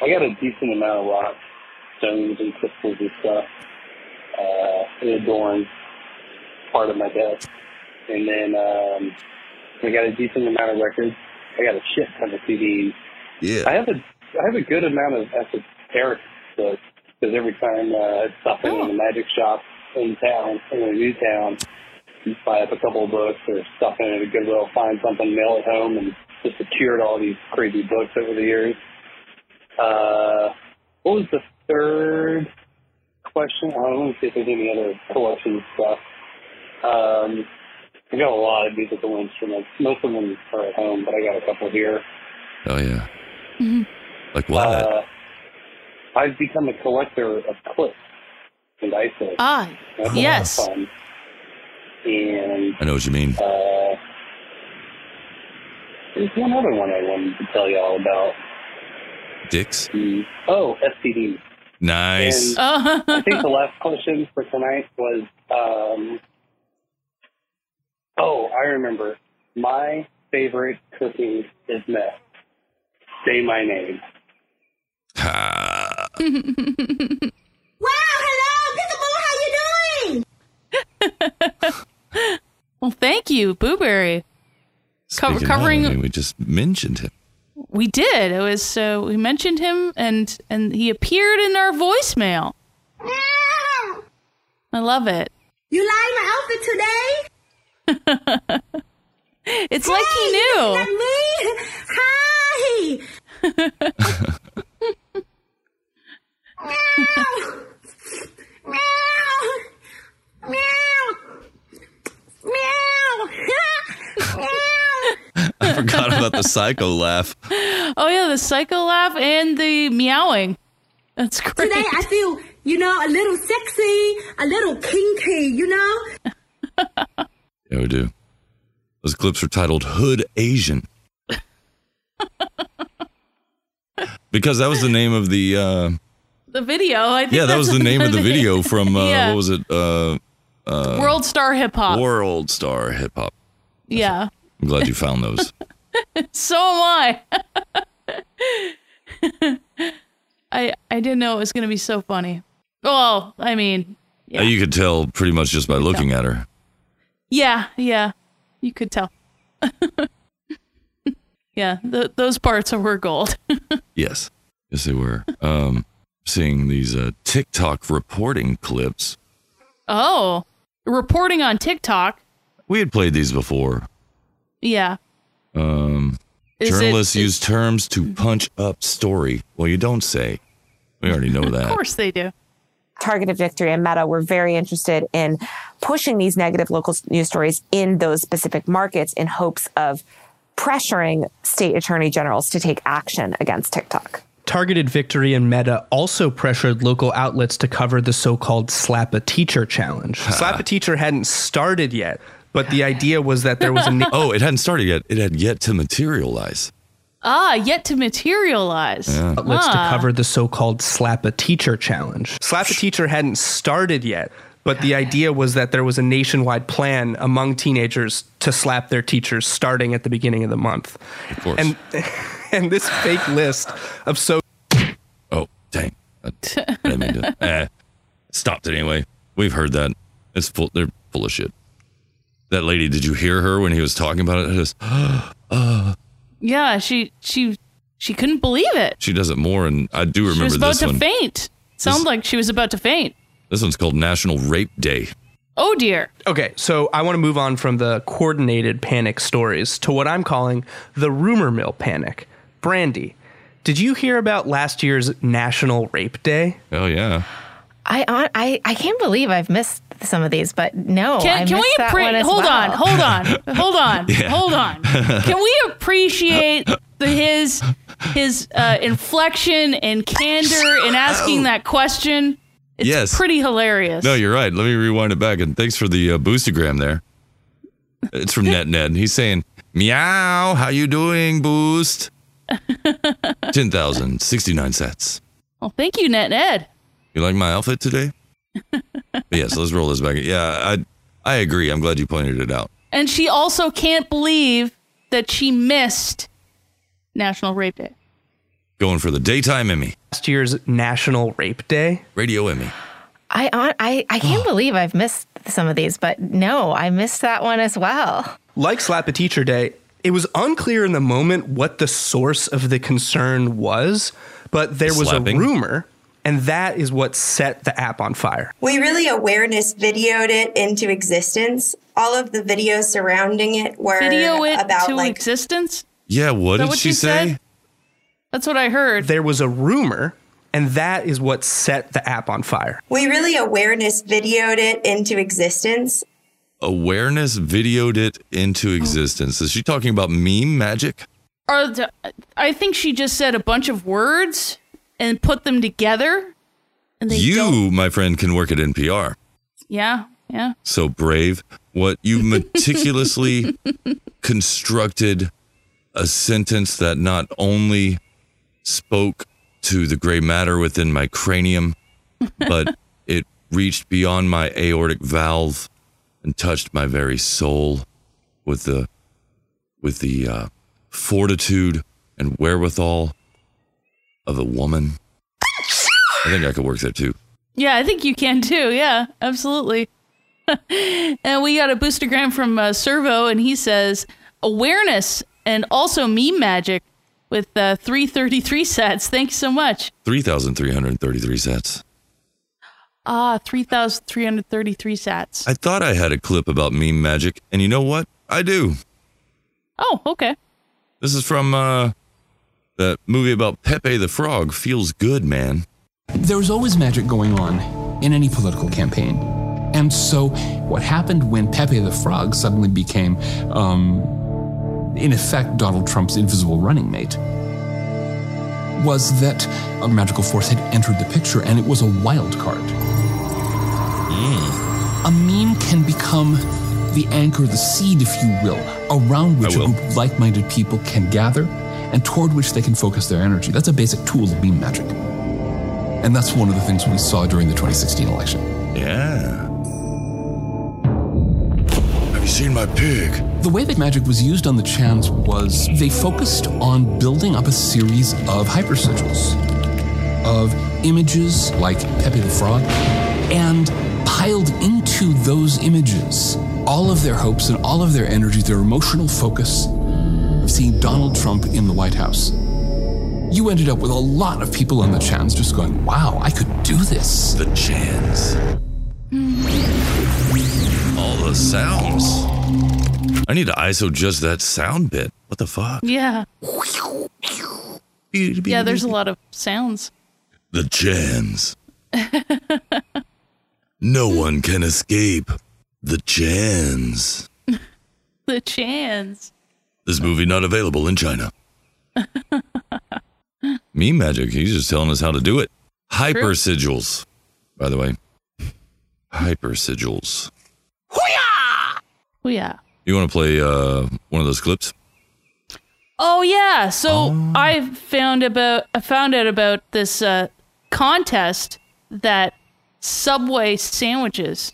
[SPEAKER 10] I got a decent amount of rocks, stones, and crystals and stuff. Uh, it adorns part of my desk. And then um, I got a decent amount of records. I got a shit ton of CDs.
[SPEAKER 6] Yeah.
[SPEAKER 10] I have a I have a good amount of esoteric books because every time uh, I stop in the magic shop in town in a new town, you buy up a couple of books or stuff in it at Goodwill, find something, mail it home, and just secured all these crazy books over the years. Uh, what was the third question? I want to see if there's any other collection stuff. Um, I got a lot of musical instruments. Most of them are at home, but I got a couple here.
[SPEAKER 6] Oh yeah. Like what?
[SPEAKER 10] Uh, I've become a collector of clips and isos.
[SPEAKER 1] Ah,
[SPEAKER 10] That's a lot of
[SPEAKER 1] yes.
[SPEAKER 10] fun. And
[SPEAKER 6] I know what you mean.
[SPEAKER 10] uh, there's one other one I wanted to tell you all about.
[SPEAKER 6] Dicks.
[SPEAKER 10] Mm. Oh, STDs.
[SPEAKER 6] Nice.
[SPEAKER 10] And
[SPEAKER 1] Oh,
[SPEAKER 10] I think the last question for tonight was, um, oh, I remember. My favorite cooking is meth. Say my name.
[SPEAKER 1] hello, Peekaboo. How you doing? well, thank you, Booberry. Co-
[SPEAKER 6] Speaking of,
[SPEAKER 1] covering
[SPEAKER 6] I mean, we just mentioned him.
[SPEAKER 1] We did. It was so we mentioned him and and he appeared in our voicemail. I love it.
[SPEAKER 20] You like my outfit today?
[SPEAKER 1] It's like he
[SPEAKER 20] Hey, you looking
[SPEAKER 1] knew.
[SPEAKER 20] at me? Hi. meow. Meow. Meow. Meow. meow.
[SPEAKER 6] I forgot about the psycho laugh.
[SPEAKER 1] Oh yeah, the psycho laugh and the meowing. That's great.
[SPEAKER 20] Today I feel, you know, a little sexy, a little kinky, you know?
[SPEAKER 6] Yeah, we do. Those clips are titled Hood Asian. because that was the name of the uh
[SPEAKER 1] the video. I think
[SPEAKER 6] Yeah, that
[SPEAKER 1] that's
[SPEAKER 6] was the name of the video from uh
[SPEAKER 1] Yeah.
[SPEAKER 6] what was it? Uh uh
[SPEAKER 1] World Star Hip Hop.
[SPEAKER 6] World Star Hip Hop.
[SPEAKER 1] yeah.
[SPEAKER 6] I'm glad you found those.
[SPEAKER 1] so am I. I I didn't know it was going to be so funny. Well, I mean,
[SPEAKER 6] Uh, You could tell pretty much just by looking at her.
[SPEAKER 1] yeah, yeah, you could tell. yeah, th- those parts were gold.
[SPEAKER 6] Yes. Yes, they were. Um seeing these uh TikTok reporting clips.
[SPEAKER 1] oh, reporting on TikTok.
[SPEAKER 6] We had played these before.
[SPEAKER 1] Yeah.
[SPEAKER 6] Um,
[SPEAKER 1] Is it-
[SPEAKER 6] journalists use terms to punch up story. Well, you don't say. We already know that.
[SPEAKER 1] course they do.
[SPEAKER 9] Targeted Victory and Meta were very interested in pushing these negative local news stories in those specific markets in hopes of pressuring state attorney generals to take action against TikTok.
[SPEAKER 24] Targeted Victory and Meta also pressured local outlets to cover the so called Slap a Teacher challenge. Slap a Teacher hadn't started yet, but the idea was that there was a.
[SPEAKER 6] oh, it hadn't started yet. It had yet to materialize.
[SPEAKER 1] Ah, yet to materialize.
[SPEAKER 24] outlets
[SPEAKER 1] Ah.
[SPEAKER 24] to cover the so-called slap a teacher challenge. Slap a teacher hadn't started yet, but the idea was that there was a nationwide plan among teenagers to slap their teachers starting at the beginning of the month. Of course. And and this fake list of so
[SPEAKER 6] Oh, dang. I didn't mean to. Eh, stopped it anyway. We've heard that. It's full. They're full of shit. That lady, did you hear her when he was talking about it? Just, uh,
[SPEAKER 1] Yeah, she she she couldn't believe it.
[SPEAKER 6] she does it more, and I do
[SPEAKER 1] She
[SPEAKER 6] remember
[SPEAKER 1] was about
[SPEAKER 6] this
[SPEAKER 1] to
[SPEAKER 6] one.
[SPEAKER 1] faint. Sounded like she was about to faint.
[SPEAKER 6] This one's called National Rape Day.
[SPEAKER 1] Oh dear.
[SPEAKER 24] Okay, so I want to move on from the coordinated panic stories to what I'm calling the rumor mill panic. Brandy, did you hear about last year's National Rape Day?
[SPEAKER 6] Oh yeah.
[SPEAKER 30] I on I, I can't believe I've missed some of these, but no.
[SPEAKER 1] Can,
[SPEAKER 30] Oh, I
[SPEAKER 1] can
[SPEAKER 30] missed
[SPEAKER 1] we
[SPEAKER 30] that one
[SPEAKER 1] appreciate?
[SPEAKER 30] as
[SPEAKER 1] Hold
[SPEAKER 30] well.
[SPEAKER 1] on, hold on, hold on,
[SPEAKER 30] Yeah.
[SPEAKER 1] Um, hold on. Can we appreciate the, his his uh, inflection and candor in asking that question? It's
[SPEAKER 6] Yes.
[SPEAKER 1] pretty hilarious.
[SPEAKER 6] No, you're right. Let me rewind it back. And thanks for the uh, boostagram there. It's from Net Ned. He's saying, "Meow, how you doing, Boost?" Ten thousand sixty-nine cents.
[SPEAKER 1] Well, thank you, Net Ned.
[SPEAKER 6] You like my outfit today? But yeah, so let's roll this back. Yeah, I I agree. I'm glad you pointed it out.
[SPEAKER 1] And she also can't believe that she missed National Rape Day.
[SPEAKER 6] Going for the daytime Emmy,
[SPEAKER 24] Last year's National Rape Day?
[SPEAKER 6] Radio Emmy.
[SPEAKER 30] I on I, I can't believe I've missed some of these, but no, I missed that one as well.
[SPEAKER 24] Like Slap a Teacher Day, it was unclear in the moment what the source of the concern was, but there was
[SPEAKER 6] Slapping?
[SPEAKER 24] a rumor, and that is what set the app on fire.
[SPEAKER 31] We really awareness videoed it into existence. All of the videos surrounding it were
[SPEAKER 1] Video it
[SPEAKER 31] about
[SPEAKER 1] to
[SPEAKER 31] like
[SPEAKER 1] existence.
[SPEAKER 6] Yeah, what
[SPEAKER 1] Is that
[SPEAKER 6] did
[SPEAKER 1] what
[SPEAKER 6] she
[SPEAKER 1] you
[SPEAKER 6] say?
[SPEAKER 1] said? That's what I heard.
[SPEAKER 24] There was a rumor, and that is what set the app on fire.
[SPEAKER 31] we really awareness videoed it into existence.
[SPEAKER 6] Awareness videoed it into existence. Is she talking about meme magic?
[SPEAKER 1] Or th- I think she just said a bunch of words and put them together.
[SPEAKER 6] you, my friend, can work at NPR.
[SPEAKER 1] Yeah, yeah.
[SPEAKER 6] So brave. What you meticulously constructed a sentence that not only spoke to the gray matter within my cranium, but it reached beyond my aortic valve and touched my very soul with the with the uh, fortitude and wherewithal of a woman. I think I could work there too.
[SPEAKER 1] Yeah, I think you can too. Yeah, absolutely. and we got a boostergram from uh, Servo, and he says awareness and also meme magic with uh, 333 sets. Thanks so much.
[SPEAKER 6] 3,333 sets.
[SPEAKER 1] Ah, 3,333 sets.
[SPEAKER 6] I thought I had a clip about meme magic, and you know what? I do.
[SPEAKER 1] Oh, okay.
[SPEAKER 6] This is from uh, the movie about Pepe the Frog. Feels good, man.
[SPEAKER 11] There was always magic going on in any political campaign. And so, what happened when Pepe the Frog suddenly became, um, in effect, Donald Trump's invisible running mate? Was that a magical force had entered the picture and it was a wild card. A meme can become the anchor, the seed, if you will, around which a group of like minded people can gather and toward which they can focus their energy. That's a basic tool of meme magic. And that's one of the things we saw during the 2016 election.
[SPEAKER 6] Yeah. Have you seen my pig?
[SPEAKER 11] The way that magic was used on the chans was they focused on building up a series of hypersigils, of images like Pepe the Frog, and piled into those images all of their hopes and all of their energy, their emotional focus of seeing Donald Trump in the White House. You ended up with a lot of people on the chans just going, wow, I could do this.
[SPEAKER 6] The chans. All the sounds. I need to ISO just that sound bit. What the fuck?
[SPEAKER 1] Yeah. Yeah, there's a lot of sounds.
[SPEAKER 6] The chans. no one can escape the chans.
[SPEAKER 1] The chance.
[SPEAKER 6] This movie not available in China. Meme magic. He's just telling us how to do it. Hyper sigils, by the way. Hyper sigils.
[SPEAKER 1] Oh, yeah.
[SPEAKER 6] You want to play uh, one of those clips?
[SPEAKER 1] Oh yeah. So
[SPEAKER 6] Oh.
[SPEAKER 1] I found about I found out about this uh, contest that Subway sandwiches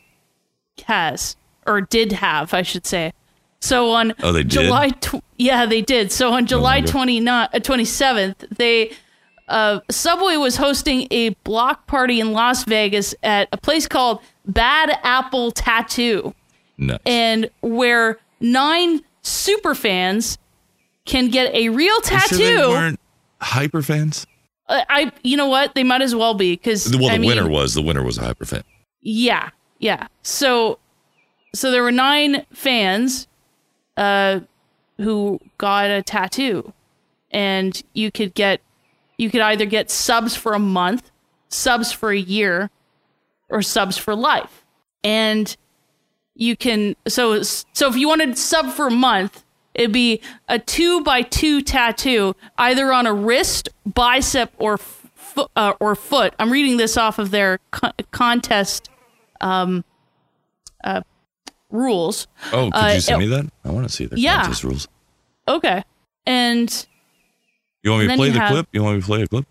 [SPEAKER 1] has or did have, I should say. So on
[SPEAKER 6] Oh, they did?
[SPEAKER 1] July tw- yeah, they did. So on July
[SPEAKER 6] God.
[SPEAKER 1] 29 uh, 27th, they uh, Subway was hosting a block party in Las Vegas at a place called Bad Apple Tattoo
[SPEAKER 6] No.
[SPEAKER 1] and where nine super fans can get a real
[SPEAKER 6] You
[SPEAKER 1] tattoo.
[SPEAKER 6] sure they weren't hyper fans?
[SPEAKER 1] Uh, I, you know what? They might as well be because
[SPEAKER 6] Well, the
[SPEAKER 1] I mean,
[SPEAKER 6] winner was the winner was a hyper fan.
[SPEAKER 1] Yeah, yeah. So, so there were nine fans, uh, who got a tattoo, and you could get, you could either get subs for a month, subs for a year, or subs for life, and you can so so if you wanted sub for a month it'd be a two by two tattoo either on a wrist bicep or fo- uh, or foot i'm reading this off of their co- contest um uh rules
[SPEAKER 6] Oh, could
[SPEAKER 1] Uh,
[SPEAKER 6] you send
[SPEAKER 1] it-
[SPEAKER 6] me that? I want to see the
[SPEAKER 1] Yeah.
[SPEAKER 6] contest rules.
[SPEAKER 1] okay and
[SPEAKER 6] You want me to
[SPEAKER 1] And
[SPEAKER 6] play
[SPEAKER 1] then
[SPEAKER 6] the
[SPEAKER 1] you have-
[SPEAKER 6] clip? You want me to play a clip?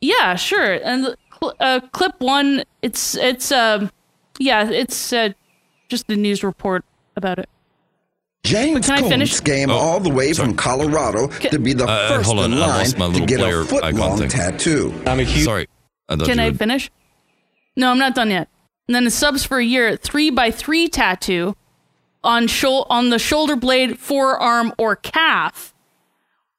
[SPEAKER 1] yeah sure and the cl- uh, clip one it's it's um yeah it's uh, just the news report about it
[SPEAKER 32] James
[SPEAKER 1] Can I finish?
[SPEAKER 32] Coons came all the way from Colorado to be the
[SPEAKER 6] Oh, Uh,
[SPEAKER 32] first
[SPEAKER 6] hold on,
[SPEAKER 32] in
[SPEAKER 6] I
[SPEAKER 32] line
[SPEAKER 6] lost my
[SPEAKER 32] to
[SPEAKER 6] little
[SPEAKER 32] get
[SPEAKER 6] player
[SPEAKER 32] a foot
[SPEAKER 6] icon
[SPEAKER 32] long
[SPEAKER 6] thing.
[SPEAKER 32] tattoo.
[SPEAKER 6] I'm a huge. Sorry, I thought
[SPEAKER 1] Can
[SPEAKER 6] you
[SPEAKER 1] I
[SPEAKER 6] would-
[SPEAKER 1] finish? No, I'm not done yet. And then the subs for a year, three by three tattoo on shou- on the shoulder blade, forearm, or calf,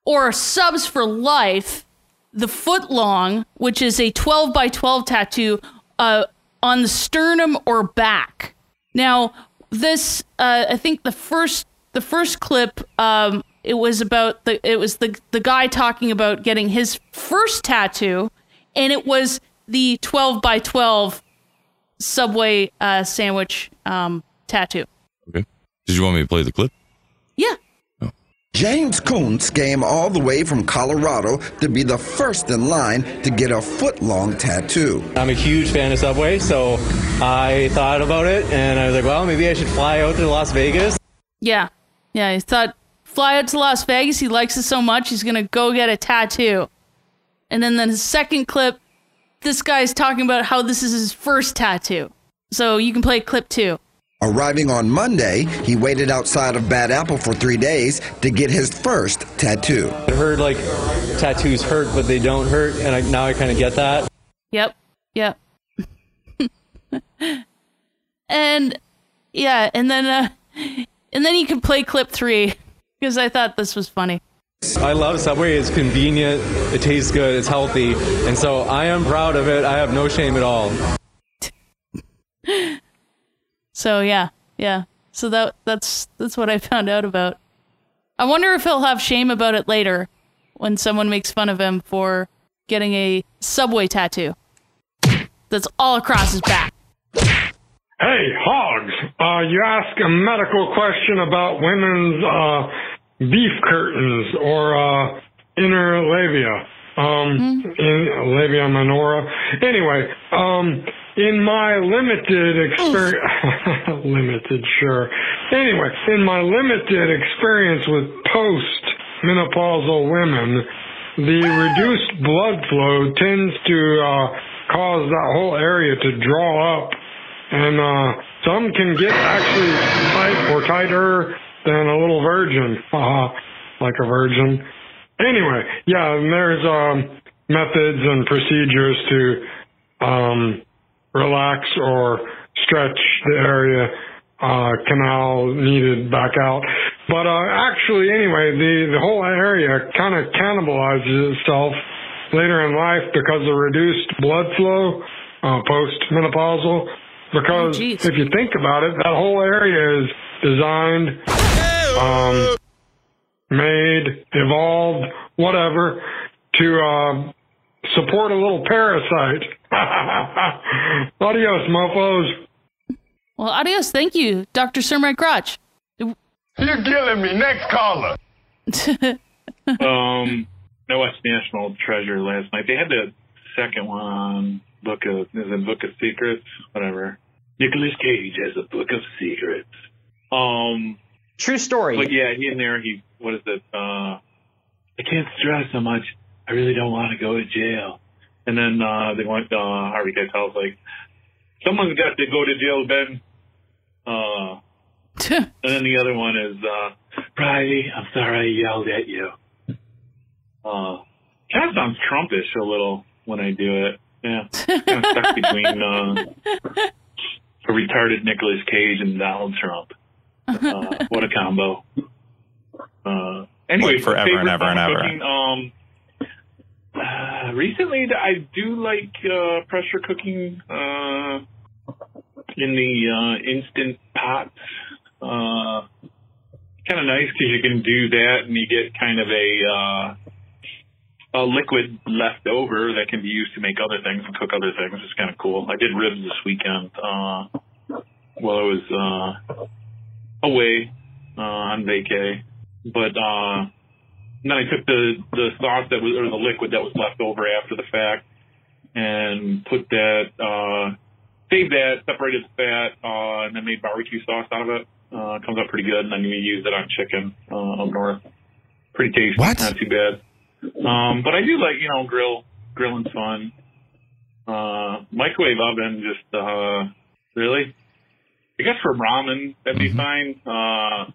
[SPEAKER 1] or subs for life, the foot long, which is a 12 by 12 tattoo uh, on the sternum or back. Now, this uh, I think the first the first clip um, it was about the it was the the guy talking about getting his first tattoo, and it was the twelve by twelve subway uh, sandwich um, tattoo.
[SPEAKER 6] Okay. Did you want me to play the clip?
[SPEAKER 1] Yeah.
[SPEAKER 32] James Coons came all the way from Colorado to be the first in line to get a foot long tattoo.
[SPEAKER 12] I'm a huge fan of Subway, so I thought about it and I was like, well, maybe I should fly out to Las Vegas.
[SPEAKER 1] Yeah. Yeah. He thought, fly out to Las Vegas. He likes it so much, he's going to go get a tattoo. And then, then his second clip, this guy's talking about how this is his first tattoo. So you can play clip two.
[SPEAKER 32] Arriving on Monday, he waited outside of Bad Apple for three days to get his first tattoo.
[SPEAKER 12] I heard like tattoos hurt, but they don't hurt, and I, now I kind of get that.
[SPEAKER 1] Yep. Yep. and yeah. And then, uh, and then you can play clip three because I thought this was funny.
[SPEAKER 12] I love Subway. It's convenient, it tastes good, it's healthy, and so I am proud of it. I have no shame at all.
[SPEAKER 1] So yeah, yeah. So that that's that's what I found out about. I wonder if he'll have shame about it later when someone makes fun of him for getting a subway tattoo. That's all across his back.
[SPEAKER 25] Hey, hogs, uh, you ask a medical question about women's uh, beef curtains or uh, inner labia, um, in labia minora. Anyway, um, in my limited experience, limited, sure. Anyway, in my limited experience with post-menopausal women, the reduced blood flow tends to uh, cause that whole area to draw up, and uh, some can get actually tight or tighter than a little virgin, uh, like a virgin. Anyway, yeah, and there's um, methods and procedures to um, relax or stretch the area uh, canal needed back out. But uh, actually, anyway, the, the whole area kind of cannibalizes itself later in life because of reduced blood flow uh, post menopausal. Because if you think about it, that whole area is designed, um, made, evolved, whatever, to uh, support a little parasite. Adios, mofos.
[SPEAKER 1] Well, adios. Thank you, Dr. Sir Mike Crotch.
[SPEAKER 13] You're killing me. Next caller.
[SPEAKER 15] um, I watched National Treasure last night. They had the second one on Book of is it Book of Secrets, whatever. Nicholas Cage has a Book of Secrets. Um,
[SPEAKER 26] True story.
[SPEAKER 15] But yeah, he in there he what is it? Uh, I can't stress how much I really don't want to go to jail. And then uh, they went, uh, Harvey Keitel's like, someone's got to go to jail, Ben. Uh, and then the other one is, uh, Riley, I'm sorry I yelled at you. Uh, kind of sounds Trumpish a little when I do it. Yeah. kind of stuck between uh, a retarded Nicolas Cage and Donald Trump. Uh, what a combo. Uh, anyway,
[SPEAKER 4] Like forever and
[SPEAKER 15] favorite
[SPEAKER 4] ever and
[SPEAKER 15] summer
[SPEAKER 4] ever.
[SPEAKER 15] cooking, um, uh, recently, I do like uh, pressure cooking uh, in the uh, instant pot. Uh, kind of nice because you can do that and you get kind of a uh, a liquid left over that can be used to make other things and cook other things. It's kind of cool. I did ribs this weekend uh, while I was uh, away uh, on vacay, but. Uh, and then I took the the sauce that was or the liquid that was left over after the fact and put that uh saved that, separated the fat, uh and then made barbecue sauce out of it. Uh it comes out pretty good and then we used it on chicken uh up north. Pretty tasty, not too bad. Um but I do like, you know, grill grilling's fun. Uh microwave oven just uh really I guess for ramen that'd be fine. Uh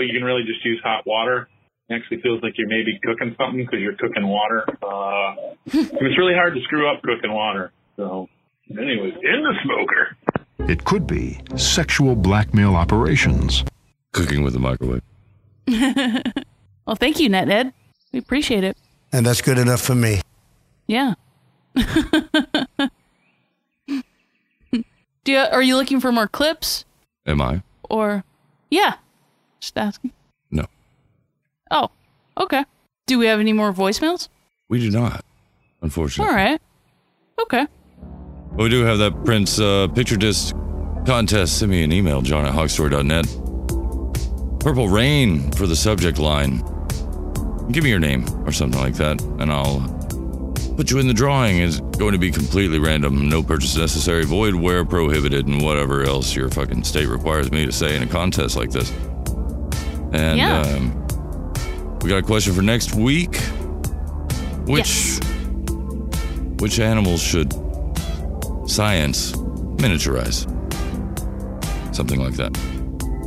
[SPEAKER 15] but you can really just use hot water actually feels like you're maybe cooking something because you're cooking water. Uh, and it's really hard to screw up cooking water. So, anyways, in the smoker.
[SPEAKER 14] It could be sexual blackmail operations.
[SPEAKER 6] Cooking with a microwave.
[SPEAKER 1] well, thank you, Net Ed. We appreciate it.
[SPEAKER 10] And that's good enough for me.
[SPEAKER 1] Yeah. Do you, are you looking for more clips
[SPEAKER 6] Am I?
[SPEAKER 1] or? Yeah. Just asking.
[SPEAKER 6] No.
[SPEAKER 1] Oh, okay. Do we have any more voicemails?
[SPEAKER 6] We do not, unfortunately.
[SPEAKER 1] All right. Okay.
[SPEAKER 6] But we do have that Prince uh, picture disc contest. Send me an email, john at hogstory.net. Purple Rain for the subject line. Give me your name or something like that, and I'll put you in the drawing. It's going to be completely random. No purchase necessary, void where prohibited, and whatever else your fucking state requires me to say in a contest like this. And
[SPEAKER 3] Yeah.
[SPEAKER 6] um, we got a question for next week. Which which animals should science miniaturize? Something like that.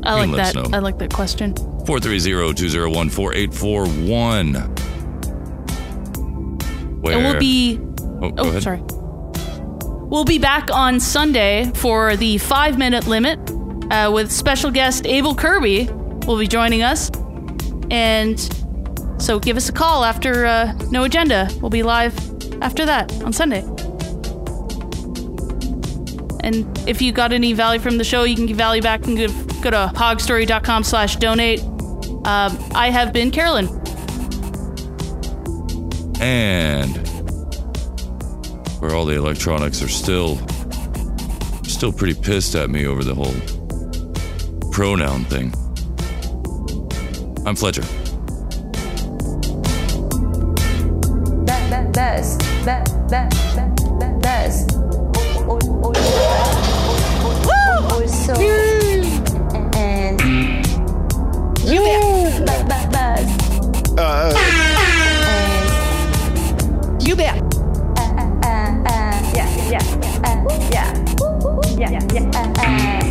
[SPEAKER 1] I
[SPEAKER 6] You can
[SPEAKER 1] like
[SPEAKER 6] let us
[SPEAKER 1] that. Uh,
[SPEAKER 6] know.
[SPEAKER 1] I like that question.
[SPEAKER 6] 430-201-4841. Where?
[SPEAKER 1] And we'll be.
[SPEAKER 6] Oh, go ahead.
[SPEAKER 1] sorry. We'll be back on Sunday for the five minute limit uh, with special guest Abel Kirby. Will be joining us, and so give us a call after uh, No Agenda. We'll be live after that on Sunday. And if you got any value from the show, you can give value back and give, go to hogstory.com slash donate. Um, I have been Carolyn.
[SPEAKER 6] And where all the electronics are still still pretty pissed at me over the whole pronoun thing. I'm Fletcher.
[SPEAKER 3] Best, best, best, best, best. Also, and you bet, best,
[SPEAKER 14] Uh,
[SPEAKER 3] you bet. Yeah, yeah, yeah, yeah, yeah, yeah, yeah.